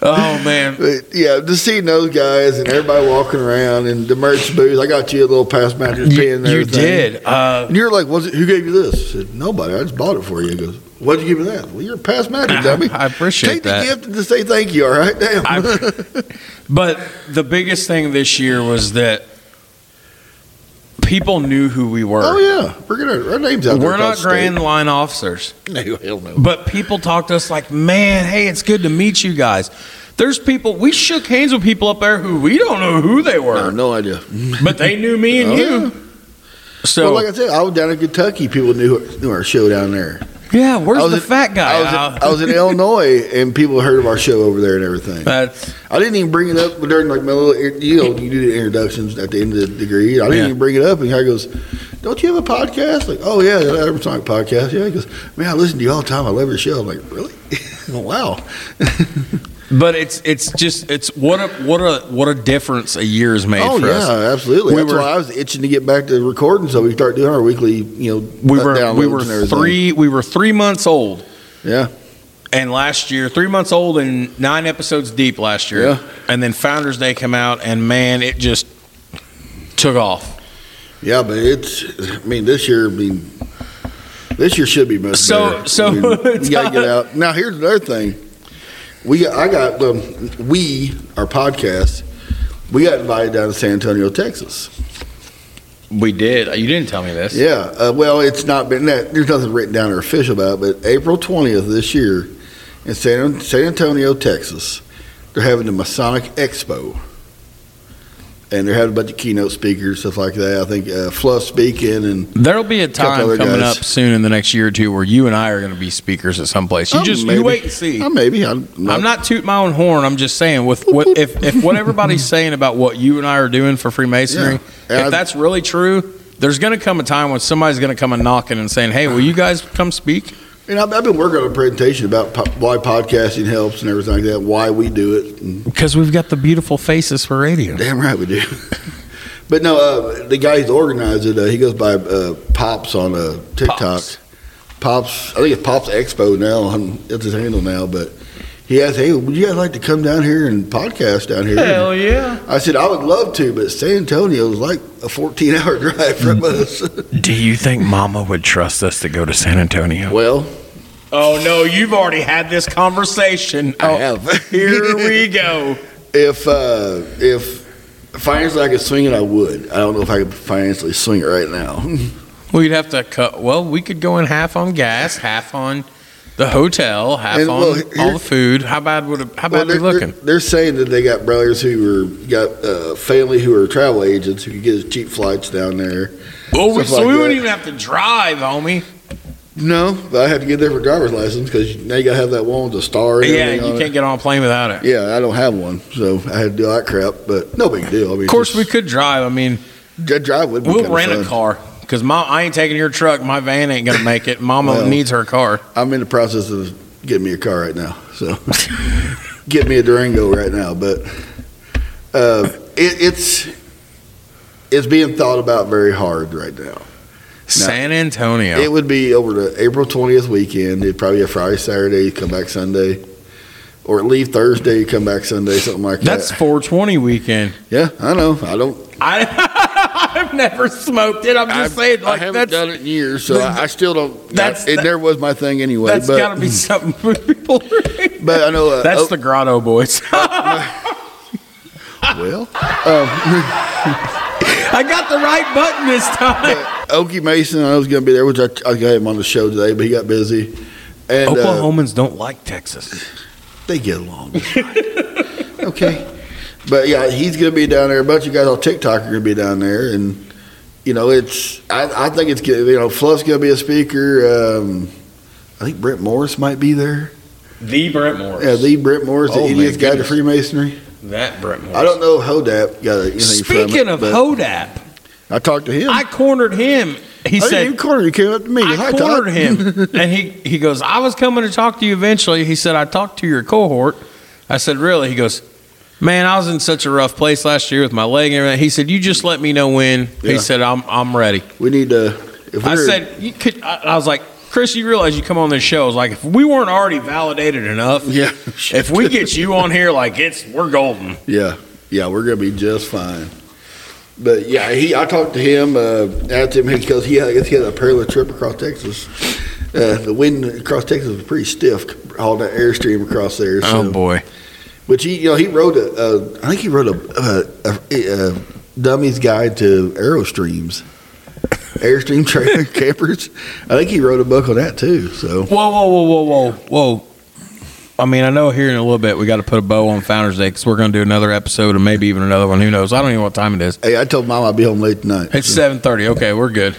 [SPEAKER 2] Oh, man.
[SPEAKER 3] But yeah, just seeing those guys and everybody walking around and the merch booth. I got you a little past master pin. And
[SPEAKER 2] You
[SPEAKER 3] everything.
[SPEAKER 2] did. Uh,
[SPEAKER 3] And you're like, was it, who gave you this? I said, nobody. I just bought it for you. He goes, what'd you give me that? Well, you're a past master, dummy.
[SPEAKER 2] I appreciate
[SPEAKER 3] Take
[SPEAKER 2] that.
[SPEAKER 3] the gift and just say thank you, all right? Damn. Oh,
[SPEAKER 2] I- But the biggest thing this year was that people knew who we were.
[SPEAKER 3] oh, yeah. We're going to, our name's out there.
[SPEAKER 2] We're not
[SPEAKER 3] across the
[SPEAKER 2] grand line officers,
[SPEAKER 3] state. No, hell no.
[SPEAKER 2] but people talk to us like, man, hey, it's good to meet you guys. There's people, we shook hands with people up there who we don't know who they
[SPEAKER 3] No,
[SPEAKER 2] were,
[SPEAKER 3] no idea.
[SPEAKER 2] but they knew me and
[SPEAKER 3] Oh,
[SPEAKER 2] you.
[SPEAKER 3] yeah.
[SPEAKER 2] So,
[SPEAKER 3] well, like I said, I was down in Kentucky. People knew, knew our show down there.
[SPEAKER 2] yeah,
[SPEAKER 3] I
[SPEAKER 2] where's
[SPEAKER 3] was
[SPEAKER 2] the
[SPEAKER 3] in-
[SPEAKER 2] fat guy? Uh,
[SPEAKER 3] I was, in, I was in Illinois, and people heard of our show over there and everything.
[SPEAKER 2] that's,
[SPEAKER 3] I didn't even bring it up during like my little you know you do the introductions at the end of the degree. I didn't
[SPEAKER 2] Yeah.
[SPEAKER 3] even bring it up, and the guy goes, "Don't you have a podcast?" Like, "Oh yeah, the Adam Sonic podcast." Yeah, he goes, "Man, I listen to you all the time. I love your show." I'm like, "Really? wow."
[SPEAKER 2] but it's it's just it's what a what a what a difference a year has made
[SPEAKER 3] oh
[SPEAKER 2] for
[SPEAKER 3] yeah,
[SPEAKER 2] us.
[SPEAKER 3] absolutely.
[SPEAKER 2] We
[SPEAKER 3] That's
[SPEAKER 2] were-
[SPEAKER 3] why I was itching to get back to recording, so we start doing our weekly, you know,
[SPEAKER 2] We
[SPEAKER 3] uh,
[SPEAKER 2] were we
[SPEAKER 3] downloads
[SPEAKER 2] were
[SPEAKER 3] and everything.
[SPEAKER 2] three we were three months old
[SPEAKER 3] Yeah,
[SPEAKER 2] and last year three months old and nine episodes deep last year
[SPEAKER 3] Yeah.
[SPEAKER 2] and then founders day come out and man it just took off
[SPEAKER 3] yeah, but it's. I mean, this year, I mean. This year should be much
[SPEAKER 2] So-
[SPEAKER 3] better.
[SPEAKER 2] so-
[SPEAKER 3] I mean, you gotta get out. Now here's another thing. We I got um, we our podcast. We got invited down to San Antonio, Texas.
[SPEAKER 2] we did you didn't tell me this
[SPEAKER 3] Yeah. Uh, well, it's not been that. There's nothing written down or official about it, but April 20th this year in San, San Antonio, Texas, they're having the Masonic Expo. And they're having a bunch of keynote speakers, stuff like that. I think uh, Fluff speaking and
[SPEAKER 2] there'll be a time
[SPEAKER 3] other
[SPEAKER 2] coming
[SPEAKER 3] guys.
[SPEAKER 2] up soon in the next year or two where you and i are going to be speakers at some place you
[SPEAKER 3] Oh,
[SPEAKER 2] just
[SPEAKER 3] maybe.
[SPEAKER 2] you wait and see
[SPEAKER 3] Uh, maybe I'm not,
[SPEAKER 2] I'm not tooting my own horn. I'm just saying with what if, if what everybody's saying about what you and I are doing for Freemasonry,
[SPEAKER 3] Yeah. And
[SPEAKER 2] if
[SPEAKER 3] I-
[SPEAKER 2] that's really true, there's going to come a time when somebody's going to come a knocking and saying, "Hey, will you guys come speak?"
[SPEAKER 3] And I've, I've been working on a presentation about po- why podcasting helps and everything like that, why we do it. And
[SPEAKER 2] Because we've got the beautiful faces for radio.
[SPEAKER 3] damn right we do. but no, uh, the guy who's organized it, uh, he goes by uh, Pops on uh, TikTok.
[SPEAKER 2] Pops.
[SPEAKER 3] Pops. I think it's Pops Expo now. on it's his handle now, but he asked, "Hey, would you guys like to come down here and podcast down here?"
[SPEAKER 2] yeah.
[SPEAKER 3] I said, "I would love to, but San Antonio is like a 14-hour drive from us."
[SPEAKER 4] Do you think Mama would trust us to go to San Antonio?
[SPEAKER 3] well,
[SPEAKER 2] Oh no, you've already had this conversation.
[SPEAKER 3] I
[SPEAKER 2] Oh,
[SPEAKER 3] have.
[SPEAKER 2] Here we go.
[SPEAKER 3] if uh, if financially I could swing it, I would. I don't know if I could financially swing it right now.
[SPEAKER 2] We'd have to cut. Well, we could go in half on gas, half on the hotel, half
[SPEAKER 3] And,
[SPEAKER 2] on
[SPEAKER 3] well, here-
[SPEAKER 2] all the food. How bad would it, how bad
[SPEAKER 3] they're,
[SPEAKER 2] we looking?
[SPEAKER 3] They're, they're saying that they got brothers who are got uh, family who are travel agents who can get us cheap flights down there.
[SPEAKER 2] Oh, we,
[SPEAKER 3] stuff
[SPEAKER 2] so
[SPEAKER 3] like
[SPEAKER 2] we
[SPEAKER 3] that.
[SPEAKER 2] wouldn't even have to drive, homie.
[SPEAKER 3] No, but I have to get a different driver's license because now you got to have that one with the star. And
[SPEAKER 2] yeah,
[SPEAKER 3] everything on
[SPEAKER 2] you
[SPEAKER 3] it.
[SPEAKER 2] can't get on a plane without it.
[SPEAKER 3] Yeah, I don't have one, so I had to do that crap. But no big deal. I mean,
[SPEAKER 2] Of course, we could drive. I mean,
[SPEAKER 3] could drive would be
[SPEAKER 2] we'll
[SPEAKER 3] kinda
[SPEAKER 2] rent a
[SPEAKER 3] fun.
[SPEAKER 2] car because mom. I ain't taking your truck. My van ain't gonna make it. Mama
[SPEAKER 3] Well.
[SPEAKER 2] needs her car.
[SPEAKER 3] I'm in the process of getting me a car right now. So get me a Durango right now. But uh, it, it's it's being thought about very hard right now.
[SPEAKER 2] San Antonio.
[SPEAKER 3] It would be over the April 20th weekend. It'd probably be a Friday, Saturday, come back Sunday. Or leave Thursday, come back Sunday, something like
[SPEAKER 2] That's
[SPEAKER 3] that.
[SPEAKER 2] 420 weekend.
[SPEAKER 3] Yeah, I know. I don't.
[SPEAKER 2] I, I've never smoked it. I'm just saying, like
[SPEAKER 3] I haven't
[SPEAKER 2] that's
[SPEAKER 3] done it in years, so I, I still don't.
[SPEAKER 2] That's-
[SPEAKER 3] it never was my thing anyway.
[SPEAKER 2] that's
[SPEAKER 3] but,
[SPEAKER 2] got to be something for people. to-
[SPEAKER 3] But I know. Uh,
[SPEAKER 2] that's
[SPEAKER 3] oh,
[SPEAKER 2] the Grotto Boys.
[SPEAKER 3] well.
[SPEAKER 2] I got the right button this time.
[SPEAKER 3] Okie Mason, I was going to be there, which I, I got him on the show today, but he got busy. And uh,
[SPEAKER 2] Oklahomans don't like Texas.
[SPEAKER 3] they get along. It's fine. okay. But yeah, he's going to be down there. A bunch of guys on TikTok are going to be down there. And, you know, it's, I, I think it's, gonna- you know, Fluff's going to be a speaker. Um, I think Brent Morris might be there.
[SPEAKER 2] The Brett Morris.
[SPEAKER 3] Yeah, the Brent Morris, the
[SPEAKER 2] Oh, my
[SPEAKER 3] idiot's guide to
[SPEAKER 2] goodness.
[SPEAKER 3] Freemasonry.
[SPEAKER 2] that Brett Morris.
[SPEAKER 3] I don't know if Hodap got anything from it,
[SPEAKER 2] Speaking of
[SPEAKER 3] but
[SPEAKER 2] Hodap,
[SPEAKER 3] I talked to him.
[SPEAKER 2] I cornered him. He
[SPEAKER 3] oh, yeah,
[SPEAKER 2] said,
[SPEAKER 3] you cornered, you came up to me.
[SPEAKER 2] I
[SPEAKER 3] Hi, Todd.
[SPEAKER 2] cornered him, and he he goes, "I was coming to talk to you eventually." He said, "I talked to your cohort." I said, "Really?" He goes, "Man, I was in such a rough place last year with my leg and everything." He said, "You just let me know when." He
[SPEAKER 3] Yeah.
[SPEAKER 2] said, "I'm I'm ready."
[SPEAKER 3] we need to. If
[SPEAKER 2] I
[SPEAKER 3] we're-
[SPEAKER 2] said, "You could." I, I was like, "Chris, you realize you come on this show?" I was like, "If we weren't already validated enough,
[SPEAKER 3] Yeah.
[SPEAKER 2] if we get you on here, like it's we're golden."
[SPEAKER 3] Yeah, yeah, we're gonna be just fine. But yeah, he I talked to him, uh, asked him because he I guess he had a parallel trip across Texas. Uh, the wind across Texas was pretty stiff, all that airstream across there. So,
[SPEAKER 2] Oh boy,
[SPEAKER 3] Which he, you know, he wrote a, uh, I think he wrote a, a, a, a dummy's guide to aerostreams, airstream trailer campers. I think he wrote a book on that too. So
[SPEAKER 2] whoa, whoa, whoa, whoa, whoa, whoa. I mean, I know here in a little bit we got to put a bow on Founders Day because we're going to do another episode and maybe even another one. Who knows? I don't even know what time it is.
[SPEAKER 3] hey, I told mom I'd be home late tonight.
[SPEAKER 2] It's
[SPEAKER 3] so-
[SPEAKER 2] seven thirty. Okay, we're good.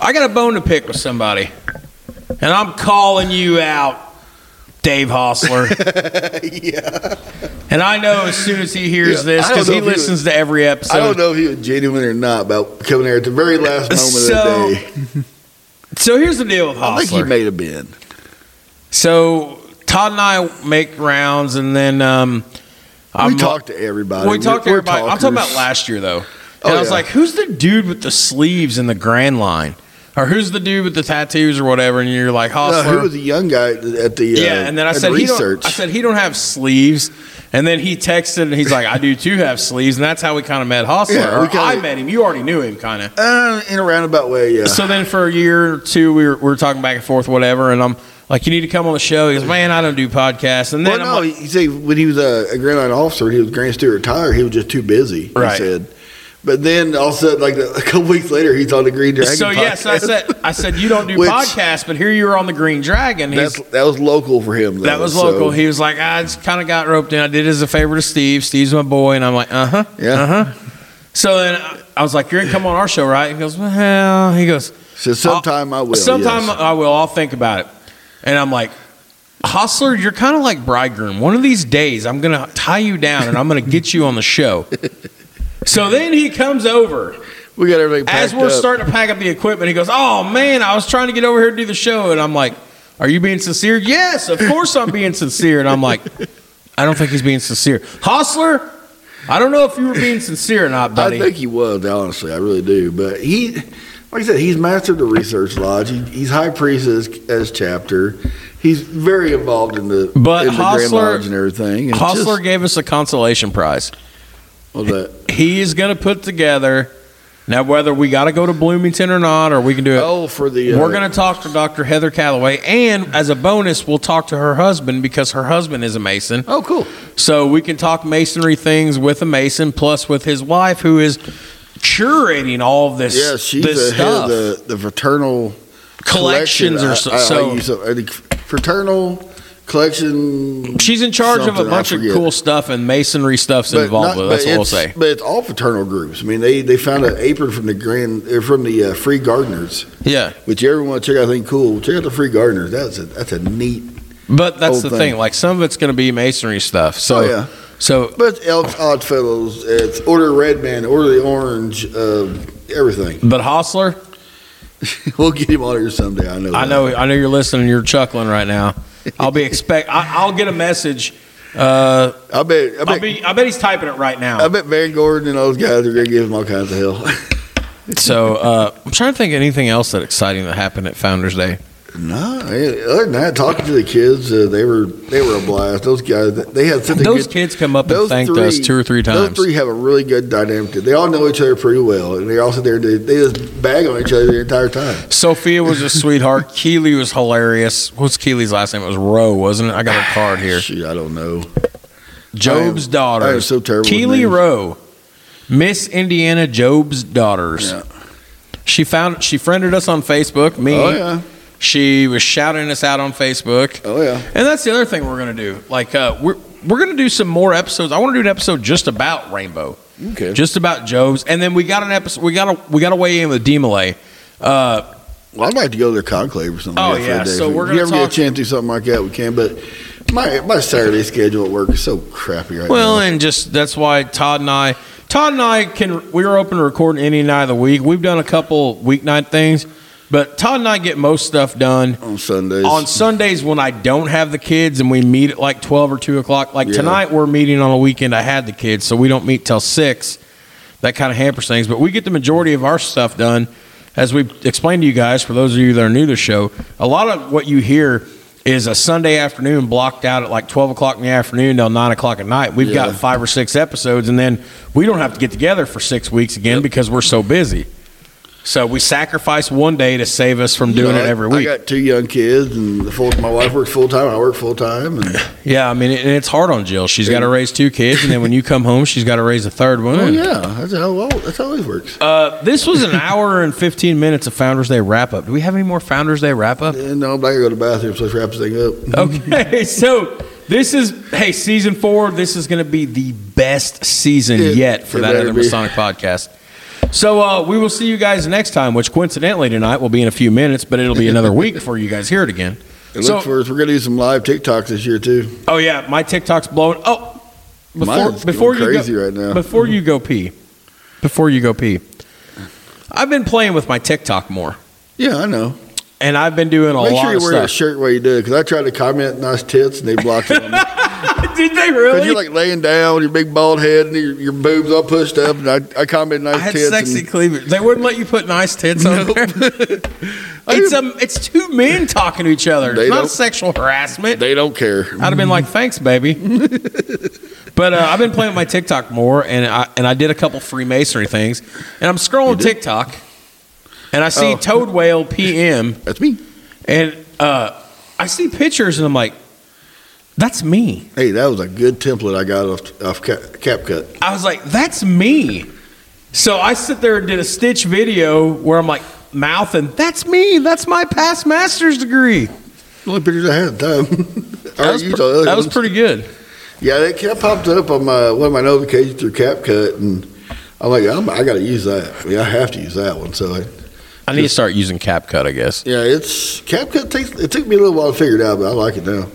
[SPEAKER 2] I got a bone to pick with somebody, and I'm calling you out, Dave Hostler.
[SPEAKER 3] yeah.
[SPEAKER 2] and I know as soon as he hears
[SPEAKER 3] Yeah,
[SPEAKER 2] this
[SPEAKER 3] I don't
[SPEAKER 2] because
[SPEAKER 3] know
[SPEAKER 2] he
[SPEAKER 3] if he was-
[SPEAKER 2] listens to every episode.
[SPEAKER 3] I don't know if he was genuine or not about coming there at the very last moment
[SPEAKER 2] So,
[SPEAKER 3] of the day.
[SPEAKER 2] So here's the deal with
[SPEAKER 3] I think
[SPEAKER 2] Hostler.
[SPEAKER 3] he may have been.
[SPEAKER 2] so Todd and I make rounds, and then um,
[SPEAKER 3] we
[SPEAKER 2] I'm-
[SPEAKER 3] talked to everybody.
[SPEAKER 2] we talked to
[SPEAKER 3] Uh, We're- we're
[SPEAKER 2] everybody. I'm talking about
[SPEAKER 3] talkers.
[SPEAKER 2] last year though.
[SPEAKER 3] Oh,
[SPEAKER 2] And I was
[SPEAKER 3] yeah.
[SPEAKER 2] like, who's the dude with the sleeves in the grand line? Or who's the dude with the tattoos or whatever? And you're like,
[SPEAKER 3] No,
[SPEAKER 2] Hostler.
[SPEAKER 3] who was the young guy at the uh,
[SPEAKER 2] yeah, and then I
[SPEAKER 3] at the
[SPEAKER 2] said he
[SPEAKER 3] research.
[SPEAKER 2] don't, I said he don't have sleeves. And then he texted and he's like, I do too have sleeves, and that's how we kind of met Hostler.
[SPEAKER 3] Yeah, we
[SPEAKER 2] or I
[SPEAKER 3] kinda-
[SPEAKER 2] met him. You already knew him kind of.
[SPEAKER 3] uh, in a roundabout way. Yeah,
[SPEAKER 2] So then for a year or two we were, we were talking back and forth, whatever, and I'm like, You need to come on the show. He goes, Man, I don't do podcasts. And
[SPEAKER 3] well,
[SPEAKER 2] then I'm
[SPEAKER 3] no,
[SPEAKER 2] like,
[SPEAKER 3] he said when he was a, a Grand Line officer, he was Grand Steward Tire. He was just too busy.
[SPEAKER 2] Right.
[SPEAKER 3] He said, but then all of a sudden, like a couple weeks later, he's on the Green Dragon.
[SPEAKER 2] So yes, I
[SPEAKER 3] podcast.
[SPEAKER 2] said I said you don't do
[SPEAKER 3] Which-
[SPEAKER 2] podcasts, but here you are on the Green Dragon. He's-
[SPEAKER 3] That's, that was local for him. Though,
[SPEAKER 2] That was
[SPEAKER 3] so-
[SPEAKER 2] local. He was like, I just kind of got roped in. I did it as a favor to Steve. Steve's my boy. And I'm like, uh huh.
[SPEAKER 3] Yeah.
[SPEAKER 2] Uh huh. So then I- I was like, You're going to come on our show, right? He goes, Well, he goes,
[SPEAKER 3] So sometime i will.
[SPEAKER 2] Sometime
[SPEAKER 3] yes.
[SPEAKER 2] I will. I'll think about it. And I'm like, Hustler, you're kind of like bridegroom. One of these days, I'm going to tie you down and I'm going to get you on the show. So then he comes over
[SPEAKER 3] we got everything.
[SPEAKER 2] as
[SPEAKER 3] packed
[SPEAKER 2] we're
[SPEAKER 3] up.
[SPEAKER 2] starting to pack up the equipment. He goes, "Oh man, I was trying to get over here to do the show," and I'm like, Are you being sincere? Yes, of course I'm being sincere. And I'm like, I don't think he's being sincere. Hostler, I don't know if you were being sincere or not, buddy.
[SPEAKER 3] I think he was, honestly. I really do. But he, like I said, he's mastered the research lodge. He, he's high priest as, as chapter. He's very involved in the,
[SPEAKER 2] But
[SPEAKER 3] in the Grand
[SPEAKER 2] Hostler-
[SPEAKER 3] Lodge and everything. And
[SPEAKER 2] Hostler
[SPEAKER 3] just-
[SPEAKER 2] gave us a consolation prize.
[SPEAKER 3] well, that,
[SPEAKER 2] He is going to put together now whether we got to go to Bloomington or not, or we can do it.
[SPEAKER 3] oh, for the uh,
[SPEAKER 2] We're going to talk to Dr. Heather Calloway, and as a bonus, we'll talk to her husband because her husband is a Mason.
[SPEAKER 3] oh, cool.
[SPEAKER 2] So we can talk masonry things with a Mason, plus with his wife, who is curating all of this,
[SPEAKER 3] Yeah, she's
[SPEAKER 2] this
[SPEAKER 3] the head
[SPEAKER 2] stuff,
[SPEAKER 3] of the, the fraternal
[SPEAKER 2] collections or
[SPEAKER 3] collection. I- I- I
[SPEAKER 2] so.
[SPEAKER 3] use a- I think fraternal collection.
[SPEAKER 2] She's in charge of a
[SPEAKER 3] something, I
[SPEAKER 2] bunch of
[SPEAKER 3] forget.
[SPEAKER 2] cool stuff, and masonry stuff's involved
[SPEAKER 3] not-
[SPEAKER 2] with. it. That's
[SPEAKER 3] but
[SPEAKER 2] what we'll say.
[SPEAKER 3] it's- But it's all fraternal groups. I mean, they, they found an apron from the grand uh, from the uh, Free Gardeners,
[SPEAKER 2] Yeah,
[SPEAKER 3] which you ever want to check out. I think cool. Check out the Free Gardeners. That's a that's a neat.
[SPEAKER 2] but that's
[SPEAKER 3] Old
[SPEAKER 2] the thing.
[SPEAKER 3] thing.
[SPEAKER 2] Like some of it's going to be masonry stuff. So,
[SPEAKER 3] Oh, yeah.
[SPEAKER 2] so
[SPEAKER 3] But it's Elks, Oddfellows, it's Order of Red Man, Order of the Orange, uh, everything.
[SPEAKER 2] but Hostler,
[SPEAKER 3] we'll get him on here someday. I know.
[SPEAKER 2] I
[SPEAKER 3] that.
[SPEAKER 2] know, I know you're listening. You're chuckling right now. I'll be expect. I, I'll get a message. Uh,
[SPEAKER 3] I bet. I
[SPEAKER 2] I'll
[SPEAKER 3] bet.
[SPEAKER 2] be, I bet he's typing it right now.
[SPEAKER 3] I bet Van Gordon and those guys are going to give him all kinds of hell.
[SPEAKER 2] So uh, I'm trying to think of anything else that exciting that happened at Founders Day.
[SPEAKER 3] No, eh, other than that, talking to the kids, uh, they were they were a blast. Those guys, they had such a
[SPEAKER 2] Those
[SPEAKER 3] good-
[SPEAKER 2] kids come up and thanked us two or three times.
[SPEAKER 3] Those three have a really good dynamic. They all know each other pretty well, and they all sit there and they, they just bag on each other the entire time.
[SPEAKER 2] Sophia was a sweetheart. Keely was hilarious. What's Keely's last name? It was Rowe, wasn't it? I got her card here.
[SPEAKER 3] Shoot, I don't know.
[SPEAKER 2] Job's
[SPEAKER 3] I am-
[SPEAKER 2] daughter.
[SPEAKER 3] I am so terrible with
[SPEAKER 2] Keely
[SPEAKER 3] names.
[SPEAKER 2] Rowe, Miss Indiana Job's daughters.
[SPEAKER 3] Yeah.
[SPEAKER 2] She found she friended us on Facebook. Me.
[SPEAKER 3] Oh yeah,
[SPEAKER 2] She was shouting us out on Facebook.
[SPEAKER 3] oh yeah.
[SPEAKER 2] And that's the other thing we're gonna do. Like uh, we're we're gonna do some more episodes. I want to do an episode just about Rainbow.
[SPEAKER 3] Okay.
[SPEAKER 2] just about Job's, and then we got an episode. We got a we got to weigh in with Demolay. Uh,
[SPEAKER 3] Well, I'd like to go to their conclave or something.
[SPEAKER 2] Oh,
[SPEAKER 3] like that for
[SPEAKER 2] yeah,
[SPEAKER 3] a day.
[SPEAKER 2] so we're
[SPEAKER 3] if
[SPEAKER 2] gonna
[SPEAKER 3] you ever get
[SPEAKER 2] talk-
[SPEAKER 3] a chance to do something like that, we can. But my my Saturday schedule at work is so crappy right
[SPEAKER 2] well,
[SPEAKER 3] now.
[SPEAKER 2] and just that's why Todd and I, Todd and I can we are open to recording any night of the week. We've done a couple weeknight things, but Todd and I get most stuff done
[SPEAKER 3] on Sundays,
[SPEAKER 2] on Sundays when I don't have the kids, and we meet at like twelve or two o'clock. Like
[SPEAKER 3] Yeah.
[SPEAKER 2] tonight, we're meeting on a weekend. I had the kids, so we don't meet till six. That kind of hampers things, but we get the majority of our stuff done. As we explained to you guys, for those of you that are new to the show, a lot of what you hear is a Sunday afternoon blocked out at like twelve o'clock in the afternoon till nine o'clock at night. We've
[SPEAKER 3] Yeah.
[SPEAKER 2] got five or six episodes, and then we don't have to get together for six weeks again because we're so busy. So we sacrifice one day to save us from doing
[SPEAKER 3] You know,
[SPEAKER 2] it
[SPEAKER 3] I-
[SPEAKER 2] every week.
[SPEAKER 3] I got two young kids, and the full, my wife works full time. I work full time, and
[SPEAKER 2] Yeah, I mean, it- and it's hard on Jill. She's got to raise two kids, and then when you come home, she's got to raise a third one.
[SPEAKER 3] Oh yeah, that's how well, that's how it works.
[SPEAKER 2] Uh, this was an hour and fifteen minutes of Founders Day wrap up. Do we have any more Founders Day wrap up?
[SPEAKER 3] And no, I'm not gonna go to the bathroom, so let's wrap this thing up.
[SPEAKER 2] Okay, so this is hey season four. This is going to be the best season
[SPEAKER 3] It-
[SPEAKER 2] yet for
[SPEAKER 3] it
[SPEAKER 2] that
[SPEAKER 3] better
[SPEAKER 2] other
[SPEAKER 3] be.
[SPEAKER 2] Masonic podcast. So uh, we will see you guys next time, which coincidentally tonight will be in a few minutes, but it'll be another week before you guys hear it again.
[SPEAKER 3] And
[SPEAKER 2] So-
[SPEAKER 3] look for us. We're gonna do some live TikToks this year too.
[SPEAKER 2] Oh yeah, my TikTok's blowing. Oh, before
[SPEAKER 3] Mine's
[SPEAKER 2] before
[SPEAKER 3] going
[SPEAKER 2] you
[SPEAKER 3] crazy
[SPEAKER 2] go,
[SPEAKER 3] right now.
[SPEAKER 2] Before you go pee. Before you go pee. I've been playing with my TikTok more,
[SPEAKER 3] Yeah, I know.
[SPEAKER 2] and I've been doing a
[SPEAKER 3] Make
[SPEAKER 2] lot
[SPEAKER 3] sure you
[SPEAKER 2] of
[SPEAKER 3] wear a
[SPEAKER 2] stuff.
[SPEAKER 3] shirt while you do it, because I tried to comment nice tits and they blocked it. Because
[SPEAKER 2] Did they really?
[SPEAKER 3] you're like laying down with your big bald head and your, your boobs all pushed up, and I, I comment
[SPEAKER 2] I
[SPEAKER 3] nice
[SPEAKER 2] had
[SPEAKER 3] tits.
[SPEAKER 2] sexy
[SPEAKER 3] and,
[SPEAKER 2] cleavage. They wouldn't let you put nice tits on there. it's um, it's two men talking to each other.
[SPEAKER 3] They
[SPEAKER 2] It's not
[SPEAKER 3] don't-
[SPEAKER 2] sexual harassment.
[SPEAKER 3] they don't care.
[SPEAKER 2] I'd have been like, "Thanks, baby." but uh, I've been playing with my TikTok more, and I and I did a couple Freemasonry things, and I'm scrolling TikTok, and I see
[SPEAKER 3] Oh.
[SPEAKER 2] Toad Whale PM,
[SPEAKER 3] That's me.
[SPEAKER 2] and uh, I see pictures, and I'm like, "That's me."
[SPEAKER 3] Hey, that was a good template I got off off Cap- CapCut.
[SPEAKER 2] I was like, "That's me." So I sit there and did a Stitch video where I'm like, mouthing, "That's me. That's my past master's degree."
[SPEAKER 3] The only pictures I had at the time.
[SPEAKER 2] That was,
[SPEAKER 3] I used
[SPEAKER 2] pr-
[SPEAKER 3] all the other
[SPEAKER 2] that was
[SPEAKER 3] ones.
[SPEAKER 2] pretty good.
[SPEAKER 3] Yeah, that kind of popped up on my one of my notifications through CapCut, and I'm like, I'm, I got to use that. I mean, I have to use that one. So I,
[SPEAKER 2] I need to start using CapCut, I guess.
[SPEAKER 3] yeah, it's CapCut takes it took me a little while to figure it out, but I like it now.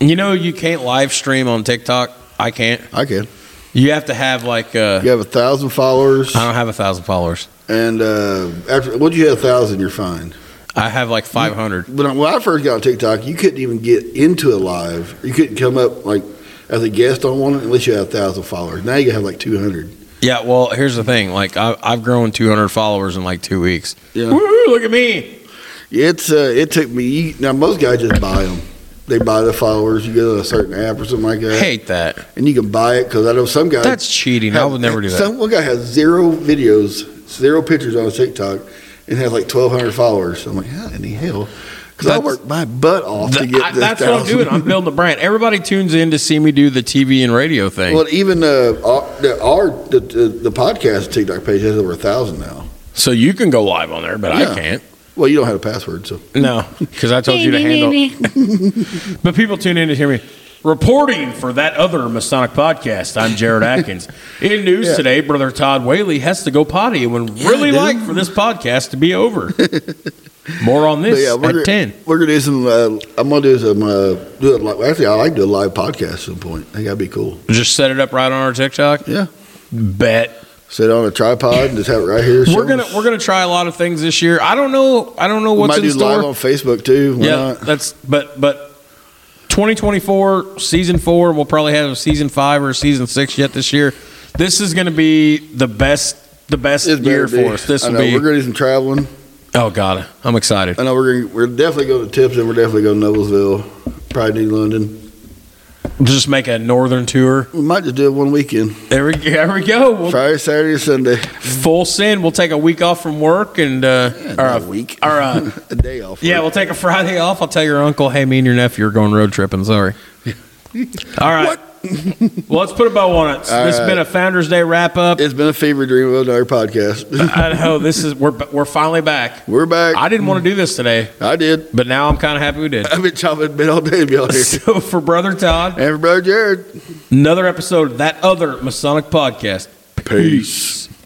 [SPEAKER 2] You know, you can't live stream on TikTok. I can't.
[SPEAKER 3] I can.
[SPEAKER 2] You have to have like uh,
[SPEAKER 3] You have a thousand followers,
[SPEAKER 2] Uh-huh. I don't have a thousand followers.
[SPEAKER 3] and uh, after once you hit a thousand, you're fine.
[SPEAKER 2] I have like 500.
[SPEAKER 3] When I, when I first got on TikTok, you couldn't even get into a live. You couldn't come up like as a guest on one unless you had a thousand followers. Now you have like two hundred.
[SPEAKER 2] Yeah, well, here's the thing. Like, I, I've grown 200 followers in like two weeks.
[SPEAKER 3] Yeah.
[SPEAKER 2] Woo, look at me.
[SPEAKER 3] It's uh, it took me you- now. Most guys just buy them. They buy the followers. You go to a certain app or something like that,
[SPEAKER 2] Hate that.
[SPEAKER 3] and you can buy it because I know some guys.
[SPEAKER 2] That's cheating. I would never do that.
[SPEAKER 3] Some one guy has zero videos, zero pictures on his TikTok, and has like twelve hundred followers. I'm like, how in the hell? Because I
[SPEAKER 2] That's-
[SPEAKER 3] worked my butt off to
[SPEAKER 2] Th-
[SPEAKER 3] get
[SPEAKER 2] I-
[SPEAKER 3] this
[SPEAKER 2] that's what I'm
[SPEAKER 3] thousand.
[SPEAKER 2] doing. I'm building a brand. Everybody tunes in to see me do the TV and radio thing.
[SPEAKER 3] Well, even uh, our, the, our the, the, the podcast TikTok page has over a thousand now.
[SPEAKER 2] so you can go live on there, but
[SPEAKER 3] Yeah.
[SPEAKER 2] I can't.
[SPEAKER 3] Well, you don't have a password, so
[SPEAKER 2] No, because I told you to handle. but people tune in to hear me. Reporting for that other Masonic podcast, I'm Jared Atkins. In news
[SPEAKER 3] Yeah.
[SPEAKER 2] today, brother Todd Whaley has to go potty and would really
[SPEAKER 3] dude.
[SPEAKER 2] like for this podcast to be over. More on
[SPEAKER 3] But
[SPEAKER 2] this
[SPEAKER 3] yeah,
[SPEAKER 2] at
[SPEAKER 3] we're
[SPEAKER 2] ten.
[SPEAKER 3] gonna, we're gonna do some. Uh, I'm gonna do some. Uh, do it like actually, I like to do a live podcast at some point. I think that'd be cool.
[SPEAKER 2] Just set it up right on our TikTok.
[SPEAKER 3] Yeah,
[SPEAKER 2] Bet
[SPEAKER 3] sit on a tripod and just have it right here.
[SPEAKER 2] we're gonna we're gonna try a lot of things this year. I don't know. I don't know what's
[SPEAKER 3] might
[SPEAKER 2] in
[SPEAKER 3] do
[SPEAKER 2] store.
[SPEAKER 3] live on Facebook too. Why
[SPEAKER 2] yeah,
[SPEAKER 3] not?
[SPEAKER 2] that's but but 2024 season four. We'll probably have a season five or a season six yet this year. This is going to be the best the best
[SPEAKER 3] It's
[SPEAKER 2] year
[SPEAKER 3] better be.
[SPEAKER 2] for us. This
[SPEAKER 3] I
[SPEAKER 2] will
[SPEAKER 3] know,
[SPEAKER 2] be.
[SPEAKER 3] We're gonna do some traveling.
[SPEAKER 2] oh god, I'm excited.
[SPEAKER 3] I know we're gonna, we're definitely going to Tips and we're definitely going to Noblesville, probably New London.
[SPEAKER 2] Just make a northern tour.
[SPEAKER 3] We might just do it one weekend,
[SPEAKER 2] There we there we go. We'll,
[SPEAKER 3] Friday, Saturday, and Sunday.
[SPEAKER 2] full send. We'll take a week off from work and uh, or
[SPEAKER 3] not
[SPEAKER 2] a-
[SPEAKER 3] a week.
[SPEAKER 2] Or uh,
[SPEAKER 3] a day off.
[SPEAKER 2] yeah, we'll take a Friday off. I'll tell your uncle, hey, me and your nephew are going road tripping. Sorry. All right. well, let's put a bow on it. This
[SPEAKER 3] All
[SPEAKER 2] has been
[SPEAKER 3] right.
[SPEAKER 2] a Founder's Day wrap up.
[SPEAKER 3] it's been a fever dream of another podcast.
[SPEAKER 2] I know this is we're we're finally back.
[SPEAKER 3] we're back.
[SPEAKER 2] I
[SPEAKER 3] I,
[SPEAKER 2] didn't want to do this today,
[SPEAKER 3] did.
[SPEAKER 2] but now I'm kind of happy we did.
[SPEAKER 3] I've been chopping at bit all day to be on here.
[SPEAKER 2] So for brother Todd,
[SPEAKER 3] And for brother Jared.
[SPEAKER 2] another episode of that other Masonic podcast.
[SPEAKER 3] Peace.